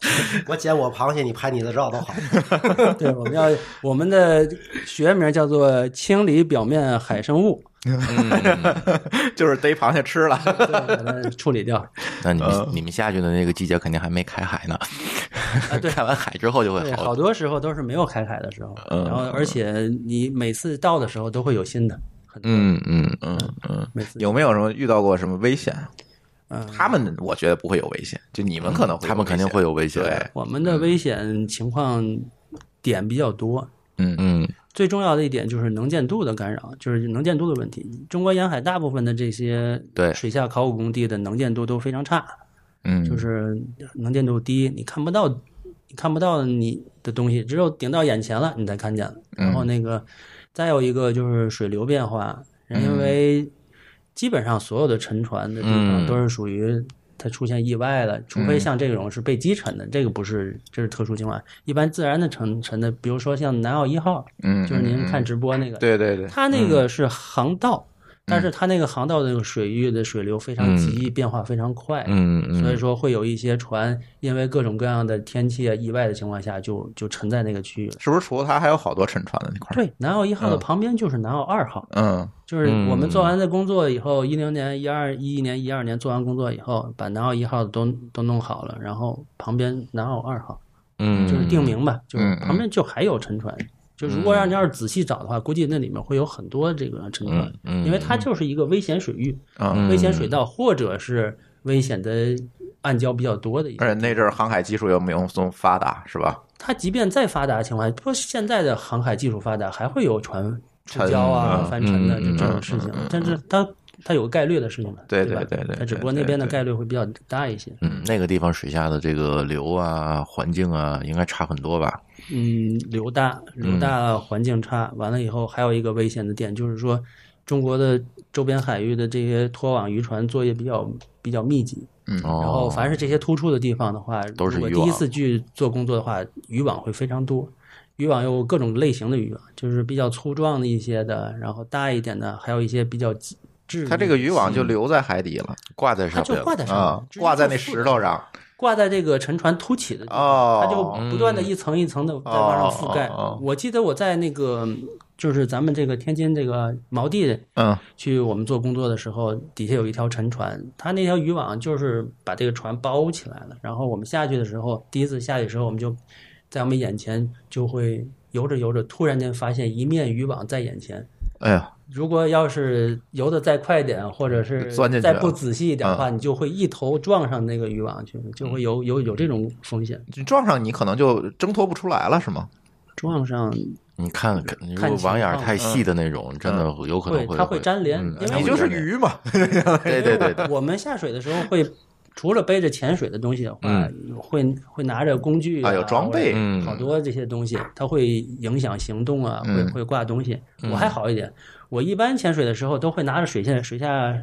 Speaker 2: 我捡我螃蟹，你拍你的照都好。
Speaker 4: 对，我们要我们的学名叫做清理表面海生 物，
Speaker 1: 就是逮螃蟹吃了。
Speaker 4: 对，把它处理掉。
Speaker 3: 那你们、
Speaker 4: 嗯
Speaker 3: 你们下去的那个季节肯定还没开海呢，
Speaker 4: 啊 对
Speaker 3: 开完海之后就会
Speaker 4: 对，
Speaker 3: 好。
Speaker 4: 好多时候都是没有开海的时候，
Speaker 3: 嗯
Speaker 4: 然后而且你每次到的时候都会有新的，很 多
Speaker 3: 嗯嗯嗯嗯，
Speaker 4: 每次
Speaker 1: 有没有什么遇到过什么危险？
Speaker 4: 嗯
Speaker 1: 他们我觉得不会有危险，就你们可能会有危险，
Speaker 3: 嗯他们肯定会有危险。
Speaker 1: 对，
Speaker 4: 我们的危险情况点比较多。
Speaker 1: 嗯
Speaker 3: 嗯
Speaker 4: 最重要的一点就是能见度的干扰，就是能见度的问题。中国沿海大部分的这些
Speaker 3: 对
Speaker 4: 水下考古工地的能见度都非常差，
Speaker 3: 嗯，
Speaker 4: 就是能见度低，你看不到，你看不到你的东西，只有顶到眼前了你才看见了。然
Speaker 1: 嗯
Speaker 4: 后那个，再有一个就是水流变化，
Speaker 1: 嗯
Speaker 4: 因为基本上所有的沉船的地
Speaker 3: 嗯
Speaker 4: 方都是属于。它出现意外了，除
Speaker 1: 嗯
Speaker 4: 非像这种是被击沉的，这个不是，这是特殊情况。一般自然的沉沉的，比如说像南澳一号，
Speaker 1: 嗯，
Speaker 4: 就是您看直播那个，
Speaker 1: 对嗯对对，
Speaker 4: 它那个是航道，但是它那个航道的那个水域的水流非
Speaker 1: 嗯
Speaker 4: 常急，变化非常快，
Speaker 3: 嗯嗯，
Speaker 4: 所以说会有一些船因为各种各样的天气啊、意外的情况下就，就沉在那个区域了。
Speaker 1: 是不是除了它还有好多沉船的那块儿？
Speaker 4: 对，南澳一号
Speaker 3: 嗯
Speaker 4: 的旁边就是南澳二号，
Speaker 1: 嗯
Speaker 4: 就是我们做完的工作以后，一零、年、一二、一一年、一二年做完工作以后，把南澳一号的都都弄好了，然后旁边南澳二号
Speaker 3: 嗯
Speaker 4: 就是定名吧，就是
Speaker 1: 嗯
Speaker 4: 旁边就还有沉船。就如
Speaker 3: 嗯
Speaker 4: 果让你要是仔细找的话，估计那里面会有很多这个沉船，
Speaker 3: 嗯嗯啊
Speaker 4: 因为它就是一个危险水域、
Speaker 1: 嗯，
Speaker 4: 危险水道，或者是危险的暗礁比较多的一个。
Speaker 1: 而且那阵儿航海技术又没有这么发达，是吧？
Speaker 4: 它即便再发达的情况下，不过现在的航海技术发达，还会有船触
Speaker 1: 沉
Speaker 4: 礁啊
Speaker 1: 嗯、
Speaker 4: 翻沉的
Speaker 3: 嗯
Speaker 4: 这
Speaker 3: 嗯
Speaker 4: 这种事情，但是它它有个概率的事情嘛，
Speaker 1: 对
Speaker 4: 吧
Speaker 1: 对对对
Speaker 4: 它只
Speaker 1: 对
Speaker 4: 不过
Speaker 1: 对
Speaker 4: 那边的
Speaker 1: 对
Speaker 4: 概率会比较大一些。
Speaker 3: 嗯，那个地方水下的这个流啊、环境啊，应该差很多吧？
Speaker 4: 嗯，流大流大环境差，完了以后还有一个危险的点就是说，中国的周边海域的这些拖网渔船作业比较比较密集，嗯然后
Speaker 3: 哦，
Speaker 4: 凡是这些突出的地方的话，
Speaker 3: 都是
Speaker 4: 如果
Speaker 3: 渔
Speaker 4: 第一
Speaker 3: 网
Speaker 4: 次去做工作的话，渔网会非常多。渔网有各种类型的渔网，就是比较粗壮的一些的，然后大一点的，还有一些比较细致。
Speaker 1: 它这个渔网就留在海底了
Speaker 3: 挂在上
Speaker 4: 它就
Speaker 3: 面了，
Speaker 4: 挂在上面，
Speaker 1: 啊
Speaker 4: 直，接
Speaker 1: 挂在
Speaker 4: 就
Speaker 1: 那
Speaker 4: 附
Speaker 1: 石头上
Speaker 4: 挂在这个沉船凸起的地方，
Speaker 1: 哦，
Speaker 4: 它就不断的一层一层的在往上覆盖
Speaker 1: 哦哦哦哦。
Speaker 4: 我记得我在那个就是咱们这个天津这个锚地
Speaker 1: 嗯
Speaker 4: 去我们做工作的时候，底下有一条沉船，它那条渔网就是把这个船包起来了。然后我们下去的时候，第一次下去的时候，我们就在我们眼前就会游着游着，突然间发现一面渔网在眼前。
Speaker 1: 哎呀，
Speaker 4: 如果要是游得再快点，或者是
Speaker 1: 钻进去啊嗯
Speaker 4: 再不仔细一点的话，你就会一头撞上那个渔网去，就会有有有这种风险。
Speaker 1: 你撞上你可能就挣脱不出来了，是吗？
Speaker 4: 撞上
Speaker 3: 你看，看如
Speaker 4: 看
Speaker 3: 果
Speaker 4: 情
Speaker 3: 网眼儿
Speaker 4: 况嗯
Speaker 3: 太细的那种，真的有可能
Speaker 4: 会
Speaker 3: 会
Speaker 4: 它会粘连
Speaker 3: 嗯，
Speaker 4: 因为
Speaker 3: 它
Speaker 1: 你
Speaker 3: 会
Speaker 1: 就是
Speaker 3: 粘连
Speaker 1: 鱼嘛，
Speaker 3: 对对对对，
Speaker 4: 我们下水的时候会，除了背着潜水的东西的话，会会拿着工具
Speaker 1: 啊有装备
Speaker 4: 或者
Speaker 3: 嗯
Speaker 4: 好多这些东西，它会影响行动啊，会
Speaker 1: 嗯
Speaker 4: 会挂东西。我还好一点，我一般潜水的时候都会拿着水下水下。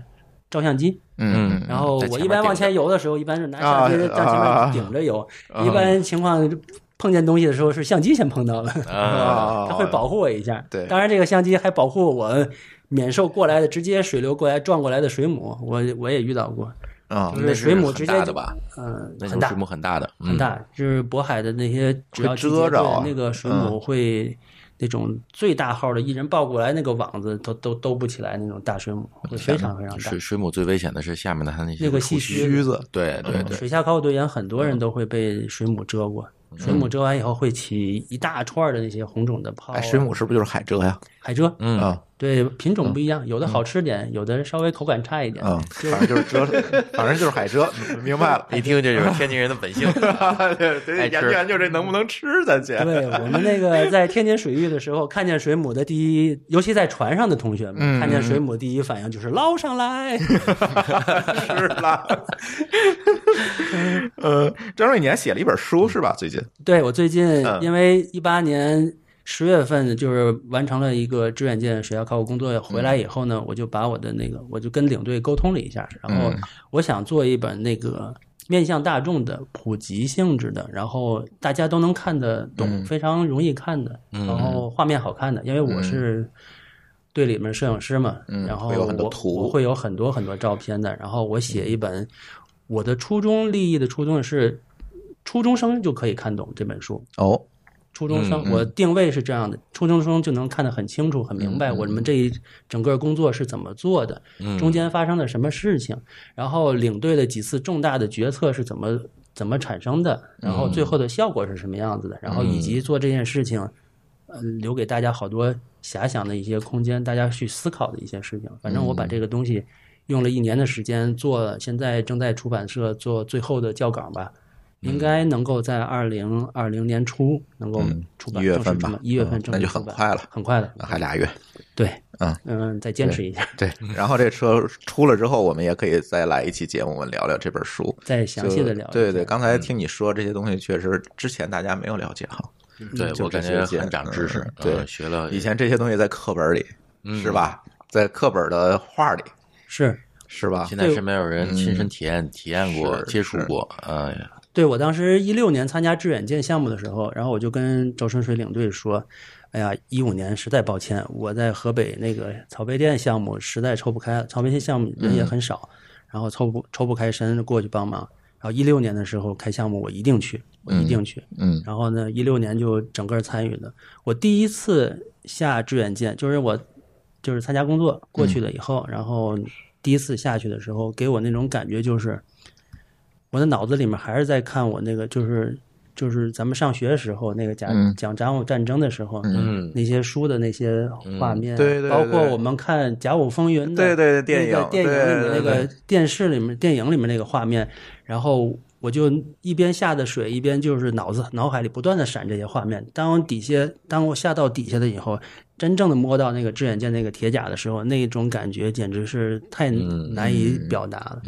Speaker 4: 照相机，
Speaker 1: 嗯
Speaker 4: 然后我一般往前游的时候，一般是拿相机
Speaker 1: 啊
Speaker 4: 在前
Speaker 1: 啊
Speaker 4: 面顶着游。一般情况碰见东西的时候是相机先碰到了，
Speaker 3: 啊，
Speaker 1: 啊，
Speaker 4: 它会保护我一下。
Speaker 1: 对
Speaker 4: 当然这个相机还保护我免受过来的直接水流过来撞过来的水母，我我也遇到过。
Speaker 1: 啊
Speaker 3: 哦
Speaker 4: 就
Speaker 3: 那
Speaker 4: 是水母直
Speaker 3: 很
Speaker 4: 接
Speaker 3: 大
Speaker 4: 就
Speaker 3: 的吧？
Speaker 4: 嗯、
Speaker 3: 那种
Speaker 4: 很大
Speaker 3: 水母很大的，嗯
Speaker 4: 很大，就是渤海的那些只要
Speaker 1: 会
Speaker 4: 季
Speaker 1: 遮
Speaker 4: 节
Speaker 1: 着啊
Speaker 4: 对那个水
Speaker 3: 嗯
Speaker 4: 母会那种最大号的，一人抱过来那个网子都都兜不起来那种大水母，会非常非常大
Speaker 3: 水。水母最危险的是下面的它那些
Speaker 4: 那个
Speaker 3: 触
Speaker 4: 细
Speaker 3: 须，
Speaker 4: 须
Speaker 1: 须子，
Speaker 3: 对对对，嗯
Speaker 4: 水下考古队员很多人都会被水母蛰过，水母蛰完以后会起一大串的那些红肿的泡、啊
Speaker 1: 哎，水母是不是就是海蜇呀？
Speaker 4: 海蜇，
Speaker 3: 嗯
Speaker 1: 啊
Speaker 4: 对品种不一样，有的好吃点，有的稍微口感差一点。
Speaker 1: 啊，反正就是蜇，反正就是海蜇，明白
Speaker 4: 嗯
Speaker 1: 了。
Speaker 3: 一听这就是天津人的本 性。
Speaker 1: 对
Speaker 3: 爱
Speaker 1: 对，
Speaker 3: 吃
Speaker 1: 研究研究这能不能吃，咱先。
Speaker 4: 对我们那个 在天津水域的时候，看见水母的第一，尤其在船上的同学们，看见水母第一反应就是捞上来。
Speaker 1: 吃 了。
Speaker 4: 嗯
Speaker 1: 呃，张瑞，你还写了一本书是吧？最近
Speaker 4: 对我最近因为一八年。十月份就是完成了一个志愿舰水下考古工作回
Speaker 1: 嗯
Speaker 4: 来以后呢，我就把我的那个，我就跟领队沟通了一下，然后
Speaker 1: 嗯
Speaker 4: 我想做一本那个面向大众的普及性质的，然后大家都能看得懂，
Speaker 1: 嗯
Speaker 4: 非常容易看的，然后画面好看的，因为我是队里面摄影师嘛，
Speaker 1: 嗯
Speaker 4: 然后
Speaker 1: 会有很多
Speaker 4: 我
Speaker 1: 图
Speaker 4: 我会有很多很多照片的，然后我写
Speaker 1: 嗯
Speaker 4: 一本，我的初衷立意的初衷是初中生就可以看懂这本书，
Speaker 3: 嗯
Speaker 1: 哦，
Speaker 4: 初中生，
Speaker 1: 嗯嗯
Speaker 4: 我定位是这样的，初中生就能看得很清楚、很明
Speaker 1: 嗯
Speaker 4: 白我们这一整个工作是怎么做的，中间发生了什么事情，然后领队的几次重大的决策是怎么怎么产生的，
Speaker 1: 嗯
Speaker 4: 然后最后的效果是什么样子的，然后以及做这件事情，呃，留给大家好多遐想的一些空间，大家去思考的一些事情。反正我
Speaker 1: 嗯
Speaker 4: 把这个东西用了一年的时间做，现在正在出版社做最后的校稿吧，
Speaker 1: 嗯
Speaker 4: 应该能够在二零二零年初能够嗯出
Speaker 1: 嗯
Speaker 4: 版，
Speaker 1: 一月
Speaker 4: 正
Speaker 1: 份
Speaker 4: 式出
Speaker 1: 吧
Speaker 4: 版，一月份
Speaker 1: 嗯
Speaker 4: 正
Speaker 1: 那
Speaker 4: 式
Speaker 1: 就
Speaker 4: 出
Speaker 1: 很
Speaker 4: 版，
Speaker 1: 快了，
Speaker 4: 很快的，
Speaker 1: 还俩月。
Speaker 4: 对，
Speaker 1: 嗯
Speaker 4: 再坚持一下，
Speaker 1: 对，然后这车出了之后，我们也可以再来一期节目，我们聊聊这本书，
Speaker 4: 再详细的聊一下。嗯
Speaker 1: 就对对，刚才听你说这些东西，确实之前大家没有了解好，
Speaker 4: 嗯
Speaker 3: 对
Speaker 1: 就
Speaker 3: 我感
Speaker 1: 这
Speaker 3: 觉
Speaker 1: 些
Speaker 3: 很长知识
Speaker 1: 嗯，
Speaker 3: 呃
Speaker 1: 对
Speaker 3: 学了
Speaker 1: 以前这些东西在课本里，
Speaker 4: 嗯
Speaker 1: 是吧？在课本的画里，
Speaker 4: 是
Speaker 1: 是吧？
Speaker 3: 现在是没有
Speaker 4: 嗯
Speaker 3: 人亲身体验、体验过
Speaker 1: 是、
Speaker 3: 接触
Speaker 1: 是
Speaker 3: 过，呃，
Speaker 4: 对我当时一六年参加致远舰项目的时候，然后我就跟赵春水领队说：“哎呀，一五年实在抱歉，我在河北那个草莓店项目实在抽不开，草莓店项目人也很少，然后抽不抽不开身过去帮忙。然后一六年的时候开项目，我一定去，我一定去。
Speaker 1: 嗯
Speaker 4: 然后呢，一六年就整个参与的。我第一次下志愿舰，就是我就是参加工作过
Speaker 1: 嗯
Speaker 4: 去了以后，然后第一次下去的时候，给我那种感觉就是，我的脑子里面还是在看我那个就是就是咱们上学时候那个讲、
Speaker 1: 嗯
Speaker 4: 讲甲午战争的时候。
Speaker 3: 嗯，
Speaker 4: 那些书的那些画面，
Speaker 1: 嗯对对
Speaker 4: 包括
Speaker 1: 对
Speaker 4: 我们看《甲午风云》
Speaker 1: 对
Speaker 4: 的，
Speaker 1: 对对
Speaker 4: 那个
Speaker 1: 电
Speaker 4: 电
Speaker 1: 影
Speaker 4: 影
Speaker 1: 对
Speaker 4: 里面
Speaker 1: 对
Speaker 4: 那个
Speaker 1: 对
Speaker 4: 电视里面电影里面那个画面，然后我就一边下的水，一边就是脑子脑海里不断的闪这些画面。当我底下，当我下到底下的以后，真正的摸到那个致远舰那个铁甲的时候，那种感觉简直是太
Speaker 1: 嗯
Speaker 4: 难以表达了。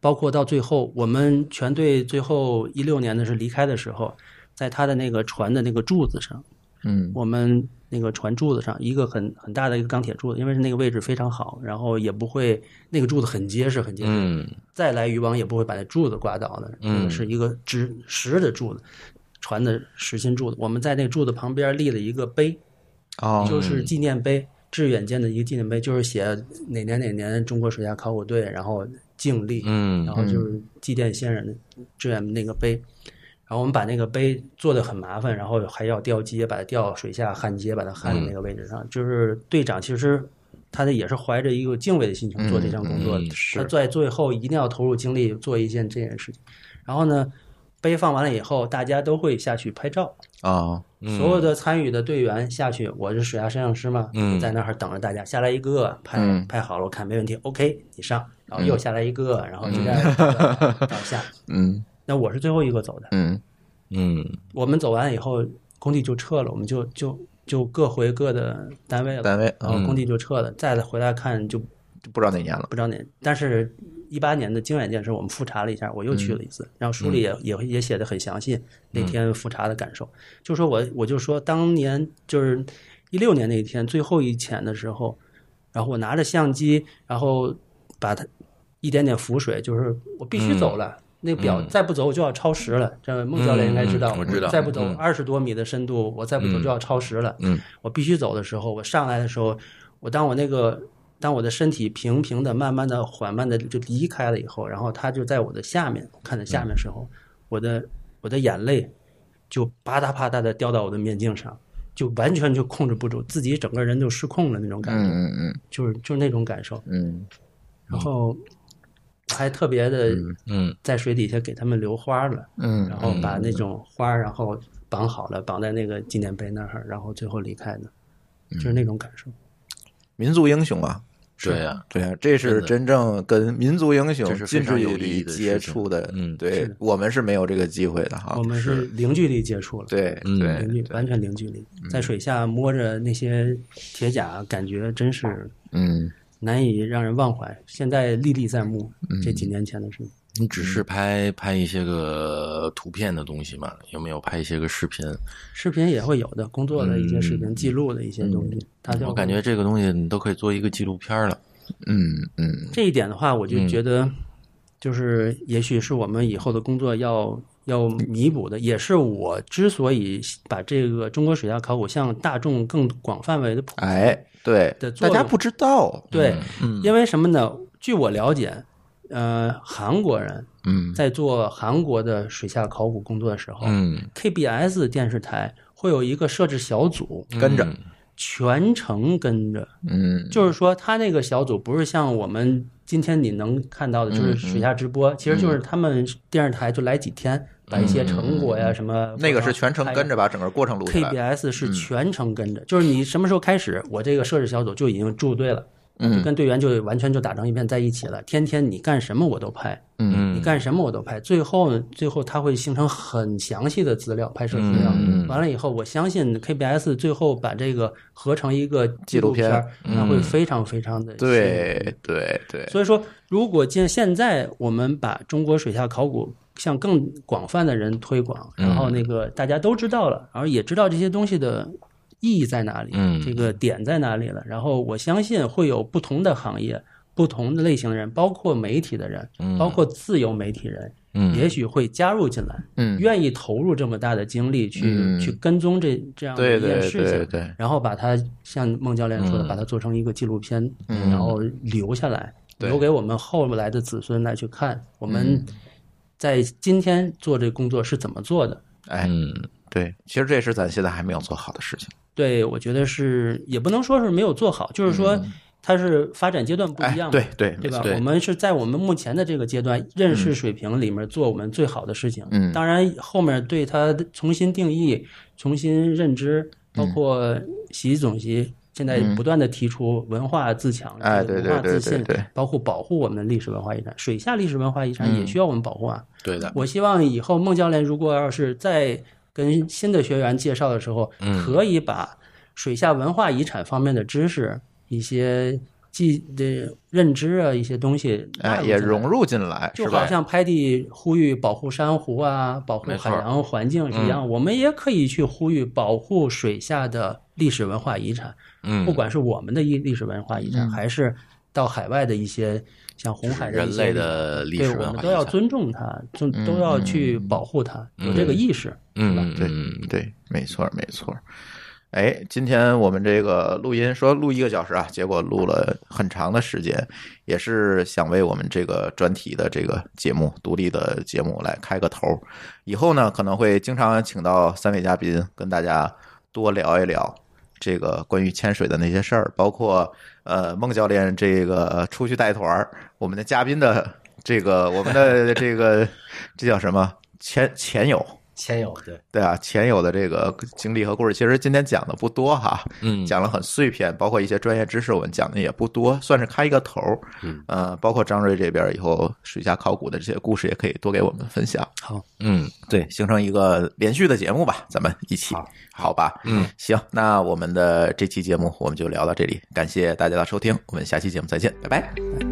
Speaker 4: 包括到最后，我们全队最后一六年的是离开的时候，在他的那个船的那个柱子上，
Speaker 1: 嗯
Speaker 4: 我们那个船柱子上一个很很大的一个钢铁柱子，因为是那个位置非常好，然后也不会那个柱子很结实很结实，
Speaker 3: 嗯
Speaker 4: 再来渔网也不会把那柱子刮倒的，那个是一个直实的柱子，船的实心柱子。我们在那个柱子旁边立了一个碑，
Speaker 1: 哦，
Speaker 4: 就是纪念碑，致远舰的一个纪念碑，就是写哪年哪年中国水下考古队，然后敬礼，
Speaker 3: 嗯
Speaker 4: 然后就是祭奠先人的志愿那个碑，然后我们把那个碑做的很麻烦，然后还要吊接，把它吊水下焊接，把它焊在
Speaker 3: 嗯
Speaker 4: 那个位置上。就是队长其实他的也是怀着一个敬畏的心情做这项工作的，
Speaker 3: 嗯嗯
Speaker 4: 他在最后一定要投入精力做一件这件事情。然后呢，碑放完了以后，大家都会下去拍照，
Speaker 1: 哦，
Speaker 4: 所有的参与的队员下去，我是水下摄影师嘛，
Speaker 3: 嗯
Speaker 4: 在那儿等着大家下来一个拍、
Speaker 1: 嗯
Speaker 4: 拍好了，我看没问题，OK，你上，然后又下来一个，然后就这样到下，
Speaker 1: 嗯
Speaker 4: 那我是最后一个走的。
Speaker 1: 嗯
Speaker 3: 嗯
Speaker 4: 我们走完以后，工地就撤了，我们就就就各回各的单位了，
Speaker 1: 单嗯位
Speaker 4: 然后工地就撤了，再回来看就
Speaker 1: 不知道哪年了，
Speaker 4: 不知道哪，但是一八年的经远建设，我们复查了一下，我又去了一次，
Speaker 3: 嗯
Speaker 4: 然后书里也、也也写的很详细，那天复查的感受，就说我我就说当年就是一六年那一天最后一潜的时候，然后我拿着相机，然后把它一点点浮水，就是我必须
Speaker 3: 嗯
Speaker 4: 走了。那个表再不走我就要超时了，这孟教练应该知道。
Speaker 3: 嗯嗯我知道
Speaker 4: 再不走
Speaker 3: 嗯
Speaker 4: 二十多米的深度，我再不走就要超时了。
Speaker 3: 嗯，
Speaker 4: 我必须走的时候，我上来的时候，我当我那个当我的身体平平的、慢慢的、缓慢的就离开了以后，然后他就在我的下面，我看着下面的时候，我的我的眼泪就啪嗒啪嗒的掉到我的面镜上，就完全就控制不住，自己整个人就失控了那种感觉，
Speaker 1: 嗯嗯
Speaker 4: 就是就是那种感受。
Speaker 1: 嗯
Speaker 4: 然后我还特别的
Speaker 3: 嗯
Speaker 4: 在水底下给他们留花了，
Speaker 1: 嗯
Speaker 4: 然后把那种花儿然后绑好了，绑在那个纪念碑那儿，然后最后离开的，就是
Speaker 1: 嗯
Speaker 4: 那种感受。
Speaker 1: 民族英雄啊，
Speaker 3: 对呀，
Speaker 1: 对啊，这是真正跟民族英雄
Speaker 3: 这是
Speaker 1: 近
Speaker 3: 非常
Speaker 1: 距
Speaker 3: 有意
Speaker 1: 离
Speaker 3: 义的事情
Speaker 1: 接触的，
Speaker 3: 嗯
Speaker 1: 对我们是没有这个机会的哈
Speaker 4: 我，们是零距离接触了，
Speaker 1: 啊对
Speaker 3: 嗯
Speaker 1: 对嗯
Speaker 4: 零距完全零距离，在水下摸着那些铁甲，感觉真是
Speaker 1: 嗯嗯
Speaker 4: 难以让人忘怀。现在历历在目，这几年前的事情。
Speaker 3: 你只是拍拍一些个图片的东西嘛？有没有拍一些个视频？
Speaker 4: 视频也会有的，工作的一些
Speaker 1: 嗯
Speaker 4: 视频、记录的一些东西，它就
Speaker 3: 我感觉这个东西你都可以做一个纪录片了。
Speaker 1: 嗯嗯
Speaker 4: 这一点的话，我就觉得，就是也许是我们以后的工作要要弥补的，也是我之所以把这个中国水下考古向大众更广泛为的普及。
Speaker 1: 哎，对
Speaker 4: 的，
Speaker 1: 大
Speaker 4: 作
Speaker 1: 家
Speaker 4: 用
Speaker 1: 不知道，
Speaker 4: 对，
Speaker 1: 嗯
Speaker 4: 因为什么呢？据我了解，呃，韩国人
Speaker 3: 嗯
Speaker 4: 在做韩国的水下考古工作的时候、
Speaker 3: 嗯，
Speaker 4: k b s 电视台会有一个设置小组，
Speaker 1: 跟着，
Speaker 4: 全程跟着。
Speaker 1: 嗯，
Speaker 4: 就是说，他那个小组不是像我们今天你能看到的，
Speaker 1: 嗯
Speaker 4: 就是水下直播，其实就是他们电视台就来几天，把
Speaker 1: 嗯
Speaker 4: 一些成果呀什么，
Speaker 1: 那个是全程跟着把整个过程录下来，嗯
Speaker 4: ，KBS 是全程跟着，就是你什么时候开始，我这个设置小组就已经驻队了。
Speaker 1: 嗯
Speaker 4: 就跟队员就完全就打成一片在一起了，天天你干什么我都拍，
Speaker 3: 嗯，
Speaker 4: 你干什么我都拍。最后呢，最后它会形成很详细的资料，拍摄资料。完了以后，我相信 KBS 最后把这个合成一个纪录
Speaker 1: 纪录
Speaker 4: 儿，那会非常非常的
Speaker 1: 对对对，
Speaker 4: 所以说，如果见现在我们把中国水下考古向更广泛的人推广，
Speaker 3: 嗯
Speaker 4: 然后那个大家都知道了，然后也知道这些东西的意义在哪里，
Speaker 3: 嗯
Speaker 4: 这个点在哪里了，然后我相信会有不同的行业、不同的类型的人，包括媒体的人，包括自由媒体人，
Speaker 3: 嗯
Speaker 4: 也许会加入进来，
Speaker 1: 嗯
Speaker 4: 愿意投入这么大的精力去、
Speaker 1: 嗯
Speaker 4: 去跟踪这这样的
Speaker 1: 对
Speaker 4: 一件
Speaker 1: 对
Speaker 4: 事情，
Speaker 1: 对对，嗯
Speaker 4: 然后把它像孟教练说的，把它做成一个纪录片，然后留下来，
Speaker 1: 对嗯
Speaker 4: 留给我们后来的子孙来去看。我们在今天做这工作是怎么做的？
Speaker 1: 哎，
Speaker 3: 嗯
Speaker 1: 对，其实这是咱现在还没有做好的事情。
Speaker 4: 对，我觉得是也不能说是没有做好，就是说它是发展阶段不一样嘛，
Speaker 1: 嗯哎对对
Speaker 4: 对吧
Speaker 1: 没错？
Speaker 4: 我们是在我们目前的这个阶段认识水平里面做我们最好的事情。
Speaker 1: 嗯
Speaker 4: 当然后面对它的重新定义、重新认知，包
Speaker 1: 嗯
Speaker 4: 括习总席现在不断的提出文化自强、
Speaker 1: 哎
Speaker 4: 这
Speaker 1: 对
Speaker 4: 个文化
Speaker 1: 对对
Speaker 4: 自信
Speaker 1: 对对，嗯
Speaker 4: 包括保护我们的历史文化遗产，水下历史文化遗产也需要我们保护啊。
Speaker 3: 对的，
Speaker 4: 我希望以后孟教练如果要是在跟新的学员介绍的时候，可以把水下文化遗产方面的知识、一些记的认知啊，一些东西纳
Speaker 1: 哎，
Speaker 4: 入
Speaker 1: 也
Speaker 4: 进来
Speaker 1: 融入进来，
Speaker 4: 就是好
Speaker 1: 吧？
Speaker 4: 像拍地呼吁保护珊瑚啊，保护
Speaker 3: 没错
Speaker 4: 海洋环境是一样，我们也可以去呼吁保护水下的历史文化遗产。
Speaker 3: 嗯，
Speaker 4: 不管是我们的历历史文化遗产，还是到海外的一些像红海的一
Speaker 3: 人
Speaker 4: 些
Speaker 3: 类的历
Speaker 4: 对，
Speaker 3: 史
Speaker 4: 我
Speaker 3: 文化
Speaker 4: 们
Speaker 3: 遗
Speaker 4: 都要
Speaker 3: 产
Speaker 4: 尊重它，就都要去保护它，有这个意识。
Speaker 3: 嗯
Speaker 1: 对
Speaker 3: 嗯
Speaker 1: 对，没错没错。哎，今天我们这个录音说录一个小时啊，结果录了很长的时间，也是想为我们这个专题的这个节目、独立的节目来开个头。以后呢，可能会经常请到三位嘉宾跟大家多聊一聊这个关于潜水的那些事儿，包括呃孟教练这个出去带团儿，我们的嘉宾的这个我们的这个 这叫什么潜潜友。
Speaker 2: 前有对，
Speaker 1: 对啊，前有的这个经历和故事，其实今天讲的不多哈，
Speaker 3: 嗯
Speaker 1: 讲了很碎片，包括一些专业知识，我们讲的也不多，算是开一个头儿。嗯，呃，包括张瑞这边以后水下考古的这些故事，也可以多给我们分享，
Speaker 4: 好，
Speaker 3: 嗯，
Speaker 1: 对，形成一个连续的节目吧，咱们一起，好吧？嗯，行，那我们的这期节目我们就聊到这里，感谢大家的收听，我们下期节目再见，拜拜。
Speaker 4: 拜拜。